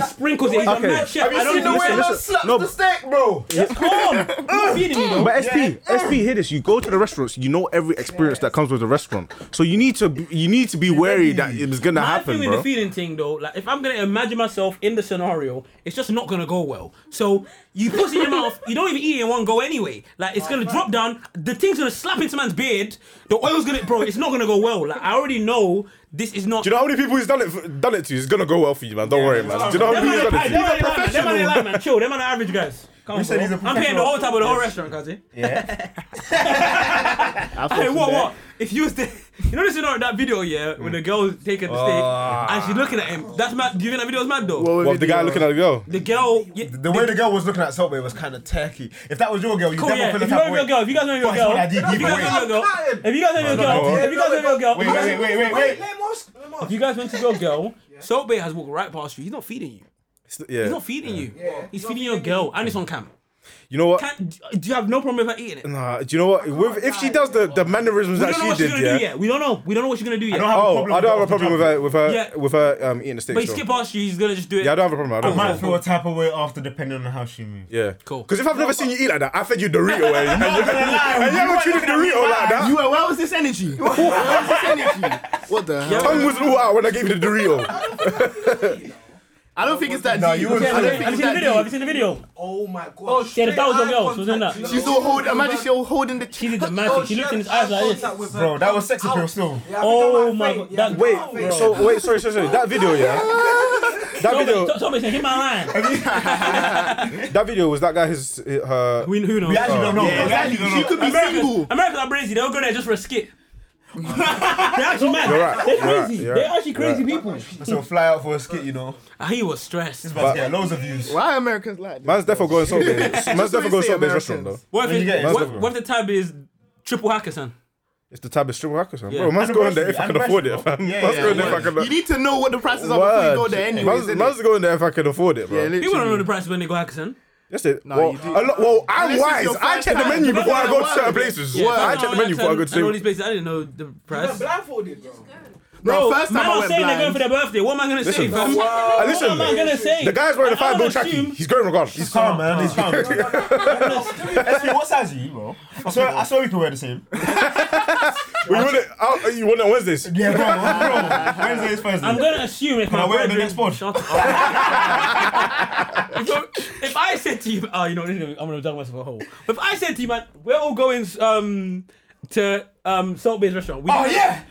S2: sprinkles it. He's a
S4: Okay.
S2: mad chef.
S3: Have you
S2: I
S3: seen the
S2: don't
S3: way man
S2: listen.
S3: slapped
S4: no,
S3: the
S4: but-
S3: steak, bro?
S2: Come on, You're feeding me though.
S4: But SP, SP, hear this. You go to the restaurants. You know every experience that comes with the restaurant. So you need to be- you need to be wary that it's gonna
S2: My
S4: happen,
S2: feeling
S4: bro.
S2: the feeling thing though, like if I'm gonna imagine myself in the scenario, it's just not gonna go well. So you put it in your mouth, you don't even eat it in one go anyway. Like it's gonna drop down, the thing's gonna slap into man's beard, the oil's gonna bro, it's not gonna go well. Like I already know this is not
S4: Do you know how many people he's done it for, done it to? It's gonna go well for you, man. Don't worry, man. Do you know how
S2: them
S4: many
S2: man,
S4: people
S2: are
S4: he's done
S2: pie-
S4: it to?
S2: them man, are lie, man. Them
S4: you?
S2: man, are lie, man. Chill, them man, are average guys. Come on,
S3: said
S2: bro.
S3: he's a
S2: I'm paying the whole tab of the whole restaurant, Kazi. Hey, what, what? If you was the, you know this is not that video, yeah, when the girl's taking the steak and she's looking at him. That's mad. Do you think that video's mad though?
S4: Ah. Well, the guy looking at the girl.
S2: the girl, yeah,
S3: The way the girl was looking at Subway was kind of tacky. If that was your girl, you
S2: Cool,
S3: definitely
S2: yeah. If you
S3: feel like
S2: don't know your girl, if you guys know your
S3: But
S2: girl,
S3: it's what I
S2: if
S3: did,
S2: you guys know your girl, if you guys know your girl, if you guys know your girl,
S3: Wait, wait, wait, wait, wait.
S2: if you guys went to your girl, Salt Bay has walked right past you. He's not feeding you.
S4: Yeah.
S2: He's not feeding you. He's feeding your girl, and it's on cam.
S4: You know what?
S2: Can, do you have no problem with her eating it? We
S4: Nah, do you know what? With, if she does the, the mannerisms that
S2: don't know what
S4: Mm, she
S2: she's
S4: did,
S2: gonna
S4: yeah.
S2: do yet. We don't know. We don't know what she's gonna do yet.
S3: don't have-
S4: Oh, I don't have a problem with her with her
S2: Yeah.
S4: with her um eating the steak.
S2: but he
S4: sure.
S2: skip past you. He's gonna just do it.
S4: Yeah, I don't have a problem. I don't.
S3: might
S4: Have a problem.
S3: feel a type of way after, depending on how she moves.
S4: Yeah,
S2: Cool.
S4: Because if I've never seen you eat like that, I fed you Dorito. eh? and you and you haven't treated Dorito like that.
S5: You were, where was this energy? Where was this energy? What the hell?
S4: tongue was all out when I gave you the Dorito.
S5: I don't think it's that
S3: No,
S5: deep.
S3: you
S5: I
S2: Have you have you
S3: wouldn't-
S5: don't think it's
S2: seen the
S5: that
S2: video? Have you
S5: deep.
S2: seen the video?
S7: Oh my god.
S2: Yeah, the bells on girls, wasn't that?
S5: She's all holding. Imagine she all holding the.
S2: She did the magic. oh, she looked in his eyes like this.
S3: Bro, that was sex appeal still.
S2: Oh my god. That
S4: Wait,
S2: bro.
S4: so Oh, wait, sorry, sorry, sorry. That video, yeah. That video,
S2: Salt Bay said, hit my line.
S4: that video was that guy his her.
S2: We- Who knows?
S3: We actually don't know.
S5: Yeah, exactly. She could be single.
S2: Americans are brazy. They'll go there just for a skit. they're actually mad.
S4: right,
S2: They're
S4: you're right,
S2: crazy.
S4: you're
S2: they're
S4: right,
S2: actually crazy people.
S3: So fly out for a skit, you know.
S2: He was stressed.
S3: But yeah, loads of views.
S5: Why are Americans like this?
S4: Man's definitely going so big.
S5: Just
S4: Man's definitely going
S5: say
S4: so big
S5: Americans.
S4: restaurant though.
S2: What if,
S3: When you get
S2: it,
S3: it,
S2: what,
S4: that's
S2: what if the tab is triple hackerson?
S4: It's the type of strip workers, man.
S2: Yeah.
S4: Bro, man's going there if I can
S3: Anniversary,
S4: afford it,
S3: bro.
S4: fam.
S3: Yeah,
S4: Man's
S3: yeah,
S4: going there
S3: yeah.
S4: if I can.
S5: You need to know what the prices are before you go there,
S4: Word.
S5: anyways.
S4: Man's,
S5: innit?
S4: man's going there if I can afford it,
S5: Yeah,
S4: bro.
S5: literally.
S2: People don't know the price when they go hackerson.
S4: That's it.
S5: Nah,
S4: well,
S5: you do.
S4: a lot, well, I'm
S5: Unless it's
S4: wise.
S5: your
S4: I
S5: first
S4: check the
S5: time.
S4: menu before I go to
S5: Yeah,
S4: certain
S5: yeah.
S4: places.
S5: Yeah,
S4: I
S5: that's
S4: check the menu before I go
S2: and
S4: to
S2: all these
S4: certain.
S2: places. I didn't know the price.
S7: Blindfolded, bro.
S5: Bro,
S2: Bro,
S5: first time
S2: man,
S5: I
S2: I'm
S5: went
S2: saying they're going
S5: blind.
S2: for their birthday. What am I gonna say?
S4: Listen,
S2: fam?
S4: uh, listen.
S2: what am I gonna say?
S4: The guy's wearing a
S2: I- I
S4: five bill
S2: would
S4: trackie.
S2: assume-
S4: He's going regardless.
S3: Calm, man. He's calm. Actually, what size are you, bro? I swear, I swear we can wear the same.
S4: Well, you want it? I'll- You want it on Wednesdays?
S3: Yeah, bro. bro. Wednesday is Thursday.
S2: I'm gonna assume if my
S3: I wear it
S2: brethren-
S3: on the next pod?
S2: Shut up. if, I- if I said to you, oh, you know, this is- I'm gonna dunk myself a hole. But if I said to you, man, we're all going um to um Salt Bay's restaurant. We,
S3: Oh yeah.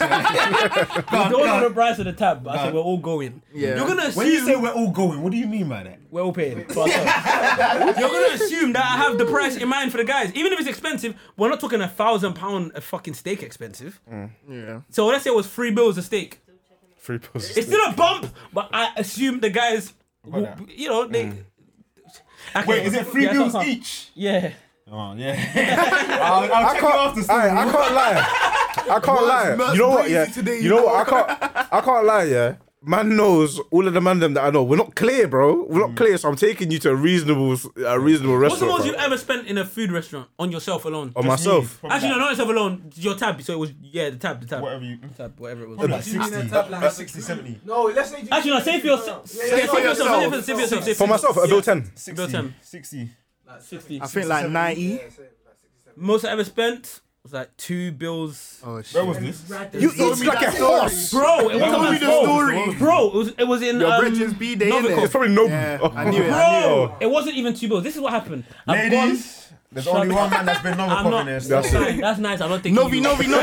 S2: we don't know the price of the tab, but I said we're all going.
S5: Yeah.
S2: You're gonna
S3: When you
S2: assume
S3: say we're all going, what do you mean by that?
S2: we're all paying. for ourselves. You're gonna assume that I have the price in mind for the guys, even if it's expensive. We're not talking a thousand pound a fucking steak expensive.
S5: Yeah.
S2: So let's say it was three bills a steak.
S4: Three pills.
S2: It's still a bump, but I assume the guys, will, you know, they.
S4: Mm.
S2: Okay.
S3: Wait, is it three
S2: Yeah, I
S3: bills
S2: can't-
S3: each?
S2: Yeah.
S3: Oh yeah. I'll, I'll
S4: I
S3: check
S4: can't,
S3: you after. Steve.
S4: Aye, I can't lie. I can't lie. You know what? Yeah. you know what? I can't. I can't lie. Yeah. Man knows all of the man them that I know. We're not clear, bro. We're not clear. So I'm taking you to a reasonable, a reasonable
S2: What's the
S4: restaurant.
S2: most
S4: bro.
S2: you've ever spent in a food restaurant on yourself alone?
S4: On myself.
S3: Probably
S2: Actually, no,
S3: like-
S2: not yourself alone. Your tab. So it was yeah, the tab, the tab,
S3: Whatever you.
S2: tab, whatever it was.
S3: Probably like 60,
S6: tab like-
S3: like 60, 70.
S6: No, let's say.
S2: Actually, no, save for yourself.
S6: Yeah,
S2: Save
S6: yeah,
S2: for
S5: for
S2: yourself. Save for
S5: yourself.
S2: save for yourself. save
S4: For myself, a bill
S2: yourself.
S4: ten.
S3: 60.
S2: Bill ten.
S3: 60.
S2: Sixty.
S5: I think like 90.
S2: Most I ever spent was like two bills.
S5: Oh
S3: Where
S5: shit.
S3: was this?
S4: You eat like a horse.
S2: Bro, it
S3: Tell me
S2: was
S3: the
S2: bro.
S3: story.
S2: Bro, it was it was in
S5: Your
S2: um,
S5: bridges be there,
S2: Novikov.
S5: innit?
S4: It's probably no.
S5: Yeah, I knew it. I knew it.
S2: Bro, it wasn't even two bills. This is what happened. I've gone-
S3: Ladies, there's only one man that's been
S2: I'm
S3: Novikov
S2: not.
S3: in there.
S2: That's,
S3: so-
S2: nice. that's nice. I'm not thinking.
S5: Novi,
S2: you.
S5: Novi, Novi.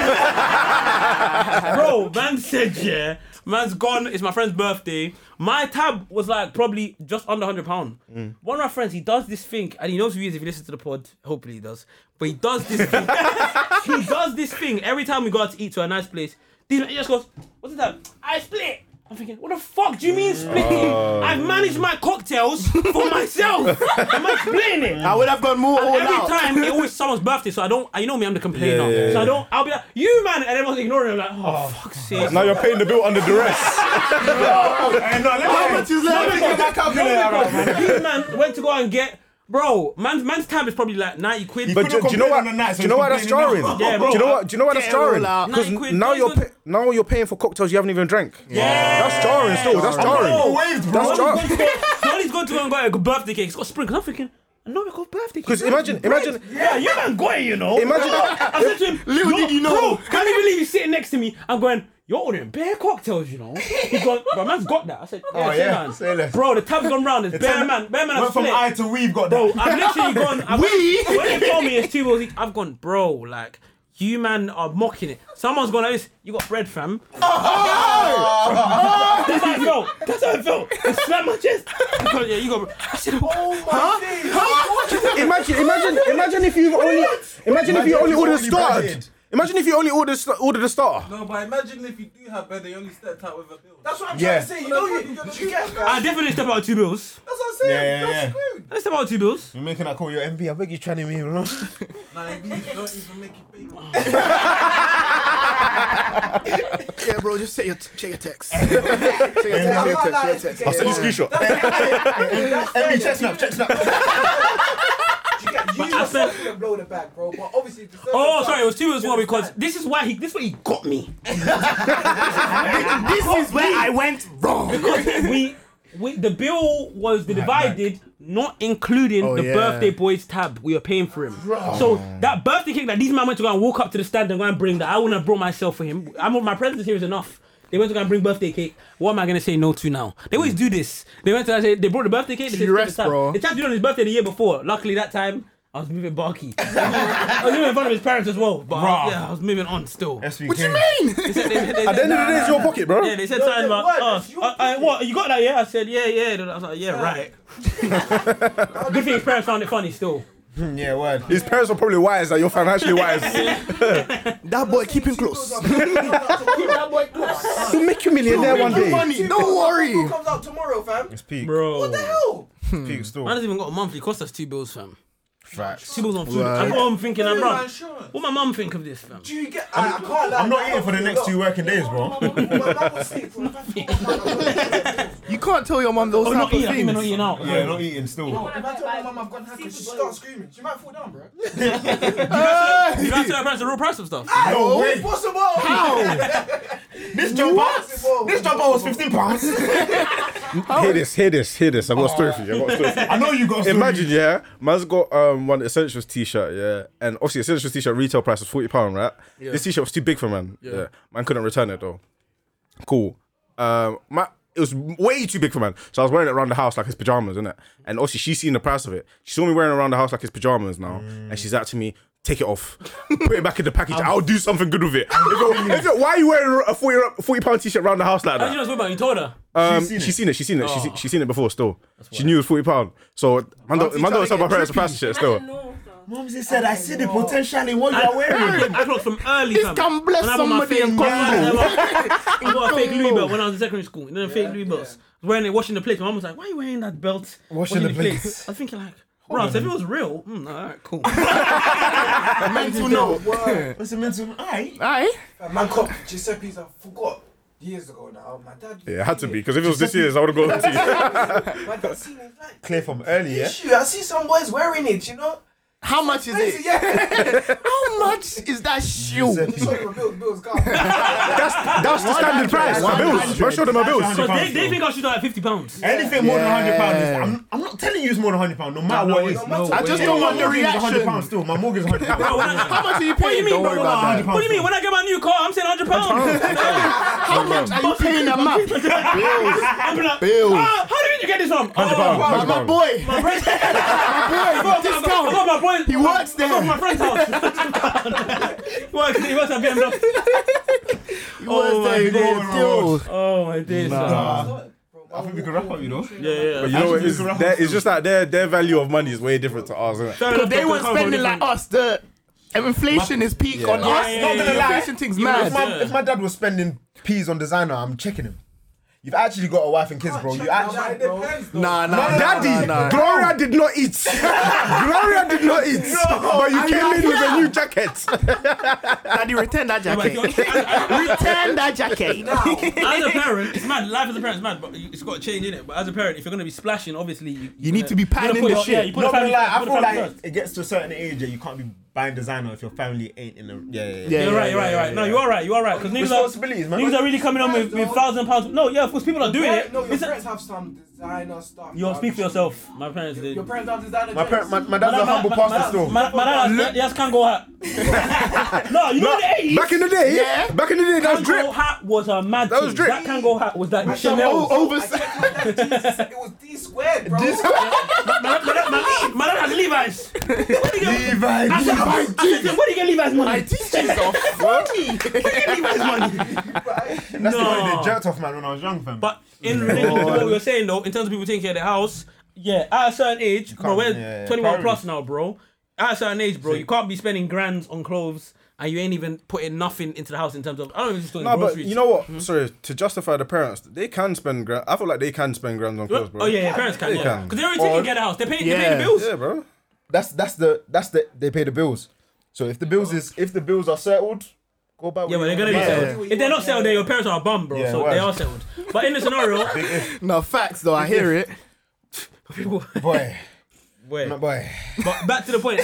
S2: Bro, man said yeah. Man's gone. It's my friend's birthday. My tab was like probably just under hundred pound.
S5: Mm.
S2: One of my friends, he does this thing, and he knows who he is if he listens to the pod. Hopefully he does. But he does this thing. he does this thing every time we go out to eat to a nice place. These- He just goes, "What's the tab? I split." I'm thinking, what the fuck do you mean split?
S5: Oh.
S2: I've managed my cocktails for myself. Am I splitting it?
S5: I would have gone more all
S2: And every
S5: out.
S2: time it always someone's birthday, so I don't. You know me, I'm the complainer,
S4: Yeah, yeah, yeah.
S2: so I don't. I'll be like, you man, and everyone's ignoring me. I'm like, oh fuck's sake.
S4: Now you're paying the bill under duress.
S3: Hey, no, let me-
S5: is
S3: let me get my calculator out, man.
S2: you man went to go and get, bro. Man's man's tab is probably like ninety quid.
S4: But do, do you
S3: complain
S4: know what?
S3: on the night, so
S4: do you know
S3: he's
S4: why that's jarring?
S3: complaining now.
S2: Yeah, bro.
S4: do you know what? Do you know why that's
S5: Get it all
S4: jarring?
S5: out.
S4: Because
S2: Nine quid,
S4: now
S2: nine
S4: you're
S2: quid.
S4: pa- now you're paying for cocktails you haven't even drank.
S2: Yeah.
S4: That's jarring still. That's jarring.
S3: Waved, bro.
S4: Oh, That's jarring.
S2: Johnny's going to go and get a birthday cake. It's got sprinkles. I'm thinking, I know we got birthday cake.
S4: Because imagine, imagine,
S2: Yeah, you man going, you know.
S4: imagine.
S2: I said to him,
S5: Little
S2: "Yo,
S5: did you know."
S2: Bro, can you believe he's sitting next to me? I'm going, you're ordering bear cocktails, you know? He's going, but man's got that. I said, yeah,
S3: Oh,
S2: say
S3: yeah,
S2: man.
S3: say less.
S2: Bro, the tab's gone round. It's bear
S3: ten-
S2: man. Bear man, I've
S3: Went from
S2: split.
S3: I to we've got
S2: Bro,
S3: that.
S2: I've literally gone. I've, When they told me it's two bills each, I've gone, bro, like, you man are mocking it. Someone's gone like this, you got bread, fam. oh, That's how I felt. That's how I felt. I slammed my chest. He goes, yeah, you got bread. I said, oh my
S4: Imagine, imagine, imagine if you've only, imagine if you only ordered
S3: Imagine if you
S4: started.
S3: ordered.
S4: Imagine if you only ordered st- ordered a starter.
S7: No, but imagine if you do have bread, they only stepped out with a bill.
S6: That's what I'm trying
S3: Yeah.
S6: to say. You know, you, you get. That's what
S2: I definitely step out with two bills.
S6: I'm saying.
S3: Yeah, yeah,
S6: You're
S3: yeah.
S6: screwed.
S2: I step out with two bills.
S3: You're making that call your MV. I beg you, trying to me, bro.
S7: Like, these don't even make it big.
S5: Yeah, bro, just say your t- check your text. Check your text. Check your text. check your
S4: I'll send you
S5: text.
S4: a screenshot.
S3: MV, check snap, check snap.
S6: You get. You
S2: I said-
S6: yourself gonna blow the back, bro. But obviously. the
S2: Oh,
S6: circumstance-
S2: sorry, it was two as well because this is why he this is where he got me.
S5: This is where I went wrong.
S2: Because we, we the bill was divided, not including
S5: Oh,
S2: the
S5: yeah.
S2: birthday boy's tab. We were paying for him. So that birthday cake that these men went to go and walk up to the stand and go and bring that I wouldn't have brought myself for him. I'm my presence here is enough. They went to go and bring birthday cake. What am I gonna say no to now? They always do this. They went to say they brought the birthday cake. They said,
S5: Rest,
S2: "Tab."
S5: bro.
S2: The tab did on his birthday the year before. Luckily that time. I was moving barky. I was moving in front of his parents as well, but I,
S3: Bruh.
S2: yeah, I was moving on still.
S3: What do you mean?
S2: They said- they- they-
S4: At the end of the day, it's your pocket, bro.
S2: yeah, they said something about,
S6: what?
S2: oh,
S6: That's your
S2: I- I- what, you got that, yeah? I said, yeah, yeah. And I was like, yeah, right. Good thing his parents found it funny still.
S3: Yeah, word.
S4: His parents are probably wise that you're financially wise.
S5: That boy, keep him close.
S6: that boy close.
S4: He'll make you millionaire one day.
S5: Money, don't worry.
S6: comes out tomorrow, fam.
S3: It's peak.
S2: Bro. What the hell?
S3: Peak
S2: Man
S3: still.
S2: hasn't even got a monthly. Cost us two bills, fam.
S3: Facts.
S2: Two bills on food.
S5: Right.
S2: I go home thinking, I'm
S7: My
S2: wrong.
S7: insurance.
S2: What my mum think of this, fam?
S6: Do you get? I, I can't lie.
S3: I'm not
S6: that
S3: eating for the
S6: helps me
S3: next
S6: a
S3: two
S6: lot.
S3: working days, bro.
S6: But that was sick, bro. That's what I'm like.
S5: You can't tell your mum those
S2: Oh, not
S5: type of
S2: eating. I think we're not
S5: things.
S2: eating out.
S3: Yeah, not eating still.
S6: If I tell my mum I've gone hacker, she starts screaming. She might fall down, bro.
S2: You guys tell your parents the real price of stuff.
S3: No way.
S6: Possible. How?
S3: This jumper, this jumper was 15 pounds.
S4: Hear this, hear this, hear this. I got a story for you. I got a story for you.
S3: I know you got. a story.
S4: Imagine, yeah, man's got um one essentials t-shirt, yeah, and obviously essentials t-shirt retail price was forty pound, right? This t-shirt was too big for man. Yeah. man couldn't return it though. Cool. Um, my it was way too big for man, so I was wearing it around the house like his pajamas, innit? And obviously she seen the price of it. She saw me wearing it around the house like his pajamas now, and she's out to me. Take it off, put it back in the package. I'll do something good with it. If it, if it- why are you wearing a 40, ro- 40 pound t-shirt around the house like
S2: How did
S4: that?
S2: you know it's about? You told her.
S4: Um,
S3: She's seen
S4: she's
S3: it.
S4: seen it. She's seen it. She's seen, she's seen it before. Still, she knew it was forty pound. So Mando,
S3: Auntie
S4: Mando
S3: trying
S4: was
S3: to
S4: talking
S3: get
S4: about
S3: trippy.
S4: parents and price and shit. Still,
S3: Mumsy said, I see the potential in what you are
S2: I
S3: wearing.
S2: played Bedrock from early.
S5: This
S2: fam.
S5: can bless
S2: When I bought my
S5: somebody
S2: fake-
S5: in Congo.
S2: I bought- I bought a fake
S5: Congo.
S2: Louis belt when I was in secondary school. You know, the fake Louis belts. I was Wearing it, washing the plates. My mum was like, "Why are you wearing that belt?
S3: Washing the
S2: plates?"
S3: plates.
S2: I was thinking like, bro, so if it was real, mm, all right, cool.
S3: mental note. What's a mental eye?
S5: Aye.
S6: Ah, Man cop Giuseppe's I forgot years ago now. My dad
S4: Yeah, it had to be because if it was this year's, I would have gone to
S6: My dad seen it like
S3: Clear from earlier.
S6: issue. I see some boys wearing it, you know?
S5: How much is it?
S6: Yeah.
S5: How much is that shoe?
S6: Show your bills, bills, go.
S4: That's that's the standard price. My bills. Bro, show them my bills.
S2: Because they, they think I should die at fifty pounds.
S3: Anything more than hundred pounds,
S5: Yeah.
S3: I'm, I'm not telling you it's more than hundred pounds, no matter
S2: No
S3: what it
S2: way,
S3: is.
S2: no
S5: I just
S2: way.
S5: don't want
S3: my
S5: the
S3: mortgage is hundred
S5: reaction.
S3: pounds still. My mortgage is hundred
S2: Bro, when
S3: pounds.
S2: I-
S5: How much
S2: What
S5: are you
S2: do you
S5: paying?
S2: mean,
S5: Don't
S2: bro?
S5: worry about that.
S2: What do you mean? When I get my new car, I'm saying hundred pounds.
S5: How much are you paying a month?
S2: I'm like,
S5: Bills.
S2: "Ah, how did you get this from?
S4: Hundred pounds.
S5: My,
S4: Hundred
S5: my
S4: pounds.
S5: boy.
S2: My Oh friend's
S5: My boy.
S2: I got
S5: Discount.
S2: my boy.
S5: He works
S2: I got
S5: there.
S2: my friend's house. he works. He works at BMW.
S5: He
S2: Oh,
S5: works there.
S2: my
S5: He
S2: days.
S5: there. Deal.
S2: Oh my days. son.
S3: I think we can wrap up, you know.
S2: Yeah, yeah.
S4: But you know what? It's, their- it's just that their their value of money is way different to ours. Isn't it?
S2: Fair
S5: Because
S2: enough,
S5: they
S2: Dr.
S5: weren't
S2: Convo,
S5: spending like
S2: different.
S5: us. The inflation is peak on us.
S2: yeah,
S3: Not gonna lie.
S5: Inflation thing's
S3: You know, If
S5: mad.
S3: my, if my dad was spending peas on designer, I'm checking him. You've actually got a wife and kids, bro. You actually.
S6: It depends though.
S5: Nah, nah, nah,
S4: Daddy,
S5: nah, nah.
S4: Gloria did not eat. Gloria did not eat. but you came in with a new jacket.
S5: Daddy, return that jacket.
S2: Like, you're- as-
S5: return that jacket.
S2: As a parent, it's mad. Life as a parent is mad, but you- it's got to change in it. But as a parent, if you're gonna be splashing, obviously you,
S5: You need to be patting in the shit.
S2: Yeah, you put
S3: Not
S2: the family.
S3: gonna lie, I
S2: you put the
S3: feel
S2: family
S3: like
S2: first.
S3: it gets to a certain age that you can't be buying designer if your family ain't in the. Yeah, yeah,
S5: Yeah.
S2: You're right, you're right, you're right. No, you are right, you are right. Because niggas, are-
S3: Responsibilities, man.
S2: niggas are really coming on with, with thousand pounds. No, yeah, of course people are doing it.
S6: No, your
S2: It's a-
S6: parents have some designer stuff.
S2: Yo,
S6: man.
S2: speak for yourself. My parents did.
S6: Your parents have designer
S3: My, par-
S6: parents.
S3: my, my dad's a humble pastor still.
S2: My, my dad has, he has Kango hat. no, you know the 80s?
S4: Back in the day,
S5: Yeah.
S4: back in the day, that was drip.
S2: Kango hat was a mad
S4: That was
S2: thing.
S4: drip.
S2: That Kango hat was that
S5: Oh,
S2: Chanel.
S5: over.
S6: It was D squared, bro.
S2: My, my, dad- my, my dad has Levi's. Where do you get-
S3: Levi,
S2: I said, I said, where do you get Levi's money?
S5: My teachers are funny.
S3: That's the
S2: No.
S3: money they jerked off, man, when I was young, fam.
S2: But in relation to what we were saying though, in terms of people taking care of their house, yeah, at a certain age, bro,
S3: can't-
S2: we're
S3: yeah,
S2: 21 plus
S3: priorities.
S2: now, bro. At a certain age, bro, you can't be spending grands on clothes and you ain't even putting nothing into the house in terms of. I don't even just doing
S4: No, Oh, but
S2: groceries.
S4: you know what? Sorry to justify the parents, they can spend. Grand- I feel like they can spend grand on clothes, bro.
S2: Oh yeah, yeah, parents can.
S4: They
S2: Yeah,
S4: can.
S2: because they're already taking
S4: Or-
S2: care of the house. They're paying, they're
S5: Yeah.
S2: paying the bills.
S4: yeah, bro.
S3: that's that's the that's the they pay the bills. So if the bills is if the bills are settled, go back.
S2: Yeah, but they're gonna be settled. If they're not settled, then your parents are a bum, bro.
S3: Yeah,
S2: so
S3: word.
S2: they are settled. But in the scenario,
S5: No facts though. I hear it.
S2: people,
S3: boy,
S2: wait.
S3: my boy.
S2: But back to the point.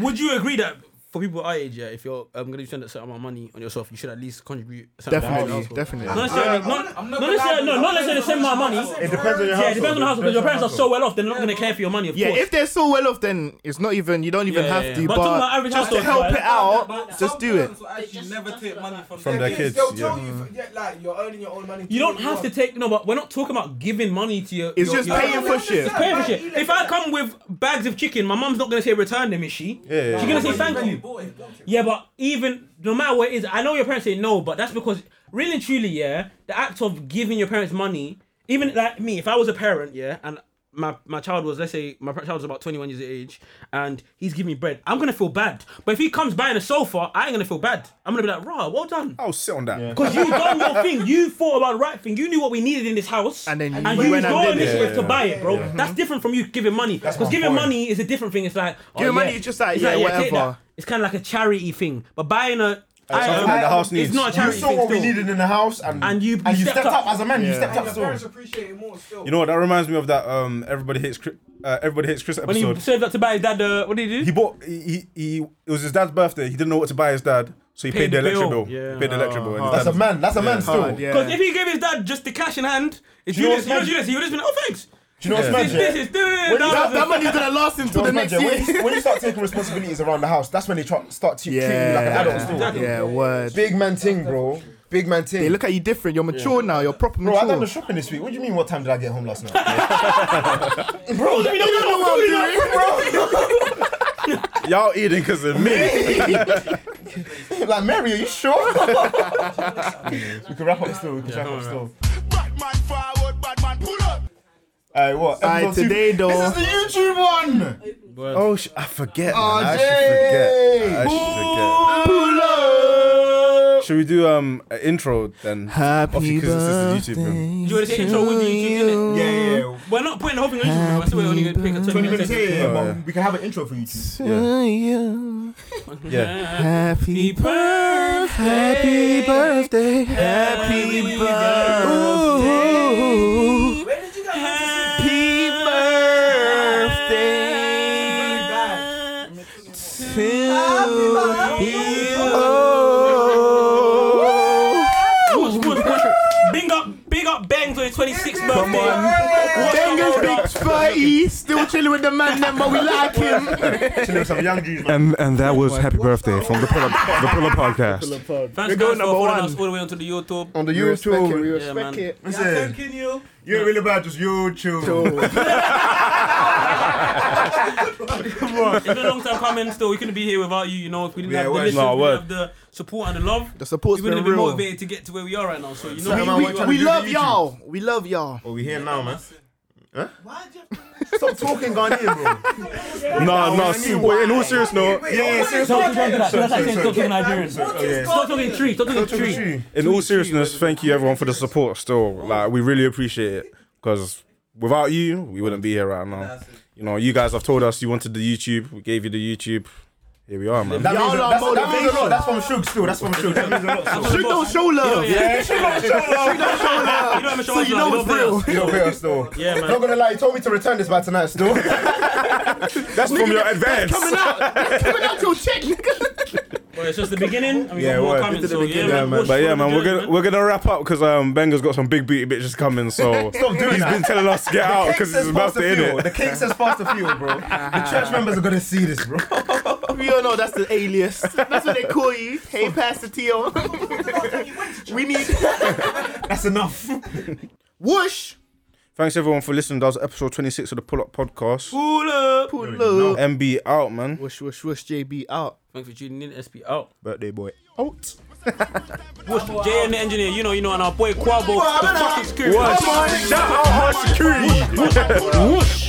S2: would you agree that for people our age, yeah, if you're um, gonna spend a certain amount of money on yourself, you should at least contribute. a certain amount to
S5: Definitely,
S2: the household?
S5: definitely.
S2: Not necessarily, not, not necessarily, no, not necessarily the same amount of money.
S3: It depends on your house.
S2: Yeah, it depends on the house because your parents are so well off, they're not gonna care for your money, of
S5: Yeah,
S2: course.
S5: if they're so well off, then it's not even. You don't even
S2: Yeah,
S5: have
S2: yeah,
S5: to.
S2: yeah. But
S5: But,
S2: talking about average
S5: just to
S2: household,
S5: help
S2: right?
S5: it out, just do it.
S7: Actually, never take money from,
S4: From
S7: their
S4: their
S7: kids.
S4: kids,
S6: They'll
S4: yeah.
S6: tell you, yeah, like you're earning your own money.
S2: you don't have to take no, but we're not talking about giving money to your.
S5: It's
S2: your-
S5: just
S2: your-
S5: paying for shit.
S2: It's paying for shit. If I come with bags of chicken, my mum's not gonna say return them, is she?
S4: Yeah, yeah,
S2: She's
S4: yeah.
S2: gonna say thank you. Yeah, but even no matter what it is, I know your parents say no, but that's because really and truly, yeah, the act of giving your parents money, even like me, if I was a parent, yeah, and my, my child was, let's say, my child was about 21 years of age and he's giving me bread, I'm gonna feel bad. But if he comes buying a sofa, I ain't gonna feel bad. I'm gonna be like, rah, well done.
S4: I'll sit on that.
S2: Because you done your thing, you thought about the right thing, you knew what we needed in this house,
S5: And then you
S2: and you
S5: went
S2: used
S5: and
S2: your
S5: did it.
S2: initiative
S4: Yeah,
S2: to
S4: yeah,
S2: buy it, bro. That's different from you giving money. Because
S3: my
S2: giving
S3: point.
S2: money is a different thing. It's like oh,
S5: Giving money
S2: yeah.
S5: is just like,
S2: It's
S5: yeah,
S2: take
S5: whatever.
S2: that. It's kind of like a charity thing, but buying a
S4: something that the house
S2: It's
S4: needs.
S2: not a
S3: You
S2: charity
S3: saw
S2: thing.
S3: what we
S2: still.
S3: needed in the house, and
S2: And you-
S3: and
S2: you
S3: you
S2: stepped
S3: stepped
S2: up.
S3: up as a man. You
S5: Yeah.
S3: stepped up
S6: Your parents
S3: still.
S6: appreciate it more still.
S4: You know what? That reminds me of that um, everybody hates Chris, uh, everybody hates Chris
S2: When
S4: episode.
S2: he saved up to buy his dad, uh, what did he do?
S4: He bought. He, he he. It was his dad's birthday. He didn't know what to buy his dad, so he paid, the, electric bill.
S2: Yeah.
S4: He paid the electric bill. and his
S3: That's a
S4: dad-
S3: man. That's a man still.
S5: Hard,
S2: Because
S5: yeah.
S2: if he gave his dad just the cash in hand, if you
S3: know
S2: just, you know,
S3: what's mad?
S2: you just, he would have been, oh thanks.
S3: Do you know what's mad?
S2: This,
S3: yeah?
S2: this is doing.
S5: That, that money's gonna last until the
S3: When
S5: next
S3: you, when, you,
S5: year.
S3: when you start taking responsibilities around the house, that's when they try, start to treating you like an adult still.
S5: Yeah, yeah, word.
S3: Big man ting, bro. Big man ting.
S5: They look at you different. You're mature now. You're proper
S3: Bro, I done the
S5: mature.
S3: shopping this week. What do you mean? What time did I get home last night?
S2: bro, you don't know what I'm doing.
S4: Y'all eating because of me.
S3: like Mary, are you sure? we can wrap up still. We can wrap up still.
S1: Batman forward, Batman pull up.
S3: Alright, what?
S5: Aye,
S3: Episode two-
S5: today, though-
S3: This is the YouTube one.
S4: Oh, sh- I forget. man.
S3: Oh,
S4: I
S3: Jay.
S4: should forget. I should forget. Should we do um an intro then? Obviously,
S5: Happy
S4: 'cause this is the YouTube room.
S2: Do you want to say intro with the YouTube innit?
S3: Yeah, yeah, yeah.
S2: We're not putting the whole thing on YouTube, bro. I swear we're only going to pick a 20
S3: 20
S2: minute
S3: minutes here, yeah,
S4: Oh,
S3: but
S4: Mm. yeah.
S3: we can have an intro for you two.
S5: you.
S4: Yeah.
S5: Happy Happy birthday. Happy
S2: Happy
S5: birthday.
S6: Where did you guys go to sleep?
S5: Happy birthday. To you.
S2: Push, push, push. Big up, big up Bangs on his 26th birthday.
S5: Benga's big 30, still chilling with the man then, but we like him.
S3: Chilling with some young dudes, man.
S9: And and that was happy birthday from the Pillar, the Pillar Podcast.
S2: Thanks guys for following us all the way onto the YouTube.
S5: On the
S3: We respect it, we
S2: Yeah, man.
S5: it.
S3: Listen,
S7: Thanking you.
S3: you ain't really bad, just YouTube.
S2: It's been a long time coming. Still, we couldn't be here without you. You know, if we didn't
S3: Yeah,
S2: have the
S3: word.
S2: listeners,
S4: No,
S2: we
S4: word.
S2: didn't have the support and the love.
S5: The support's
S2: we wouldn't
S5: been
S2: have been
S5: real.
S2: motivated to get to where we are right now. So you know,
S3: Sorry, man,
S2: we,
S3: we're
S2: we,
S3: trying to
S5: We
S3: do
S5: love
S3: the YouTube.
S5: y'all. We love y'all.
S3: Well, we here now, man. Huh? Stop talking Ghanaian, bro.
S9: No, no.
S3: I
S9: see-
S3: knew.
S9: Wait, in all seriousness,
S3: Yeah, yeah, seriously.
S2: Stop talking Nigerian. Stop talking Nigerian.
S3: Sorry, sorry, sorry. yeah.
S2: Stop talking tree. Stop talking tree.
S4: In all seriousness, thank you everyone for the support. Still, like we really appreciate it because without you, we wouldn't be here right now. You know, you guys have told us you wanted the YouTube. We gave you the YouTube. Here we are, man.
S3: That means,
S5: Y'all are
S3: that's, that means a
S5: motivation.
S3: lot. That's from Shug still. That's from Shug. That means a lot. still.
S5: Shoot don't show love.
S2: Yeah,
S3: Shug don't show love.
S2: you don't have a show.
S5: So you know it's real.
S3: You don't pay us still.
S2: Yeah, man.
S3: Not gonna lie, he told me to return this by tonight still.
S4: That's from your advance.
S5: Coming out your check, nigga.
S2: Well, it's just the beginning, and we
S4: Yeah,
S2: got more
S4: word.
S2: coming.
S4: It's
S2: So, yeah,
S4: Yeah, man.
S2: watch
S4: But yeah,
S2: what
S4: man, we're
S2: doing,
S4: gonna we're gonna wrap up because um Benga's got some big booty bitches coming. So
S3: Stop doing
S4: he's
S3: that.
S4: been telling us to get out
S3: Cake
S4: because
S3: says
S4: Oh, it's about
S3: faster
S4: to end
S3: fuel. The
S4: it.
S3: cake says faster fuel, bro. The church members are gonna see this, bro.
S5: We all know that's the alias. That's what they call you. Hey, Pastor Tio. we need
S3: That's enough.
S5: whoosh.
S4: Thanks everyone for listening. That was episode 26 of the Pull Up Podcast.
S2: Pull up.
S5: Pull up.
S4: MB out, man.
S5: Whoosh, whoosh, whoosh. JB out.
S2: Thanks for tuning in. SP out.
S4: Birthday boy. Out.
S2: Push Jay and the engineer. You know, you know, and our boy Quabo, the fucking security.
S4: Shout out our security. Whoosh.